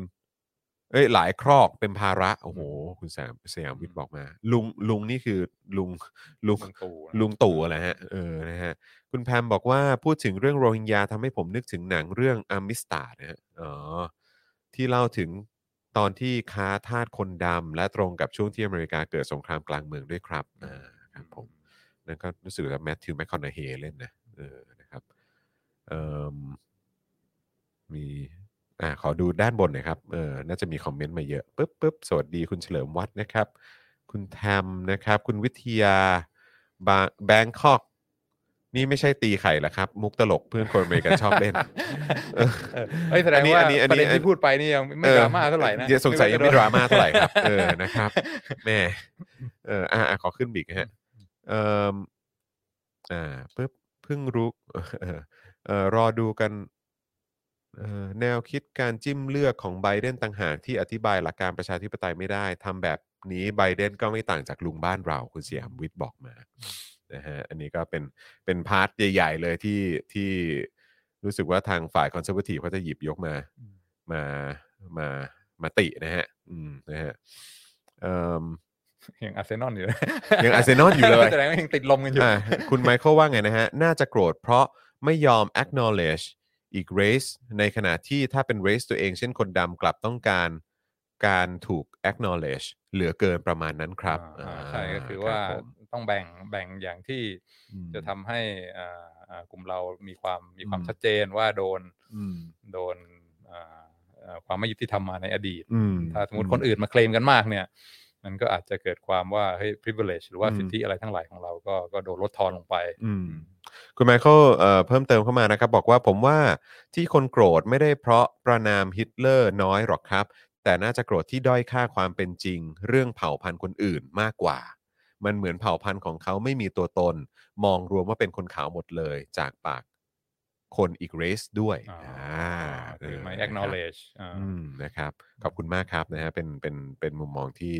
A: เอ้ยหลายครอกเป็นภาระโอ้โห คุณสยามสยามวิทย์บอกมา ลุงลุงนี่คือลุง <laughs> ลุง
B: ลุงตู่
A: ลุงตู่
B: นะ
A: แหละฮะ เออ นะฮะ คุณแพมบอกว่าพูดถึงเรื่องโรฮิงญาทำให้ผมนึกถึงหนังเรื่องอามิสตานะฮะ อ๋อ ที่เล่าถึงตอนที่ค้าทาสคนดำและตรงกับช่วงที่อเมริกาเกิดสงครามกลางเมืองด้วยครับ อ่า ครับผม นั่นก็รู้สึกว่าแมทธิวแมคคอนเฮเล่นนะ เออ นะครับ เอ่มมี อ่า ขอดูด้านบนหน่อยครับ เออ น่าจะมีคอมเมนต์มาเยอะปึ๊บปึ๊บสวัสดีคุณเฉลิมวัฒน์นะครับ คุณแทมนะครับ คุณวิทยาบาแบงคอก นี่ไม่ใช่ตีไข่ละครับ มุกตลกเพื่อนคนอเมริกันชอบเล่น เออ
B: เออเอ้ยแสดง
A: อันนี้
B: ว่า
A: อันนี้อันนี้
B: ประเด็น
A: อั
B: ที่
A: น
B: พูดไปนี่ยังไม่ดราม่าเท่าไหร่นะ
A: ออสงสัยยังไม่ดราม่าเท่าไหร่ครับ เออ นะครับ <laughs> แหม่ เอออ่ะอ่ะขอขึ้นบิกฮะ เอ่มอ่าปึ๊บเพิ่งรู้ <laughs> เออเอ่อรอดูกันเอ่อแนวคิดการจิ้มเลือกของไบเดนต่างหากที่อธิบายหลักการประชาธิปไตยไม่ได้ทำแบบนี้ไบเดนก็ไม่ต่างจากลุงบ้านเรา คุณเสียามวิทย์บอกมานะฮะอันนี้ก็เป็นเป็นพาร์ทใหญ่ ๆ เลยที่ที่รู้สึกว่าทางฝ่ายคอนเซอร์วทีฟเขาจะหยิบยกมา มามามาตินะฮะ อืมนะฮะเอิ่ม
B: ยังอาร์เซนอลอยู่เลย
A: ยัง Arsenal อยู่เลย
B: แสดงว่ายังติดลมกันอยู่
A: อ่าคุณไมเคิลว่าไงนะฮะ น่าจะโกรธเพราะไม่ยอม acknowledge อีก race ในขณะที่ถ้าเป็น race ตัวเองเช่นคนดำกลับต้องการการถูก acknowledge เหลือเกินประมาณนั้นครับ
B: อ่า
A: า
B: ใช่ก็คือว่า
A: รับผม
B: ต้องแบ่งแบ่งอย่างที่
A: อืม
B: จะทำให้อ่าอ่ากลุ่มเรามีความมีความ
A: อืม
B: ชัดเจนว่าโดน
A: อืม
B: โดนอ่าอ่าความไม่ยุติธรรมมาในอดีต
A: อื
B: ถ้าสมมติคนอื่นมาเคลมกันมากเนี่ย มันก็อาจจะเกิดความว่าเฮ้ย privilege หรือว่าสิทธิอะไรทั้งหลายของเราก็ก็โดนลดทอนลงไป
A: อืม คุณไมเคิลเอ่อเพิ่มเติมเข้ามานะครับ บอกว่าผมว่าที่คนโกรธไม่ได้เพราะประนามฮิตเลอร์น้อยหรอกครับ แต่น่าจะโกรธที่ด้อยค่าความเป็นจริง เรื่องเผ่าพันธุ์คนอื่นมากกว่า มันเหมือนเผ่าพันธุ์ของเขาไม่มีตัวตน มองรวมว่าเป็นคนขาวหมดเลยจากปากคนอีกเรสด้วย
B: อ่า
A: อ่า
B: หรือไม่
A: เนะครับ
B: acknowledge อ่า
A: อืมนะครับขอบคุณมากครับนะฮะเป็นเป็นเป็นมุมมองที่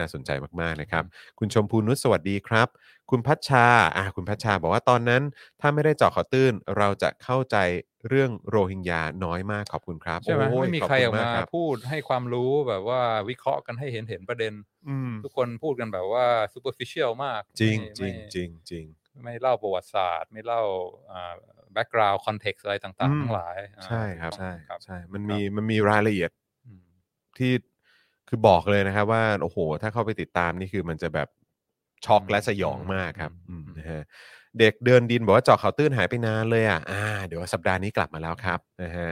A: น่าสนใจมากๆนะครับ คุณชมพูนุชสวัสดีครับ คุณพัชชาอ่าคุณพัชชาบอกว่าตอนนั้น ถ้าไม่ได้เจาะข่าวตื้น เราจะเข้าใจเรื่องโรฮิงญาน้อยมากขอบคุณครับ
B: ใช่ไหม
A: โอ้ย
B: ไม่มีใคร
A: ข
B: อ
A: บอก ณ
B: มา
A: ครับ
B: พูดให้ความรู้แบบว่าวิเคราะห์กันให้เห็นเห็นประเด็น
A: อืม
B: ทุกคนพูดกันแบบว่า superficial มาก
A: จริง
B: ไม่
A: จริง
B: ไม่
A: จริงจริง
B: ไม่เล่าประวัติศาสตร์ ไม่เล่าอ่า background context อะไรต่าง
A: อืม
B: ๆ ทั้งหลายอ่า
A: ใช่ครับใช่
B: ครับ
A: ใช่มันมีมันมีรายละเอียด
B: อืม
A: ที่คือบอกเลยนะครับ ว่าโอ้โห ถ้าเข้าไปติดตามนี่คือมันจะแบบช็อกและสยองมากครับอืมนะฮะ เด็กเดินดินบอกว่าเจาะข่าวตื้นหายไปนานเลยอ่ะ อ่า เดี๋ยวสัปดาห์นี้กลับมาแล้วครับนะฮะ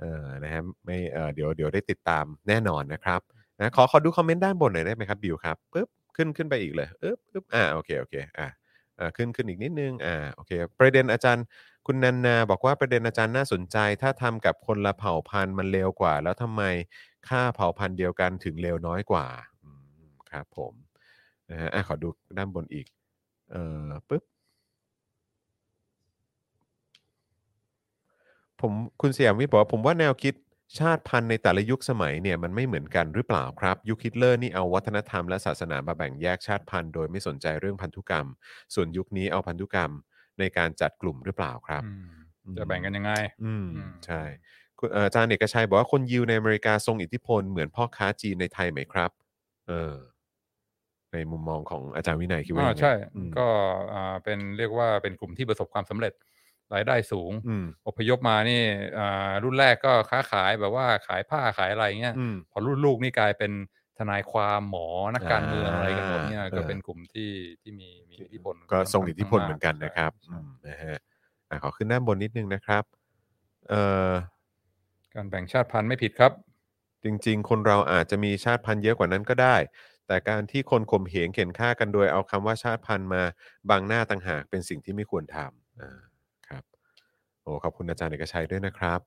A: เออนะฮะไม่ เออเดี๋ยว เดี๋ยวได้ติดตามแน่นอนนะครับนะขอ ขอดูคอมเมนต์ด้านบนหน่อยได้ไหมครับบิวครับปึ๊บ ขึ้น ขึ้นไปอีกเลยปึ๊บปึ๊บอ่า โอเค โอเค อ่าอ่าขึ้น ขึ้นอีกนิดนึง อ่า โอเค ประเด็นอาจารย์ คุณนันนา บอกว่าประเด็นอาจารย์น่าสนใจ ถ้าทำกับคนละเผ่าพันธุ์มันเลวกว่า แล้วทำไมค่าเผ่าพันธุ์เดียวกันถึงเลวน้อยกว่า อืม ครับผม นะฮะอ่ะขอดูด้านบนอีก เอ่อปึ๊บ ผมคุณสยามวิทย์บอกว่าผมว่าแนวคิด ชาติพันธุ์ในแต่ละยุคสมัยเนี่ยมันไม่เหมือนกันหรือเปล่าครับ ยุคฮิตเลอร์นี่เอาวัฒนธรรมและศาสนามาแบ่งแยกชาติพันธุ์โดยไม่สนใจเรื่องพันธุกรรม ส่วนยุคนี้เอาพันธุกรรมในการจัดกลุ่มหรือเปล่าครับ
B: อืมจะแบ่งกันยังไง
A: อืม
B: อืม
A: ใช่คุณเอ่ออาจารย์เอกชัยบอกว่าคนยิวในอเมริกาทรงอิทธิพลเหมือนพ่อค้าจีนในไทยไหมครับ เออ ในมุมมองของอาจารย์วินัยคิดว่า
B: อ่า
A: ยังไง
B: ใช่
A: อืม
B: ก็อ่าเป็นเรียกว่าเป็นกลุ่มที่ประสบความสำเร็จรายได้สูง
A: อืม
B: อพยพมานี่อ่ารุ่นแรกก็ค้าขายแบบว่าขายผ้าขายอะไรเงี้ย
A: อืม
B: พอรุ่นลูกนี่กลายเป็นทนายความหมอนักการเมืองอะไรกันหมดเนี่ย
A: อ่า
B: ก็เป็นกลุ่มที่ที่มีมีอิทธิพล
A: ก็ทรงอิทธิพลเหมือนกันนะครับ
B: ใช่
A: อืมนะฮะอ่ะขอขึ้นด้านบนนิดนึงนะครับเอ่อ
B: การแบ่งชาติพันธุ์ไม่ผิดครับ
A: จริงๆ คนเราอาจจะมีชาติพันธุ์เยอะกว่านั้นก็ได้ แต่การที่คนข่มเหงเข็นฆ่ากันโดยเอาคำว่าชาติพันธุ์มาบังหน้าต่างหากเป็นสิ่งที่ไม่ควรทำอ่าครับโอ้ขอบคุณอาจารย์เอกชัยด้วยนะครับ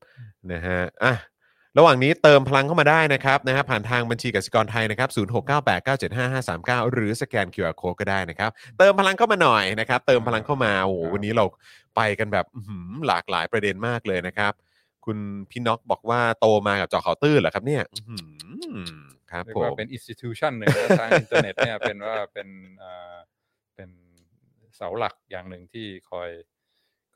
A: นะฮะอ่ะระหว่างนี้เติมพลังเข้ามาได้นะครับนะฮะผ่านทางบัญชีกสิกรไทยนะครับ0698975539 หรือสแกน QR Code ก็ได้นะครับ เติมพลังเข้ามาหน่อยนะครับ เติมพลังเข้ามาโอ้โหวันนี้เราไปกันแบบอื้อหือหลากหลายประเด็นมากเลยนะครับ คุณพี่น็อกบอกว่าโตมากับจอข่าวตื้นเหรอครับเนี่ยอื้อหือครับ
B: เรีย
A: ผ
B: กว่าม เป็น institution หนึ่งแล้วทางอินเทอร์เน็ตเนี่ยเป็นว่าเป็นเอ่อเป็นเสาหลักอย่างหนึ่งที่คอย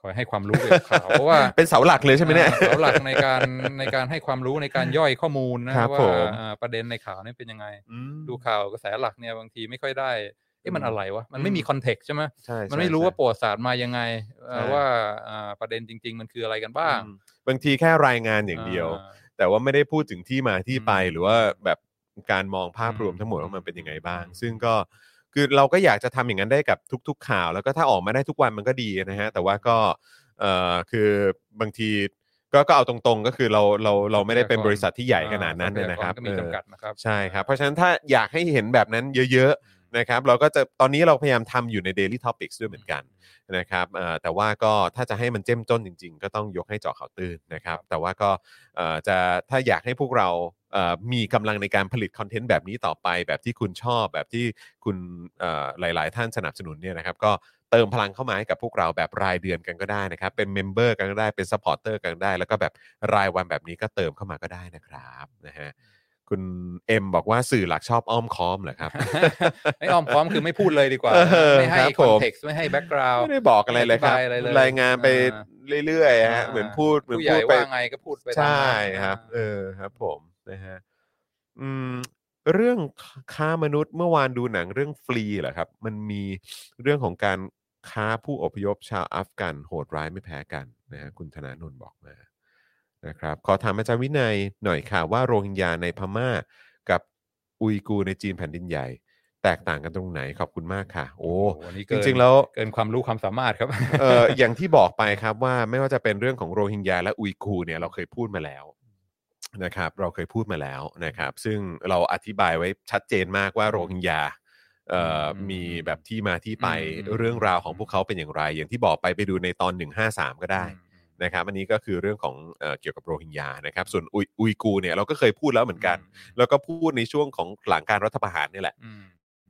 B: คอยให้ความรู้เกี่ยวกับข่าวเพราะว่า
A: <laughs> เป็นเสาหลักเลยใช่ไหมเนี่ย
B: อ่าเสาหลักในการในการให้ความรู้ในการย่อยข้อมูลนะครับ ว่า
A: ผม
B: อ่าประเด็นในข่าวนี่เป็นยังไง
A: อืม
B: ดูข่าวกระแสหลักเนี่ยบางทีไม่ค่อยได้เอ๊ะมันอะไรวะ มัน
A: อื
B: ไม่
A: ม
B: มีคอนเทกต์ใช่ไหม
A: ใช่ใช่
B: มันไม่รู้ว่า
A: ใช่
B: ประวัติศาสตร์มายังไงเอ่อ
A: ใช่
B: ว่าอ่าประเด็นจริง ๆ มันคืออะไรกันบ้าง
A: อืมบางทีแค่รายงานอย่างเดียว
B: อ่า
A: แต่ว่าไม่ได้พูดถึงที่มาที่ไป
B: อืม
A: หรือว่าแบบการมองภาพรวม
B: อืม
A: ทั้งหมดว่ามันเป็นยังไงบ้าง
B: อืม
A: ซึ่งก็คือเราก็อยากจะทำอย่างนั้นได้กับทุก ๆ ข่าว แล้วก็ถ้าออกมาได้ทุกวันมันก็ดีนะฮะแต่ว่าก็เอ่อคือบางทีก็ก็เอาตรงๆ ก็คือเราเราเราไม่ได้เป็นบริษัทที่ใหญ่ขนาดนั้นเนี่ยนะครับ
B: ก็มี
A: เออ
B: จำกัดนะครับ
A: ใช่ครับ เพราะฉะนั้นถ้าอยากให้เห็นแบบนั้นเยอะๆนะครับ เราก็จะตอนนี้เราพยายามทำอยู่ใน Daily Topics ด้วยเหมือนกันนะครับเอ่อแต่ว่าก็ถ้าจะให้มันเจ้มจนจริง ๆ ก็ต้องยกให้เจาะข่าวตื่นนะครับ แต่ว่าก็เอ่อจะถ้าอยากให้พวกเราเอ่อมีกำลังในการผลิตคอนเทนต์แบบนี้ต่อไป แบบที่คุณชอบแบบที่คุณเอ่อหลาย ๆ ท่านสนับสนุนเนี่ยนะครับ ก็เติมพลังเข้ามาให้กับพวกเราแบบรายเดือนกันก็ได้นะครับ เป็นเมมเบอร์กันก็ได้เป็นซัพพอร์เตอร์กันก็ได้ แล้วก็แบบรายวันแบบนี้ก็เติมเข้ามาก็ได้นะครับนะฮะ คุณเอ็มบอกว่าสื่อหลักชอบอ้อมค้อมเหรอ
B: <laughs>
A: ครับ
B: ไม่อ้อมพร้อมคือไม่พูดเลยดีกว่า
A: เออ
B: ไม่ให้
A: ครับ
B: ค
A: ผ
B: อน
A: ม
B: เทกต์ไม่ให้แบ็กกราวด์
A: ไม่ได้บอกอะไรเลยครับ
B: ไม่ได้อธิบายอะไรเลย
A: รายงานไป
B: อ่
A: เรื่อยๆฮะเหมือนพูดเหมือน
B: ผู้
A: พู
B: ใหญ่
A: ดไป
B: ว่าไงก็พูดไปตาม
A: ใช่
B: นั้น
A: ครับ
B: อ่า
A: เออครับผมนะฮะอืมเรื่องค้ามนุษย์เมื่อวานดูหนังเรื่องฟรีเหรอครับ มันมีเรื่องของการค้าผู้อพยพชาวอัฟกันโหดร้ายไม่แพ้กันนะฮะคุณธนาโนนบอกมานะครับ ขอถามอาจารย์วินัยหน่อยค่ะว่าโรฮิงญาในพม่ากับอุยกูร์ในจีนแผ่นดินใหญ่ แตกต่างกันตรงไหนขอบคุณมากค่ะ โอ้
B: หอันนี้
A: จ
B: เกิน
A: ริงๆแล้ว
B: เกินความรู้ความสามารถครับ
A: เอ่ออย่างที่บอกไปครับว่าไม่ว่าจะเป็นเรื่องของโรฮิงญาและอุยกูร์เนี่ยเราเคยพูดมาแล้วนะครับเราเคยพูดมาแล้วนะครับ ซึ่งเราอธิบายไว้ชัดเจนมากว่าโรฮิงญาเอ่อมีแบบที่มาที่ไปเรื่องราวของพวกเขาเป็นอย่างไร อย่างที่บอกไปไปดูในตอน 153 ก็ได้นะครับอันนี้ก็คือเรื่องของเอ่อเกี่ยวกับโรฮิงญานะครับ ส่วนอุยอุยกูร์เนี่ยเราก็เคยพูดแล้วเหมือนกัน แล้วก็พูดในช่วงของหลังการรัฐประหารนี่แหละ
B: อืม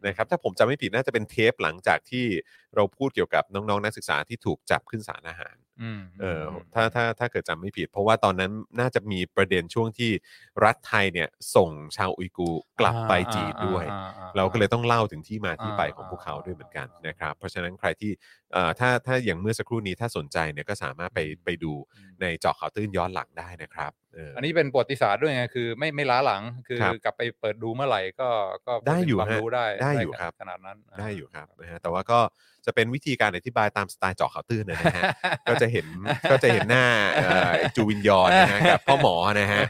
A: นะครับถ้าผมจำไม่ผิดน่าจะเป็นเทปหลังจากที่เราพูดเกี่ยวกับน้องๆนักศึกษาที่ถูกจับขึ้นศาลอาหาร
B: อืม
A: เอออถ้าถ้าถ้าเกิดจำไม่ผิด เพราะว่าตอนนั้นน่าจะมีประเด็นช่วงที่รัฐไทยเนี่ยส่งชาวอุยกูร์กลับไปจีนด้วย
B: อ่าอ่อ่
A: เราก็เลยต้องเล่าถึงที่มาที่ไปของ
B: อ่า
A: พวกเขาด้วยเหมือนกัน
B: อ่าน
A: นะครับ เพราะฉะนั้นใครที่เอ่อถ้าถ้าอย่างเมื่อสักครู่นี้ถ้าสนใจเนี่ยก็สามารถไป
B: อืม
A: ไปดูในเจาะข่าวตื้นย้อนหลังได้นะครับเอออั
B: อันนี้เป็นประวัติศาสตร์ด้วยไงคือไม่ไม่ล้าหลังคือ
A: ครับ
B: กลับไปเปิดดูเมื่อไหร่ก็ก็
A: ได้อยู่
B: เป็นความ
A: ฮะ
B: รู้ได้
A: ได้อยู่ครับ
B: ขนาดนั้น
A: ได้
B: <laughs>
A: อยู่ครับนะฮะแต่ว่าก็จะเป็นวิธีการอธิบายตามสไตล์เจาะข่าวตื้นนะฮะ ก็จะเห็นก็จะเห็นหน้าเอ่อจูวินยอนนะฮะกับพ่อหมอนะฮะ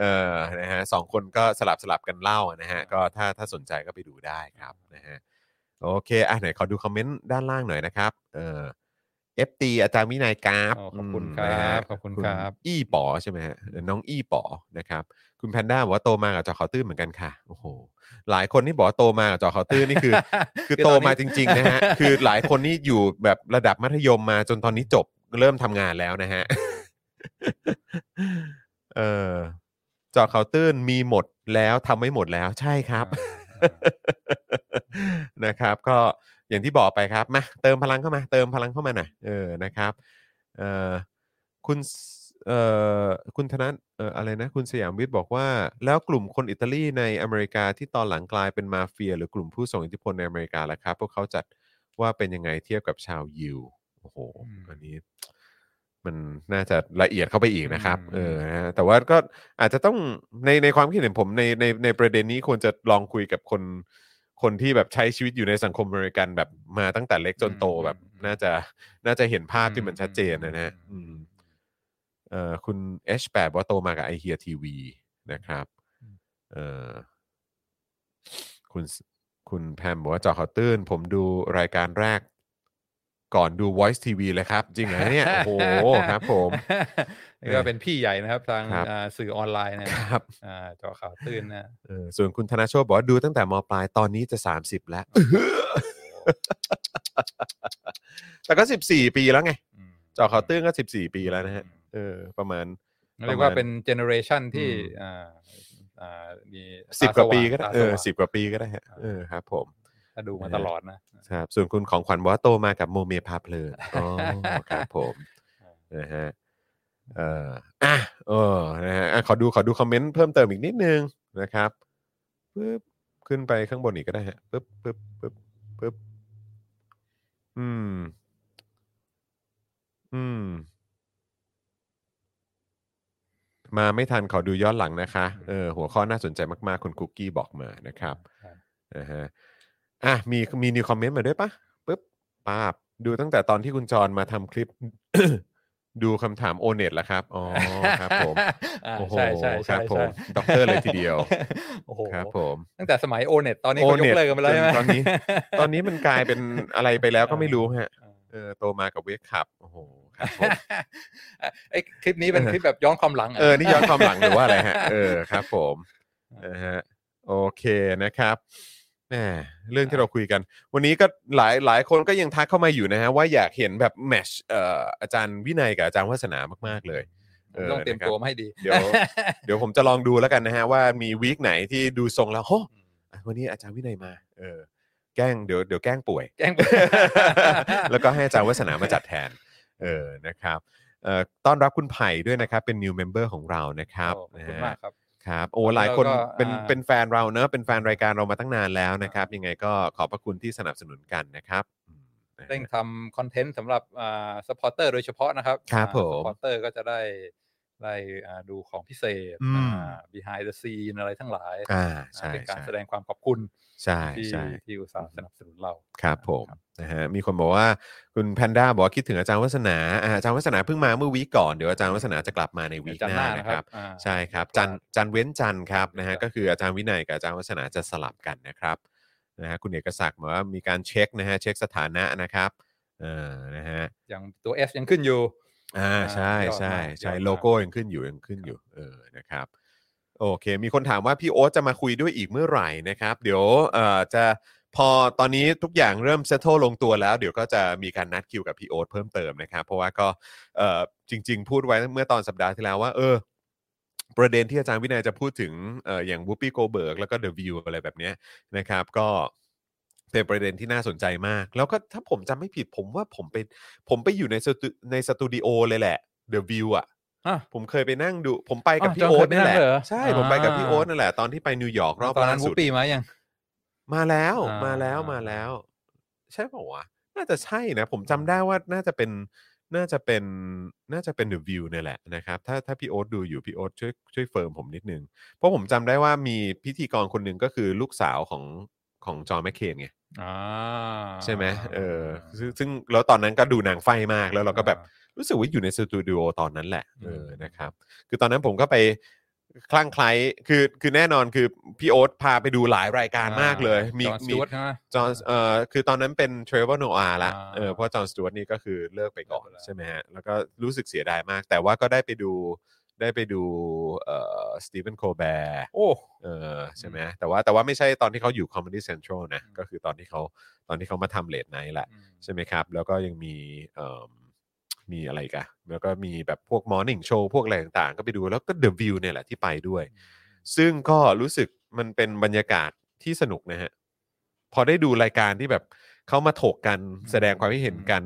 A: เออนะฮะสองคนก็สลับสลับกันเล่านะฮะก็ถ้าถ้าสนใจก็ไปดูได้ครับนะฮะโอเคอ่ะไหนขอดูคอมเมนต์ด้านล่างหน่อยนะครับเออเอฟตีอาจารย์วินัยกราฟ
B: อ๋อขอบคุณค
A: มนะ
B: รั
A: ฮะ
B: บขอบคุณครับ
A: อี้ป๋อใช่ไหมฮะเออน้องอี้ป๋อนะครับ คุณแพนด้าบอกว่าโตมากับเจอข่าวตื้นเหมือนกันค่ะโอ้โหหลายคนที่บอกว่าโตมากับเจอข่าวตื้นนี่
B: <laughs>
A: คือ คือโต
B: นนี้
A: มาจริง ๆ
B: <laughs>
A: นะฮะ <laughs> คือหลายคนนี่อยู่แบบระดับมัธยมมาจนตอนนี้จบเริ่มทำงานแล้วนะฮะ <laughs> เออเจอเขาวตื้นมีหมดแล้วทำไม่หมดแล้วใช่ครับ <laughs> นะครับ ก็อย่างที่บอกไปครับมาเติมพลังเข้ามา เติมพลังเข้ามาหน่อยเออนะครับเออคุณ เอ่อคุณธนัทเอ่ออะไรนะ คุณสยามวิทย์บอกว่า แล้วกลุ่มคนอิตาลีในอเมริกาที่ตอนหลังกลายเป็นมาเฟีย หรือกลุ่มผู้ส่งอิทธิพลในอเมริกาล่ะครับ พวกเขาจัดว่าเป็นยังไงเทียบกับชาวยิวโอ้โห
B: อืม
A: อันนี้ มันน่าจะละเอียดเข้าไปอีกนะครับ
B: อืม
A: เออนะฮะแต่ว่าก็อาจจะต้องในในความคิดเห็นผมในในในประเด็นนี้ควรจะลองคุยกับคนคนที่แบบใช้ชีวิตอยู่ในสังคมอเมริกันแบบมาตั้งแต่เล็กจนโตแบบ น่าจะน่าจะเห็นภาพที่มันชัดเจนนะฮะอืม เอ่อคุณ H8 บอกว่าโตมากับไอเฮียทีวีนะครับ
B: อืม
A: เอ่อคุณคุณแพมบอกว่าเจอข่าวตื้น ผมดูรายการแรก ก่อนดู Voice TV เลยครับ จริงเหรอเนี่ย โอ้โห ครับผม
B: <laughs> นี่ก็เป็นพี่ใหญ่นะครับ ทาง
A: ครับ
B: อ่าสื่อออนไลน์เนยนะครับ อ่าจอข่าวตื่นนะ
A: เออส่วนคุณธนาโชคบอกว่าดูตั้งแต่มปลายตอนนี้จะ 30 แล้ว <laughs> แต่ก็ 14 ปีแล้วไง
B: ม
A: เจอข่าวตื้นก็ 14 ปีแล้วนะฮะเออประมาณ
B: เรียกว่าเป็นเจเนอเรชันที่
A: อืม
B: อ่าอ่ามี
A: สิบกว่าปีก็ได้
B: ตส
A: เอ
B: ว่ง
A: อ
B: ตาสว่าง
A: สิบกว่าปีก็ได้ฮะเออครับผม
B: ถ้าดูมาตลอดนะ
A: ครับส่วนคุณของขวัญบอกว่าโตมากับโมเมพาเพลินอ๋อ <laughs> ครับผมนะฮะเอ่ออ่ะเออนะฮะอ่ะขอดูขอดูคอมเมนต์เพิ่มเติมอีกนิดนึงนะครับปึ๊บขึ้นไปข้างบนอีกก็ได้ฮะปึ๊บปึ๊บปึ๊บปึ๊บอืม อืม มาไม่ทันขอดูย้อนหลังนะคะเออหัวข้อน่าสนใจมากๆ คุณคุกกี้บอกมานะครับ นะฮะ อ่ะ มี มีนิวคอมเมนต์มาด้วยปะปึ๊บปาบ ดูตั้งแต่ตอนที่คุณจรมาทำคลิป <coughs> ดูคำถามโอเน็ตแล้วครับ อ๋อ ครับผม
B: อ่า
A: โอ้โห
B: ใช่ใช่
A: ค
B: ใช่
A: รับผม
B: ใช่
A: ด็อกเตอร์เลยทีเดียว
B: <laughs> โอ้โห
A: ครับผม
B: ตั้งแต่สมัยโอเน็ตตอนนี้เขาย
A: O-Net
B: กเลิกกันไปแล้วใช่ไหม
A: ตอนนี้ ตอนนี้มันกลายเป็นอะไรไปแล้วก็ไม่รู้ฮะ เออ โตมากับเวกขับ โอ้โห ครับผม
B: ไอ้คลิปนี้เป็นคลิปแบบย้อนความหลังหร
A: เออ
B: <laughs>
A: นี่ย้อนความหลังหรือว่าอะไรฮะ เออ ครับผมนะฮะ โอเคนะครับแหมเรื่องที่เราคุยกัน วันนี้ก็หลายหลายคนก็ยังทักเข้ามาอยู่นะฮะ ว่าอยากเห็นแบบแมชเอ่ออาจารย์วินัยกับอาจารย์วาสนามาก ๆ เลย เออ
B: ต้องเตรียม
A: นะครับ
B: ตัวมาให้ดี
A: เดี๋ยว เดี๋ยวผมจะลองดูแล้วกันนะฮะ ว่ามีวีคไหนที่ดูทรงแล้วโหวันนี้อาจารย์วินัยมา เออ แกล้งเดี๋ยวเดี๋ยวแกล้งป่วย
B: <laughs>
A: <laughs>
B: แกล้ง <laughs>
A: แล้วก็ให้อาจารย์วัฒนามาจัดแทน เออ นะครับเอ่อต้อนรับคุณไผ่ด้วยนะครับ เป็น new member ของเรานะครับ
B: โอ้ขอบ
A: นะ
B: คุณ
A: ฮะ
B: มากครับ
A: ครับ โอ้ หลายคน
B: แล้วก็
A: เป็น
B: อ่า
A: เป็นแฟนเราเนอะ เป็นแฟนรายการเรามาตั้งนานแล้วนะครับ ยังไงก็ขอบพระคุณที่สนับสนุนกันนะครับอืมนะฮะ
B: เร่งทำคอนเทนต์สำหรับสปอร์เตอร์โดยเฉพาะนะครับ
A: ครับผม
B: สปอร์เตอร์ก็จะได้ได้อ่าดูของพิเศษ
A: อืม
B: อ่า behind the scene อะไรทั้งหลาย
A: อ่า ใช่
B: เป็นการ
A: ใช่
B: แสดงความขอบคุณ
A: ใช่
B: ที่
A: ใช่
B: ที่อุตส่าห์สนับสนุนเรา
A: ครับผมนะฮะมีคนบอกว่าคุณแพนด้าบอกว่าคิดถึงอาจารย์วัฒนาอ่าอาจารย์วัฒนาเพิ่งมาเมื่อวีคก่อนเดี๋ยวอาจารย์วัฒนาจะกลับมาในวีค
B: จันท
A: ห
B: ร์ห
A: น้า
B: น้า
A: นะ
B: นะ
A: ค
B: ค
A: รั
B: รับ บอ่า
A: ใช่ครับจันทร์จันทร์เว้นจันทร์ครับนะฮะ
B: ครับ
A: ก็คืออาจารย์วินัยกับอาจารย์วัฒนาจะสลับกันนะครับนะฮะคุณเอกศักดิ์บอกว่ามีการเช็คนะฮะเช็คสถานะนะครับเออนะฮะ
B: อย่างตัว S ยังขึ้นอยู่
A: อ่าใช่ใช่
B: ยอดมาก
A: ใช่
B: ยอดมาก
A: โลโก้ยังขึ้นอยู่ยังขึ้นอยู่เออนะครับโอเค มีคนถามว่าพี่โอ๊ตจะมาคุยด้วยอีกเมื่อไหร่นะครับ เดี๋ยวเอ่อจะพอตอนนี้ทุกอย่างเริ่มเซตโตลงตัวแล้ว เดี๋ยวก็จะมีการนัดคิวกับพี่โอ๊ตเพิ่มเติมนะครับ เพราะว่าก็เอ่อจริง ๆ พูดไว้เมื่อตอนสัปดาห์ที่แล้วว่าเออ ประเด็นที่อาจารย์วินัยจะพูดถึงเอ่ออย่างบูปี้โกเบิร์กแล้วก็เดอะวิวอะไรแบบเนี้ยนะครับ ก็เป็นประเด็นที่น่าสนใจมาก แล้วก็ถ้าผมจำไม่ผิดผมว่าผมไปผมไปอยู่ในสตูในสตูดิโอเลยแหละเดอะวิวอ่ะ
B: อ่ะ
A: ผมเคยไปนั่งดู ผมไปกับ
B: อ้าว
A: พี่
B: จอห์น
A: โอ๊ต
B: เคยไป
A: นี่แห
B: นั่
A: ละ
B: งเลยเหรอ
A: ใช่ผมไปกับพี่
B: อ่า
A: โอ๊ตนั่นแหละตอนที่ไปนิวยอร์กรอบ
B: ตอน
A: ล่า
B: นั้น
A: สุ
B: ฮู
A: ด
B: ปปี้มายัง
A: มาแล้ว
B: อ่าม
A: มาแล้วมาแล้ว ใช่เปล่าวะน่าจะใช่นะ ผมจำได้ว่าน่าจะเป็นน่าจะเป็นน่าจะเป็นเดอะวิวนี่ยแหละนะครับ ถ้าถ้าพี่โอ๊ตดูอยู่พี่โอ๊ตช่วยช่วยเฟิร์มผมนิดนึง เพราะผมจำได้ว่ามีพิธีกรคนหนึ่งก็คือลูกสาวของของจอห์นแมคเคนไง
B: อ่า
A: ใช่ไหมเออซึ่งซึ่งแล้วตอนนั้นก็ดูหนางไฟมากแล้วเราก็แบบ รู้สึกว่าอยู่ในสตูดิโอตอนนั้นแหละเออ
B: อืม
A: นะครับ คือตอนนั้นผมก็ไปคลั่งไคล้คือคือแน่นอนคือพี่โอ๊ตพาไปดูหลายรายการมากเลย มี
B: จอห์นส
A: มี
B: จ๊วตใช่ไหม
A: จอห์นเอ่อคือตอนนั้นเป็นเทรเวอร์โนอาละ
B: อ่า
A: เออเพราะจอห์นสจวตนี่ก็คือเลิกไปก่อน
B: เลิกไปแล้ว
A: ใช่ไหมฮะแล้วก็รู้สึกเสียดายมาก แต่ว่าก็ได้ไปดูได้ไปดูเอ่อสตีเฟนโคแบร์
B: โอ้
A: เออใช่ไหมแต่ว่าแต่ว่าไม่ใช่ตอนที่เขาอยู่ Comedy Central นะ
B: อืม
A: ก็คือตอนที่เขาตอนที่เขามาทำเลดไนท์แหละ
B: อืม
A: ใช่ไหมครับ แล้วก็ยังมีเอิ่มมีอะไรอีกันแล้วก็มีแบบพวกมอร์นิ่งโชว์พวกอะไรต่างๆ ก็ไปดูแล้วก็เดอะวิวเนี่ยแหละที่ไปด้วย ซึ่งก็รู้สึกมันเป็นบรรยากาศที่สนุกนะฮะ พอได้ดูรายการที่แบบเขามาถกกัน
B: อืม
A: แสดงความคิดเห็นกัน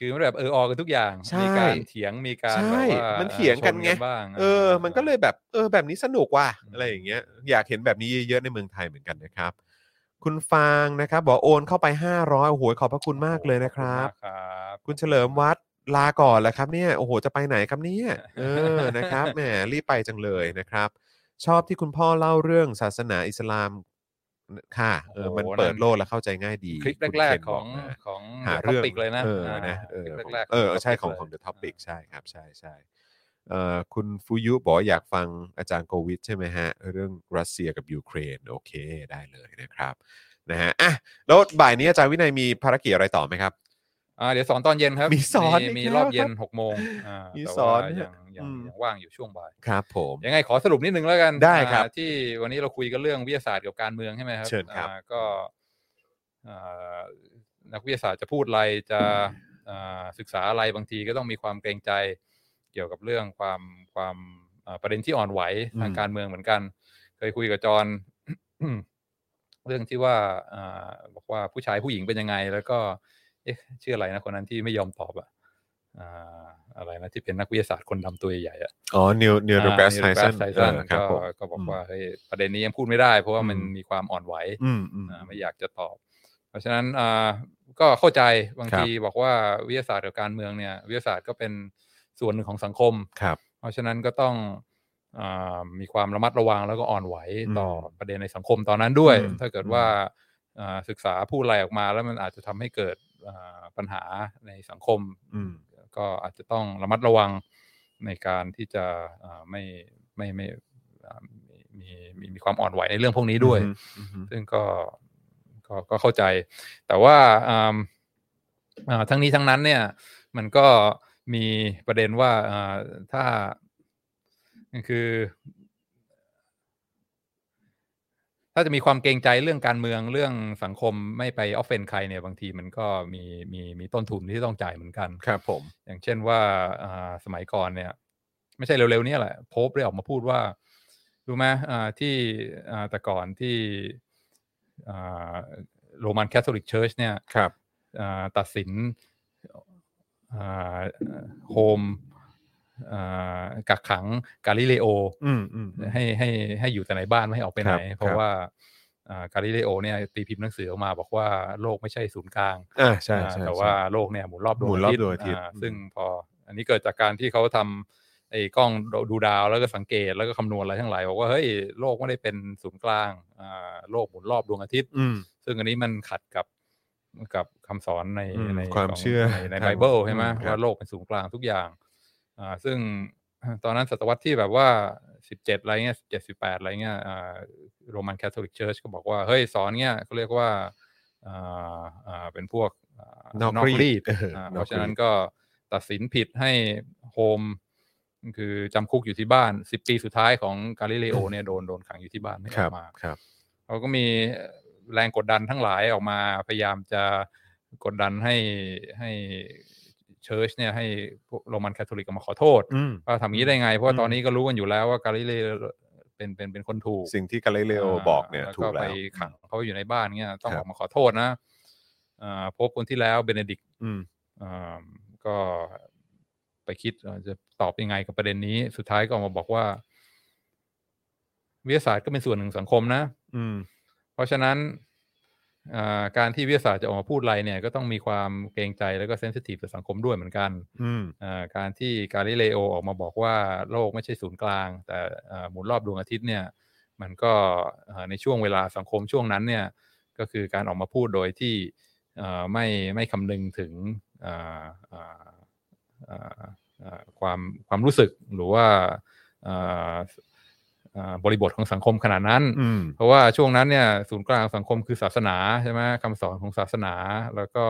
B: คือมันแบบเออออกันทุกอย่าง
A: ใช่
B: มีการเถียงมีการแบบ
A: ใช่
B: ว่า
A: มันเถียงกันไง
B: ชบ้าง
A: เออ มันก็เลยแบบเออแบบนี้สนุกว่ะ
B: อืม
A: อะไรอย่างเงี้ยอยากเห็นแบบนี้เยอะๆในเมืองไทยเหมือนกันนะครับ คุณฟางนะครับ บอกโอนเข้าไป 500โอ้โหขอบพระคุณมากเลยนะครับ
B: ขอณมากครับ
A: คุณเฉลิมวัดลาก่อนแล้วครับเนี่ยโอ้โหจะไปไหนครับเนี่ยเออนะครับแหมรีบไปจังเลยนะครับ ชอบที่คุณพ่อเล่าเรื่องศาสนาอิสลามค่ะเออ
B: โอ้โห
A: มันเปิดโลกและเข้าใจง่ายดี
B: คลิป
A: ณ
B: แรก
A: เคน
B: ๆของ
A: บนะ
B: ของ
A: หา
B: The
A: เรื่อง
B: Topic เลยนะ
A: เออนะเออ
B: ค
A: ข
B: ลิ
A: อ
B: ป
A: ง
B: แรกๆ
A: เออใช่ของ
B: เลย
A: ของ The Topic ใช่ครับใช่ใช่เอ่อคุณฟูยุบอกว่าอยากฟังอาจารย์โควิดใช่ไหมฮะ เรื่องรัสเซียกับยูเครนโอเคได้เลยนะครับนะฮะอ่ะแล้วบ่ายนี้อาจารย์วินัยมีภารกิจอะไรต่อไหมครับ
B: อ่าเดี๋ยวสอนตอนเย็นครับ
A: มีสอนอีก
B: มี
A: แล้ว
B: รอบเย็
A: ครั
B: น
A: บ
B: หกโมงอ่า
A: มี
B: แต่
A: สอน
B: ว่ายัง
A: เนี่ย
B: ยัง
A: อืม
B: ยังว่างอยู่ช่วงบ่าย
A: ครับผม
B: ยังไงขอสรุปนิดนึงแล้วกัน
A: ได้ครับ
B: อ่าที่วันนี้เราคุยกันเรื่องวิทยาศาสตร์กับการเมืองใช่ไหมครับ
A: เชิญครับ
B: อ่าก็อ่านักวิทยาศาสตร์จะพูดอะไรจะอ่าศึกษาอะไรบางทีก็ต้องมีความเกรงใจเกี่ยวกับเรื่องความความอ่าประเด็นที่อ่อนไหวทางการเมืองเหมือนกัน เคยคุยกับจอห์น <coughs> เรื่องที่ว่าอ่าบอกว่าผู้ชายผู้หญิงเป็นยังไง แล้วก็ เอ๊ะชื่ออะไรนะคนนั้นที่ไม่ยอมตอบอะอ่าอะไรนะที่เป็นนักวิทยาศาสตร์คนดำตัวใหญ่ๆอะ
A: อ๋อเนียวเนียวเดอะแกรสไทสัน
B: ไทสัน
A: ครับผม
B: ก็บอกว่าเฮ้ยประเด็นนี้ยังพูดไม่ได้ เพราะว่ามัน
A: อืม
B: มีความอ่อนไหว
A: อืมอืม
B: อ่าไม่อยากจะตอบ เพราะฉะนั้นอ่าก็เข้าใจบาง
A: ครับ
B: ทีบอกว่าวิทยาศาสตร์กับการเมืองเนี่ย วิทยาศาสตร์ก็เป็นส่วนหนึ่งของสังคม
A: ครับ
B: เพราะฉะนั้นก็ต้องอามีความระมัดระวังแล้วก็อ่อนไหวต่ออประเด็นในสังคมตอนนั้นด้วย
A: อืม
B: ถ้าเกิดว่าอ่าศึกษาพูดอะไรออกมาแล้วมันอาจจะทำให้เกิดอ่าปัญหาในสังคม
A: อืม
B: ก็อาจจะต้องระมัดระวังในการที่จะอ่าไม่ไม่ไม่อ่ามีมีมีความอ่อนไหวในเรื่องพวกนี้ด้วย
A: อืมอืม
B: ซึ่งก็ก็ก็เข้าใจ แต่ว่าอ่าอ่าทั้งนี้ทั้งนั้นเนี่ย มันก็มีประเด็นว่าอ่าถ้าคือ ถ้าจะมีความเกรงใจเรื่องการเมืองเรื่องสังคมไม่ไปออฟเฟนใครเนี่ยบางทีมันก็มีมีมีต้นทุนที่ต้องจ่ายเหมือนกัน
A: ครับผม
B: อย่างเช่นว่าอ่าสมัยก่อนเนี่ย ไม่ใช่เร็วๆเนี้แหละโพบได้ออกมาพูดว่ารู้ไหมอ่าที่อ่าแต่ก่อนที่โรมันแคทอลิกเชิร์ชเนี่ย
A: ครับ
B: อ่าตัดสินโฮมกักขังกาลิเลโอ
A: อืมอืมอืม
B: ให้ให้ให้อยู่แต่ในบ้านไม่ให้ออกไปไหน
A: ครับ
B: เพ
A: ค
B: ราะ
A: รับ
B: ว่าอ่ากาลิเลโอเนี่ยตีพิมพ์หนังสือออกมาบอกว่าโลกไม่ใช่ศูนย์กลาง
A: อ่าใช่
B: อ่า
A: ใช่
B: แต่
A: ใช่
B: ว่าโลกเนี่ยหมุนรอบดวง
A: หมุนรอบดวงอาทิตย์
B: า
A: อืม
B: ซึ่งพออันนี้เกิดจากการที่เขาทำไอ้กล้องดูดาวแล้วก็สังเกตแล้วก็คำนวณอะไรทั้งหลายบอกว่าเฮ้ยโลกไม่ได้เป็นศูนย์กลางอ่าโลกหมุนรอบดวงอาทิตย์
A: อืม
B: ซึ่งอันนี้มันขัดกับกับคำสอนใน
A: อืม
B: ใน
A: ความ
B: ของ
A: เชื่อ
B: ในใน
A: ทาง
B: ไบเบิลใช่ไหม
A: อืมครับ
B: ว่าโลกเป็นศูนย์กลางทุกอย่างอ่าซึ่ง <coughs> ตอนนั้นศตวรรษที่แบบว่าสิบเจ็ดอะไรเงี้ยสิบเจ็ดสิบแปดอะไรเงี้ยโรมันแคทอลิกเชิร์ชก็บอกว่า เฮ้ย สอนเงี้ยเขาเรียกว่าอ่าอ่าเป็นพวกาน
A: นอกรีดเออ
B: อ่าน
A: อกรีด
B: เพราะฉะนั้นก็ตัดสินผิดให้โฮมคือจำคุกอยู่ที่บ้านสิบปีสุดท้ายของกาลิเลโอเนี่ยโดนโดนขังอยู่ที่บ้านไม่
A: ค
B: ออ
A: รับ
B: กมา
A: ครับ
B: เขาก็มีแรงกดดันทั้งหลายออกมาพยายามจะกดดันให้ให้เชิร์ชเนี่ยให้พวกโรมันคาทอลิกออกมาขอโทษ
A: อืม
B: ว่าทำอย่างนี้ได้ไง เพราะ
A: อื
B: ว่าม ตอนนี้ก็รู้กันอยู่แล้วว่ากาลิเลเป็นเป็นเป็นคนถูก
A: สิ่งที่กาลิเลโอบอกเนี่ย
B: า
A: ถูก
B: ไป
A: แล้ว
B: ขังเขาอยู่ในบ้านเนี่ยต้อง
A: ครั
B: อบ อกมาขอโทษนะอ่าพบคนที่แล้วเบเนดิก
A: อืม
B: อ่าก็ไปคิดเอ่อจะตอบยังไงกับประเด็นนี้ สุดท้ายก็ออกมาบอกว่า วิทยาศาสตร์ก็เป็นส่วนหนึ่งของสังคมนะ
A: อืม
B: เพราะฉะนั้นอ่าการที่วิทยาศาสตร์จะออกมาพูดอะไรเนี่ยก็ต้องมีความเกรงใจแล้วก็เซนซิทีฟต่อสังคมด้วยเหมือนกัน
A: อืม
B: อ่าการที่กาลิเลโอออกมาบอกว่าโลกไม่ใช่ศูนย์กลาง แต่อ่าหมุนรอบดวงอาทิตย์เนี่ย มันก็อ่าในช่วงเวลาสังคมช่วงนั้นเนี่ย ก็คือการออกมาพูดโดยที่เอ่อไม่ไม่คำนึงถึงอ่าอ่าอ่าอ่าความความรู้สึกหรือว่าอ่าอ่าบริบทของสังคมขนาดนั้น
A: อืม
B: เพราะว่าช่วงนั้นเนี่ยศูนย์กลางของสังคมคือศาสนาใช่ไหมคำสอนของศาสนา แล้วก็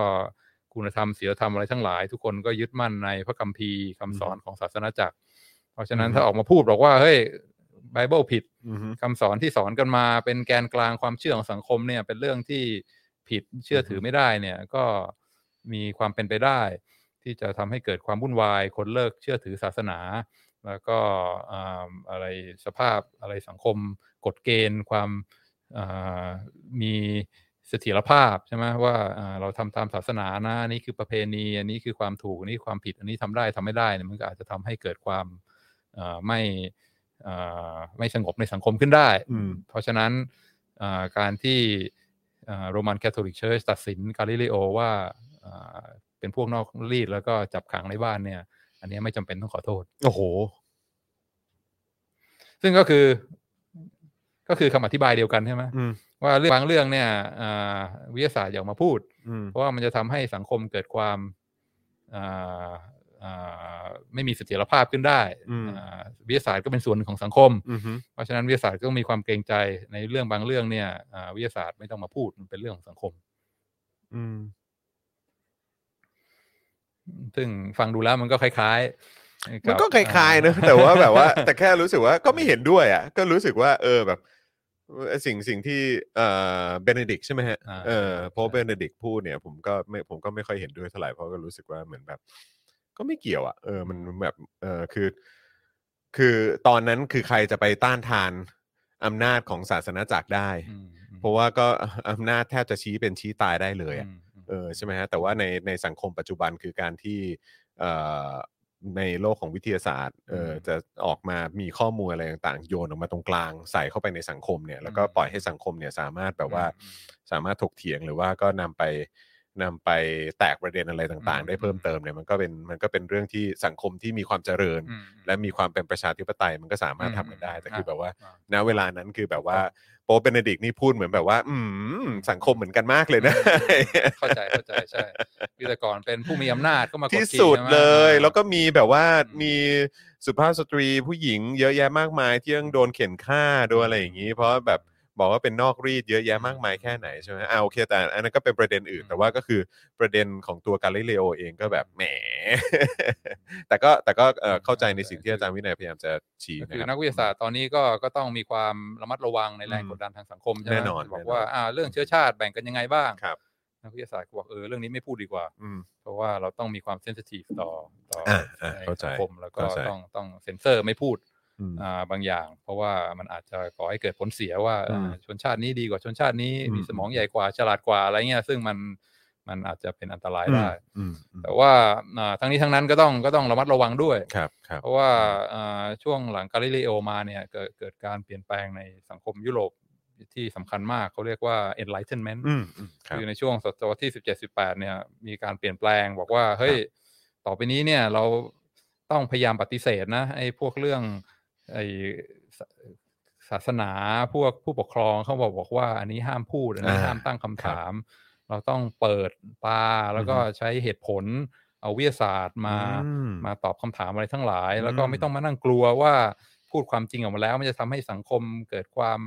B: คุณธรรมศีลธรรมอะไรทั้งหลาย ทุกคนก็ยึดมั่นในพระคัมภีร์คำสอนของศาสนาจักร เพราะฉะนั้น
A: อืม
B: ถ้าออกมาพูดบอกว่าเฮ้ยไบเบิลผิด
A: อืม
B: คำสอนที่สอนกันมาเป็นแกนกลางความเชื่อของสังคมเนี่ย เป็นเรื่องที่ผิดเชื่อถือไม่ได้เนี่ย ก็มีความเป็นไปได้ ที่จะทำให้เกิดความวุ่นวาย คนเลิกเชื่อถือศาสนา แล้วก็อ่าอะไรสภาพอะไรสังคมกฎเกณฑ์ ความอ่ามี เสถียรภาพใช่ไหมว่าเอ่อเราทำตามศาสนานะอันนี้คือประเพณีอันนี้คือความถูกอันนี้ความผิดอันนี้ทำได้ทำไม่ได้เนี่ยมันก็อาจจะทำให้เกิดความเอ่อไม่เอ่อไม่สงบในสังคมขึ้นได้
A: อืม
B: เพราะฉะนั้นเอ่อการที่โรมันแคทอลิกเชิร์ชตัดสินกาลิเลโอว่าเอ่อเป็นพวกนอกรีดแล้วก็จับขังในบ้านเนี่ย อันเนี้ยไม่จำเป็นต้องขอโทษ
A: โอ้โห
B: ซึ่งก็คือก็คือคำอธิบายเดียวกันใช่ไหม
A: อืม
B: ว่าเรื่องบางเรื่องเนี่ยเอ่อวิทยาศาสตร์อย่าออกมาพูด
A: อืม
B: เพราะว่ามันจะทำให้สังคมเกิดความอ่าอ่าไม่มีเสถียรภาพขึ้นได้
A: อืม
B: อ่าวิทยาศาสตร์ก็เป็นส่วนหนึ่งของสังคม
A: อืม
B: เพราะฉะนั้นวิทยาศาสตร์ก็ต้องมีความเกรงใจในเรื่องบางเรื่องเนี่ยอ่าวิทยาศาสตร์ไม่ต้องมาพูดมันเป็นเรื่องของสังคม
A: อืม
B: ซึ่งฟังดูแล้วมันก็คล้ายๆบ
A: มันก็คล้ายๆนะแต่ว่าแบบ
B: <laughs>
A: ว่า แต่แค่รู้สึกว่าก็ไม่เห็นด้วยอ่ะก็รู้สึกว่า เออแบบเอ่อสิ่งสิ่งที่เอ่อเบนเดดิกใช่ไหมฮะ
B: อ่า
A: เออเพราะเบนเดดิกพูดเนี่ย ผมก็ไม่ผมก็ไม่ค่อยเห็นด้วยเท่าไหร่เพราะก็รู้สึกว่าเหมือนแบบ ก็ไม่เกี่ยวอ่ะเออมันแบบเออคือ คือตอนนั้นคือใครจะไปต้านทานอำนาจของศาสนาจักรได้
B: อืม
A: เพราะว่าก็อำนาจแทบจะชี้เป็นชี้ตายได้เลยอะ
B: อืมอืม
A: เออใช่ไหมฮะแต่ว่าในในสังคมปัจจุบันคือการที่เอ่อในโลกของวิทยาศาสตร์เออจะออกมามีข้อมูลอะไรต่างๆ โยนออกมาตรงกลางใส่เข้าไปในสังคมเนี่ยแล้วก็ปล่อยให้สังคมเนี่ยสามารถแบบว่าสามารถถกเถียงหรือว่าก็นำไปนำไปแตกประเด็นอะไรต่างๆ ได้เพิ่มเติมเนี่ยมันก็เป็นมันก็เป็นเรื่องที่สังคมที่มีความเจริญ
B: อืม
A: และมีความเป็นประชาธิปไตยมันก็สามารถทำกันได้ แต่คือแบบว่า
B: อ่า
A: ณเวลานั้นคือแบบว่าโป๊ปเบนเดดิกต์นี่พูดเหมือนแบบว่า อืมสังคมเหมือนกันมากเลยนะ
B: เข้าใจเข้าใจใช่คือแต่ก่อนเป็นผู้มีอำนาจก็มากด
A: ที่
B: ขี่
A: สุด
B: ใช่ไหม
A: เลย
B: อ่า
A: แล้วก็มีแบบว่า
B: อืม
A: มีสุภาพสตรีผู้หญิงเยอะแยะมากมายที่ยังโดนเข็นฆ่าโดนอะไรอย่างนี้ เพราะแบบบอกว่าเป็นนอกรีดเยอะแยะมากมายแค่ไหนใช่ไหมอ่าโอเคแต่อันนั้นก็เป็นประเด็นอื่น
B: อืม
A: แต่ว่าก็คือประเด็นของตัวกาลิเลโอเองก็แบบแหม <laughs> แต่ก็แต่ก็เอ่อเข้าใจในสิ่งที่อาจารย์วินัยพยายามจะชี้นะ
B: ก็คือ
A: ค
B: นั
A: รั
B: ก
A: บ
B: วิทยาศาสตร์ตอนนี้ก็ก็ต้องมีความระมัดระวังในแรง
A: อืม
B: กดดันทางสังคมใช่ไหม
A: แน่นอน
B: บอ
A: แน่
B: ก
A: นอน
B: ว่าอ่าเรื่องเชื้อชาติแบ่งกันยังไงบ้าง
A: ครับ
B: นักวิทยาศาสตร์ก็บอกเออเรื่องนี้ไม่พูดดีกว่า
A: อืม
B: เพราะว่าเราต้องมีความเซนซิทีฟต่อต่อ
A: อ่าอ่า
B: ใน
A: เข้าใจ
B: สังคมแล้วก็
A: เข้าใจ
B: ต้องต้องเซ็นเซอร์ไม่พูด
A: อืม
B: อ่าบางอย่าง เพราะว่ามันอาจจะก่อให้เกิดผลเสียว่า
A: อืม
B: อ่าชนชาตินี้ดีกว่าชนชาตินี้
A: อืม
B: มีสมองใหญ่กว่าฉลาดกว่าอะไรเงี้ยซึ่งมันมันอาจจะเป็นอันตรายได้
A: อืมอืม
B: แต่ว่าอ่าทั้งนี้ทั้งนั้นก็ต้องก็ต้องระมัดระวังด้วย
A: ครับครับ
B: เพราะว่าอ่าช่วงหลังกาลิเลโอมาเนี่ยเกิดเกิดการเปลี่ยนแปลงในสังคมยุโรปที่สำคัญมากเขาเรียกว่า enlightenment
A: อืมอืมครับ
B: คือในช่วงศตวรรษที่ 17 18 เนี่ยมีการเปลี่ยนแปลงบอกว่า เฮ้ย ต่อไปนี้เนี่ยเราต้องพยายามปฏิเสธนะไอ้พวกเรื่องไอ้ศาศาสนาพวกผู้ปกครองเขาบอกบอกว่าอันนี้ห้ามพูดอันนี้
A: อ่า
B: ห้ามตั้งคำถาม เราต้องเปิดตาแล้วก็
A: อือฮึ
B: ใช้เหตุผลเอาวิทยาศาสตร์มา
A: อืม
B: มาตอบคำถามอะไรทั้งหลาย แล้วก็
A: อืม
B: ไม่ต้องมานั่งกลัวว่าพูดความจริงออกมาแล้ว มันจะทำให้สังคมเกิดความ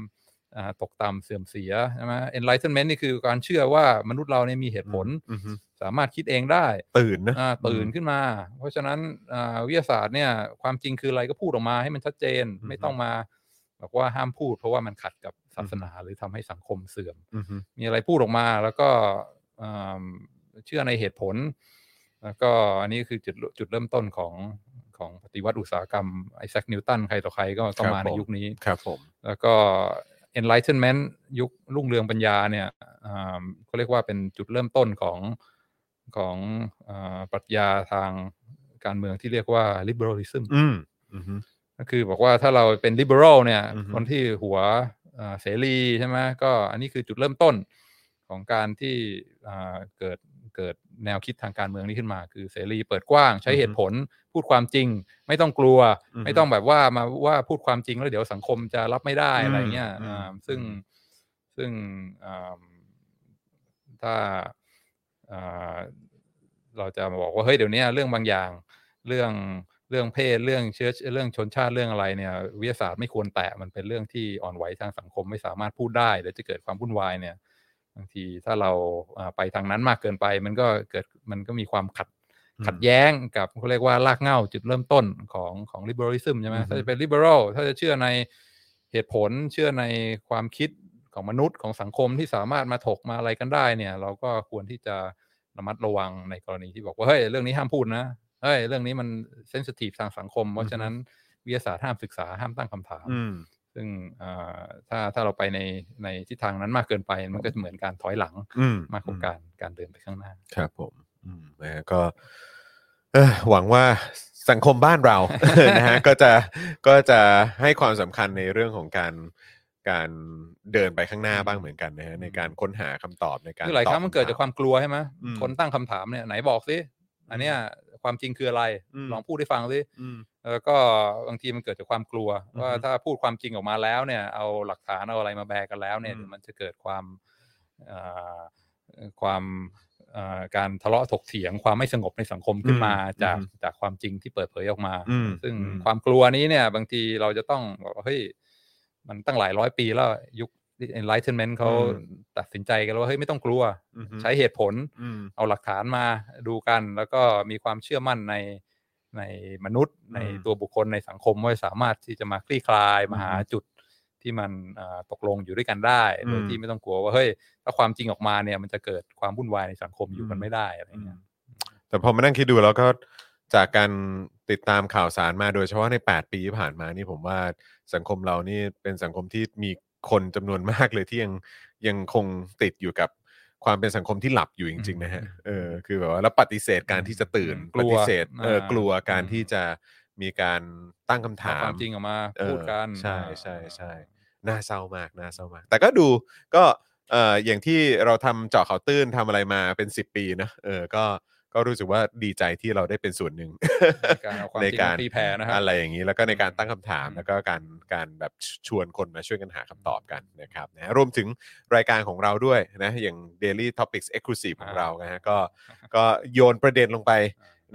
B: อ่าตกต่ำเสื่อมเสียใช่ไหม enlightenment นี่คือการเชื่อว่ามนุษย์เราเนี่ยมีเหตุผล
A: อืมอือฮึ
B: สามารถคิดเองได้
A: ตื่นนะ
B: อ่าตื่นขึ้นมา เพราะฉะนั้นอ่าวิทยาศาสตร์เนี่ยความจริงคืออะไรก็พูดออกมาให้มันชัดเจน ไม่ต้องมาบอกว่าห้ามพูด เพราะว่ามันขัดกับศาสนาหรือทำให้สังคมเสื่อม
A: อืมอืม
B: มีอะไรพูดออกมาแล้วก็อืมเชื่อในเหตุผล แล้วก็อันนี้คือจุดจุดเริ่มต้นของของปฏิวัติอุตสาหกรรมไอแซคนิวตันใครต่อใครก็ก็
A: ครับ
B: มาใน
A: ผม
B: ยุคนี้
A: ครับผม
B: แล้วก็ enlightenment ยุครุ่งเรืองปัญญาเนี่ยอ่าเขาเรียกว่าเป็นจุดเริ่มต้นของของอ่าปรัชญาทางการเมืองที่เรียกว่า liberalism
A: อืมอืม
B: ก็คือบอกว่าถ้าเราเป็น liberal เนี่ย
A: อือฮึ
B: คนที่หัวอ่าเสรีใช่ไหมก็อันนี้คือจุดเริ่มต้นของการที่อ่าเกิดเกิดแนวคิดทางการเมืองนี้ขึ้นมา คือเสรีเปิดกว้างใช้เหตุผล พูดความจริง ไม่ต้องกลัว
A: อือฮึ
B: ไม่ต้องแบบว่ามาว่าพูดความจริงแล้วเดี๋ยวสังคมจะรับไม่ได้อะไรเงี้ย
A: อืม
B: อ่า
A: อืม
B: ซึ่งซึ่งอ่าถ้าอ่าเราจะมาบอกว่าเฮ้ยเดี๋ยวเนี้ยเรื่องบางอย่าง เรื่องเรื่องเพศเรื่องเชื้อเรื่องชนชาติเรื่องอะไรเนี่ย วิทยาศาสตร์ไม่ควรแตะมันเป็นเรื่องที่อ่อนไหวทางสังคมไม่สามารถพูดได้เดี๋ยวจะเกิดความวุ่นวายเนี่ยบางทีถ้าเราอ่าไปทางนั้นมากเกินไป มันก็เกิดมันก็มีความขัด
A: อืม
B: ขัดแย้งกับเขาเรียกว่า รากเหง้าจุดเริ่มต้นของของ liberalism ใช่ไหม
A: อือฮึ
B: ถ้าจะเป็น liberal ถ้าจะเชื่อในเหตุผลเชื่อในความคิดของมนุษย์ของสังคมที่สามารถมาถกมาอะไรกันได้เนี่ย เราก็ควรที่จะระมัดระวังในกรณีที่บอกว่าเฮ้ยเรื่องนี้ห้ามพูดนะ เฮ้ยเรื่องนี้มันเซน i ิทีฟทางสังคม เพ
A: อือ
B: ราะ
A: ฮึ
B: ฉะนั้นวิทยาศาสตร์ห้ามศึกษาห้ามตั้งคำถาม
A: อืม
B: ซึ่งเอ่อถ้าถ้าเราไปในในทิศทางนั้นมากเกินไป มันก็จะเหมือนการถอยหลัง
A: อืม
B: มากกว่าการการเดินไปข้างหน้า
A: ครับผมอืมนะฮะก็เอ่อหวังว่าสังคมบ้านเรา <laughs> นะฮะก็จะก็จะให้ความสำคัญในเรื่องของการการเดินไปข้างหน้าบ้างเหมือนกันนะฮะในการค้นหาคำตอบในการ
B: คือหลายครั้ง
A: ตอบ
B: มันเกิดจากความกลัวใช่ไหม
A: อืม
B: คนตั้งคำถามเนี่ยไหนบอกสิอันเนี้ยความจริงคืออะไร
A: อืม
B: ลองพูดให้ฟังสิ
A: อืม
B: แล้วก็บางทีมันเกิดจากความกลัว
A: อือฮึ
B: ว่าถ้าพูดความจริงออกมาแล้วเนี่ย เอาหลักฐานเอาอะไรมาแบกกันแล้วเนี่ย
A: อืม
B: เดี๋ยวมันจะเกิดความเอ่อความเอ่อการทะเลาะถกเถียง ความไม่สงบในสังคมขึ้นมาจากจากความจริงที่เปิดเผยออกมา
A: อืม
B: ซึ่ง
A: อืม
B: ความกลัวนี้เนี่ย บางทีเราจะต้องบอกว่าเฮ้ยมันตั้งหลายร้อยปีแล้วยุค enlightenment เขา
A: อืม
B: ตัดสินใจกันแล้วว่าเฮ้ยไม่ต้องกลัว
A: อืม
B: ใช้เหตุผล
A: อืม
B: เอาหลักฐานมาดูกัน แล้วก็มีความเชื่อมั่นในในมนุษย์ ในตัวบุคคลในสังคมว่าสามารถที่จะมาคลี่คลายมาหาจุดที่มันเอ่อตกลงอยู่ด้วยกันได้
A: อืม
B: โดยที่ไม่ต้องกลัวว่าเฮ้ยถ้าความจริงออกมาเนี่ย มันจะเกิดความวุ่นวายในสังคมอยู่กัน
A: อืม
B: ไม่ได้อะไรเงี้ย
A: แต่พอมานั่งคิดดูแล้วก็จากการติดตามข่าวสารมาโดยเฉพาะใน 8 ปีที่ผ่านมานี่ผมว่าสังคมเรานี่เป็นสังคมที่มีคนจำนวนมากเลยที่ยังยังคงติดอยู่กับความเป็นสังคมที่หลับอยู่จริงๆนะฮะ
B: อืม
A: เออคือแบบว่าแล้วปฏิเสธการที่จะตื่น
B: อืมกลั
A: ป
B: ว
A: ฏิเสธเออ
B: อ่าก ก
A: ลัวการ
B: อืม
A: ที่จะมีการตั้งคำ
B: เอา
A: ถาม
B: ความจริงออกมา
A: เออ
B: พูดกัน
A: ใช่
B: อ่า
A: ใช่ใช่ น่าเศร้ามากน่าเศร้ามาก แต่ก็ดูก็เอ่ออย่างที่เราทำเจาะข่าวตื้นทำอะไรมาเป็น 10 ปีนะเออก็ก็รู้สึกว่าดีใจที่เราได้เป็นส่วนหนึ่ง <laughs>
B: ในการเอาความจริงมาตีแผ่นะครับ
A: อะไรอย่างนี้แล้วก็ในการตั้งคำถาม
B: อืม
A: แล้วก็การการแบบชวนคนมาช่วยกันหาคำตอบกันนะครับนะรวมถึงรายการของเราด้วยนะอย่าง Daily Topics Exclusive ของเรานะฮะก็
B: <laughs>
A: ก็โยนประเด็นลงไป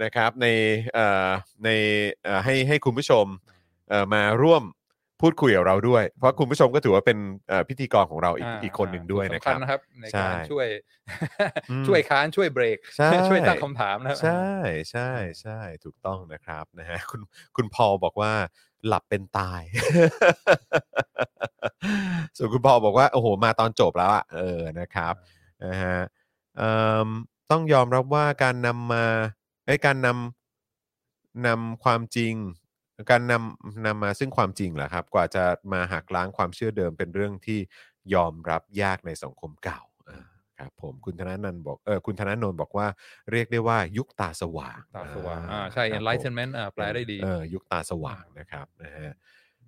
A: นะครับในเอ่อในเอ่อให้ให้คุณผู้ชมเอ่อมาร่วมพูดคุยกับเราด้วย เพราะคุณผู้ชมก็ถือว่าเป็นเอ่อพิธีกรของเราอีกอีกคนหนึ่งด้วยนะค
B: ส่
A: รั
B: ว
A: บ
B: สำญนะครับใน
A: ใช่
B: การช่วย
A: อืม
B: <laughs> ช่วยค้านช่วยเบรก
A: ใช่
B: <laughs> ช่วยตั้งคำถามนะครับ
A: ใช่ใช่ใช่ถูกต้องนะครับนะฮะคุณคุณพอลบอกว่าหลับเป็นตาย <laughs> ส่วนคุณพอลบอกว่าโอ้โหมาตอนจบแล้วอะเออนะครับนะฮะเอิ่มต้องยอมรับว่าการนำมาไอ้ยการนำนำความจริง การนำนำมาซึ่งความจริงเหรอครับ กว่าจะมาหักล้างความเชื่อเดิมเป็นเรื่องที่ยอมรับยากในสังคมเก่าอ่าครับผมคุณธนานันท์บอกเออคุณธนาโนนบอกว่าเรียกได้ว่ายุคตาสว่าง
B: ตาสว่าง
A: อ่
B: อ่าใช่
A: ครับผม
B: enlightenment อ่าแปลได้ดี
A: เออยุคตาสว่างนะครับนะฮะ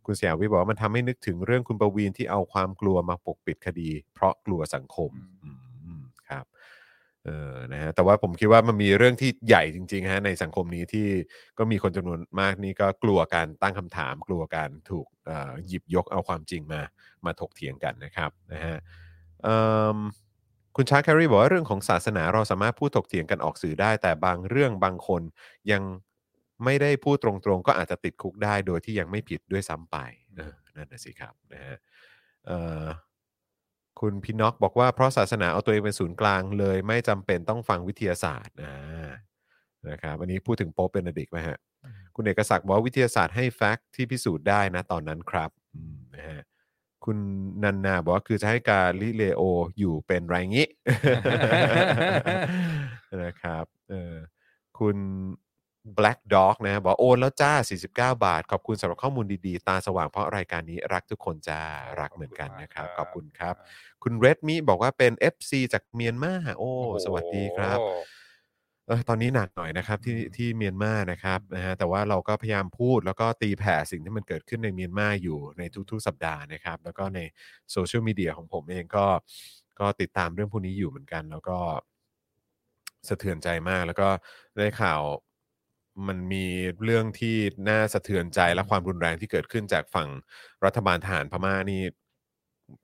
A: คุณเสียวิบอกว่ามันทำให้นึกถึงเรื่องคุณประวีนที่เอาความกลัวมาปกปิดคดี เพราะกลัวสังคมอืมครับเออนะฮะแต่ว่าผมคิดว่ามันมีเรื่องที่ใหญ่จริงๆฮะในสังคมนี้ที่ก็มีคนจำนวนมากนี่ก็กลัวการตั้งคำถาม กลัวการถูกเอ่อหยิบยกเอาความจริงมามาถกเถียงกันนะครับนะฮะเอิ่มคุณชาร์คแครีบอกว่าเรื่องของศาสนาเราสามารถพูดถกเถียงกันออกสื่อได้ แต่บางเรื่องบางคน ยังไม่ได้พูดตรงๆ ก็อาจจะติดคุกได้โดยที่ยังไม่ผิดด้วยซ้ำไปเออนั่นนะสิครับนะฮะเอ่อคุณพี่น็อกบอกว่าเพราะศาสนาเอาตัวเองเป็นศูนย์กลางเลย ไม่จำเป็นต้องฟังวิทยาศาสตร์อ่านะครับวันนี้พูดถึงโป๊ปเป็นอดิกต์ไหมฮะ คุณเอกศักดิ์บอกว่าวิทยาศาสตร์ให้แฟกต์ที่พิสูจน์ได้นะตอนนั้นครับอืมนะฮะคุณนันนาบอกว่าคือจะให้กาลิเลโออยู่เป็นไรงี้ <laughs> นะครับเออ คุณ Black Dog นะบอกโอนแล้วจ้า 49 บาท ขอบคุณสำหรับข้อมูลดีๆ ตาสว่างเพราะรายการนี้รักทุกคนจ้ารักเหมือนกันนะครับ ข
B: ข
A: อ
B: อ
A: บบ
B: คุ
A: คุณ
B: ณ
A: ค
B: มากครั
A: รับ
B: บ
A: คุณ Red m มบอกว่าเป็น FC จากเมียนมาโอ้ สวัสดีครับ
B: โอ้
A: เออตอนนี้หนักหน่อยนะครับที่
B: อืม
A: ที่เมียนมานะครับนะฮะแต่ว่าเราก็พยายามพูดแล้วก็ตีแผ่สิ่งที่มันเกิดขึ้นในเมียนมาอยู่ในทุกๆ สัปดาห์นะครับ แล้วก็ในโซเชียลมีเดียของผมเองก็ก็ติดตามเรื่องพวกนี้อยู่เหมือนกัน แล้วก็สะเทือนใจมาก แล้วก็ได้ข่าวมันมีเรื่องที่น่าสะเทือนใจและความรุนแรงที่เกิดขึ้นจากฝั่งรัฐบาลทหารพม่านี่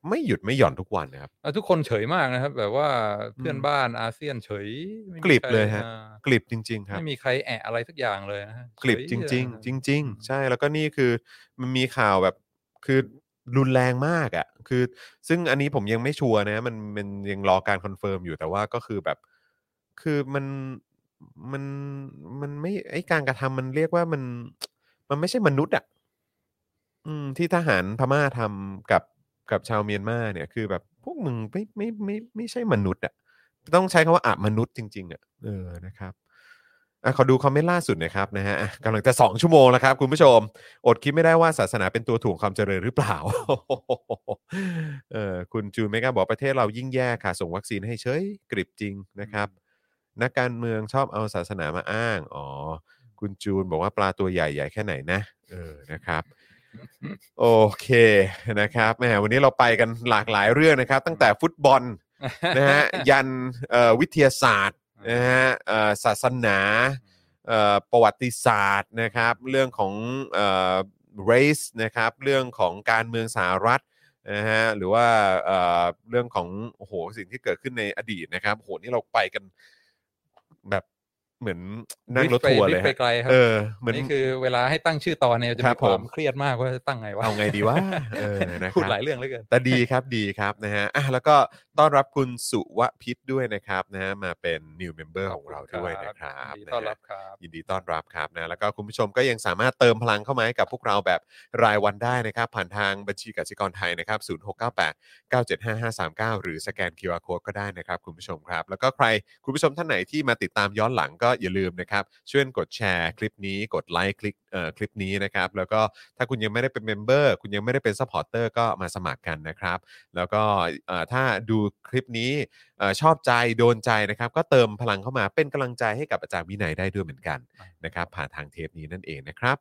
A: ไม่หยุดไม่หย่อนทุกวันนะครับ
B: แล้วทุกคนเฉยมากนะครับ แบบว่าเพื่อน
A: อืม
B: บ้านอาเซียนเฉยไม่มี
A: กลิบ
B: ใคร
A: เลยฮะ
B: อ่าก
A: ลิบจริง ๆ ครับ
B: ไม่มีใครแอะอะไรสักอย่างเลยนะฮะ
A: กลิบ
B: เฉย
A: จริง
B: เลย
A: ๆ จริง ๆ ใช่แล้วก็นี่คือมันมีข่าวแบบคือรุนแรงมากอะ่ะคือ ซึ่งอันนี้ผมยังไม่ชัวร์นะมันมันยังรอการคอนเฟิร์มอยู่แต่ว่าก็คือแบบ คือมันมันมันไม่ไอการกระทำมันเรียกว่ามัน มันไม่ใช่มนุษย์อะ่ะอืม ที่ทหารพม่าทำกับกับชาวเมียนมาเนี่ย คือแบบพวกมึงไม่ไม่ไม่ไม่ใช่มนุษย์อะ่ะ ต้องใช้คำว่าอะมนุษย์จริง ๆอะ่ะเออนะครับ อ่ะขอดูคอมเมนต์ล่าสุดหนะครับนะฮะอ่ะกำลังจะ 2 ชั่วโมงแล้วครับ คุณผู้ชม อดคิดไม่ได้ว่าศาสนาเป็นตัวถ่วงความเจริญหรือเปล่า <laughs> เออคุณจูนเมกาบอกประเทศเรายิ่งแย่ค่ะ ส่งวัคซีนให้เฉยกริบจริงนะครับ นักการเมืองชอบเอาศาสนามาอ้าง อ๋อ คุณจูนบอกว่าปลาตัวใหญ่ใหญ่แค่ไหนนะ เออนะครับ โอเคนะครับแหมวันนี้เราไปกันหลากหลายเรื่องนะครับ ตั้งแต่ฟุตบอล นะ
B: <laughs>
A: ฮะยันเอ่อวิทยาศาสตร์นะฮะเอ่อศาสนาเอ่อประวัติศาสตร์นะครับ เรื่องของเอ่อ race นะครับ เรื่องของการเมืองสหรัฐนะฮะหรือว่าเอ่อเรื่องของโอ้โหสิ่งที่เกิดขึ้นในอดีตนะครับโอ้โหนี่เราไปกันแบบเหมือนนั่งรถทัวร์เลย
B: ไป
A: ฮะ
B: ไกลครับ
A: เออเหมือน
B: นี่คือเวลาให้ตั้งชื่อตอนเนี่ยจะ
A: ครั
B: มี
A: บ
B: ค
A: ผม
B: วามเครียดมากว่าจะตั้งไงวะ
A: เอาไงดีวะเออ
B: <laughs>
A: นะค
B: พูด
A: รับ
B: หลายเรื่องเหลือเกิน
A: แต่ดีครับดีครับนะฮะอ่ะแล้วก็ต้อนรับคุณสุวพิษด้วยนะครับนะฮะมาเป็น new member ของเราด้วยนะครับ
B: ยินดีต้อนรับครับ
A: นะฮะยินดีต้อนรับครับนะแล้วก็คุณผู้ชมก็ยังสามารถเติมพลังเข้ามาให้กับพวกเราแบบรายวันได้นะครับ ผ่านทางบัญชีกสิกรไทยนะครับ 0698 975539 หรือสแกน QR Code ก็ได้นะครับ คุณผู้ชมครับ แล้วก็ใครคุณผู้ชมท่านไหนที่มาติดตามย้อนหลังก็อย่าลืมนะครับ ช่วยกดแชร์คลิปนี้กดไลค์คลิปเอ่อคลิปนี้นะครับ แล้วก็ถ้าคุณยังไม่ได้เป็นเมมเบอร์คุณยังไม่ได้เป็นซัพพอร์เตอร์ก็มาสมัครกันนะครับ แล้วก็เอ่อถ้าดูคลิปนี้เอ่อชอบใจโดนใจนะครับ ก็เติมพลังเข้ามาเป็นกำลังใจให้กับอาจารย์วินัยได้ด้วยเหมือนกันนะครับผ่านทางเทปนี้นั่นเองนะครับ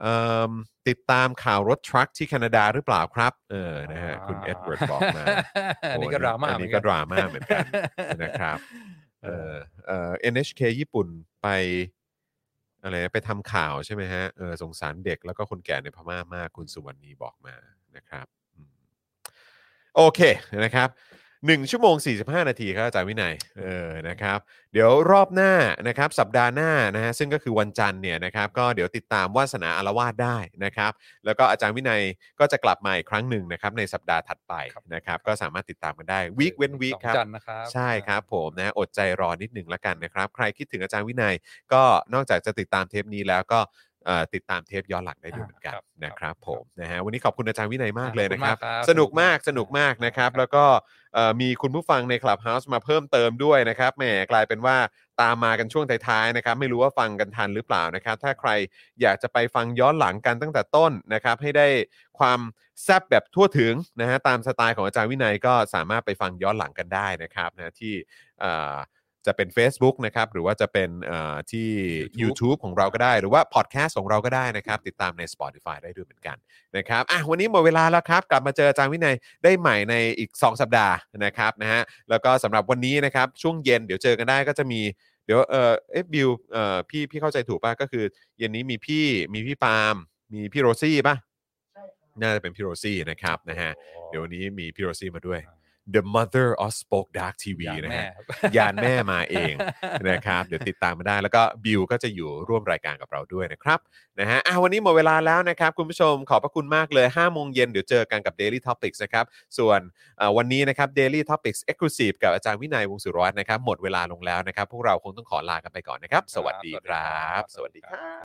A: เอิ่มติดตามข่าวรถทรัคที่แคนาดาหรือเปล่าครับเออนะฮะคุณเอ็ดเวิร์ดบอกมา
B: <laughs> อันนี้
A: โ
B: ก็ดราม่า
A: อันนี้ก็ดราม่าเหมือนกันนะครับ เออเอ่อ NHK ญี่ปุ่นไปอะไรนะไปทำข่าวใช่ไหมฮะเออสงสารเด็กแล้วก็คนแก่ในพม่ามากคุณสุวรรณีบอกมานะครับอืมโอเคนะครับ1ชั่วโมง 45 นาทีครับอาจารย์วินัยเออนะครับ เดี๋ยวรอบหน้านะครับสัปดาห์หน้านะฮะซึ่งก็คือวันจันทร์เนี่ยนะครับก็เดี๋ยวติดตามวาสนาอารวาสได้นะครับ แล้วก็อาจารย์วินัยก็จะกลับมาอีกครั้งหนึ่งนะครับในสัปดาห์ถัดไปนะครับ ก็สามารถติดตามกันได้วีคเว้นวีค
B: สอง
A: ครับ
B: จันทร์นะครับ
A: ใช่ครับผมนะอดใจรอนิดหนึ่งละกันนะครับ ใครคิดถึงอาจารย์วินัยก็นอกจากจะติดตามเทปนี้แล้วก็เอ่อติดตามเทปย้อนหลังได้ด้วยเหมือนกัน
B: ครับ
A: นะครับผมนะฮะวันนี้ขอบคุณอาจารย์วินัยมาก
B: อ่ะ
A: เลยนะครับ
B: ขอบคุณมากครับ
A: สนุกมาก
B: ส
A: ส
B: นุ
A: นุกมาม
B: กาก ก
A: นะครับ
B: ครับ
A: แล้วก็เอ่อมีคุณผู้ฟังใน Clubhouse มาเพิ่มเติมด้วยนะครับแหมกลายเป็นว่าตามมากันช่วงท้ายๆนะครับ ไม่รู้ว่าฟังกันทันหรือเปล่านะครับ ถ้าใครอยากจะไปฟังย้อนหลังกันตั้งแต่ต้นนะครับ ให้ได้ความแซบแบบทั่วถึงนะฮะตามสไตล์ของอาจารย์วินัยก็สามารถไปฟังย้อนหลังกันได้นะครับนะที่ อ่าจะเป็น Facebook นะครับ หรือว่าจะเป็นอ่าที่
B: YouTube
A: YouTube ของเราก็ได้ หรือว่าพอดแคสต์ของเราก็ได้นะครับ ติดตามใน Spotify ได้ด้วยเหมือนกันนะครับอ่ะวันนี้หมดเวลาแล้วครับ กลับมาเจออาจารย์วินัยได้ใหม่ในอีก 2 สัปดาห์นะครับนะฮะแล้วก็สำหรับวันนี้นะครับ ช่วงเย็นเดี๋ยวเจอกันได้ก็จะมี เดี๋ยวเออเอ๊ะบิวเอ่อพี่พี่เข้าใจถูกป่ะก็คือ เย็นนี้มีพี่มีพี่ปาล์มมีพี่โรซี่ป่ะน่าจะเป็นพี่โรซี่นะครับนะฮะเดี๋ยววันนี้มีพี่โรซี่มาด้วย The Mother of Spoke Dark TV
B: อย่าง
A: นะ
B: แม่
A: ฮะ
B: ครับ
A: ยานแม่มาเอง <laughs> นะครับเดี๋ยวติดตามมาได้แล้วก็บิวก็จะอยู่ร่วมรายการกับเราด้วยนะครับนะฮะอ่ะวันนี้หมดเวลาแล้วนะครับคุณผู้ชมขอบพระคุณมากเลย5โมงเย็นเดี๋ยวเจอกันกับ Daily Topics นะครับส่วนเอ่อวันนี้นะครับ Daily Topics Exclusive กับอาจารย์วินัยวงศ์สุรวัตรนะครับหมดเวลาลงแล้วนะครับ พวกเราคงต้องขอลากันไปก่อนนะครับ สวัสดีครับ สวัสดีครับ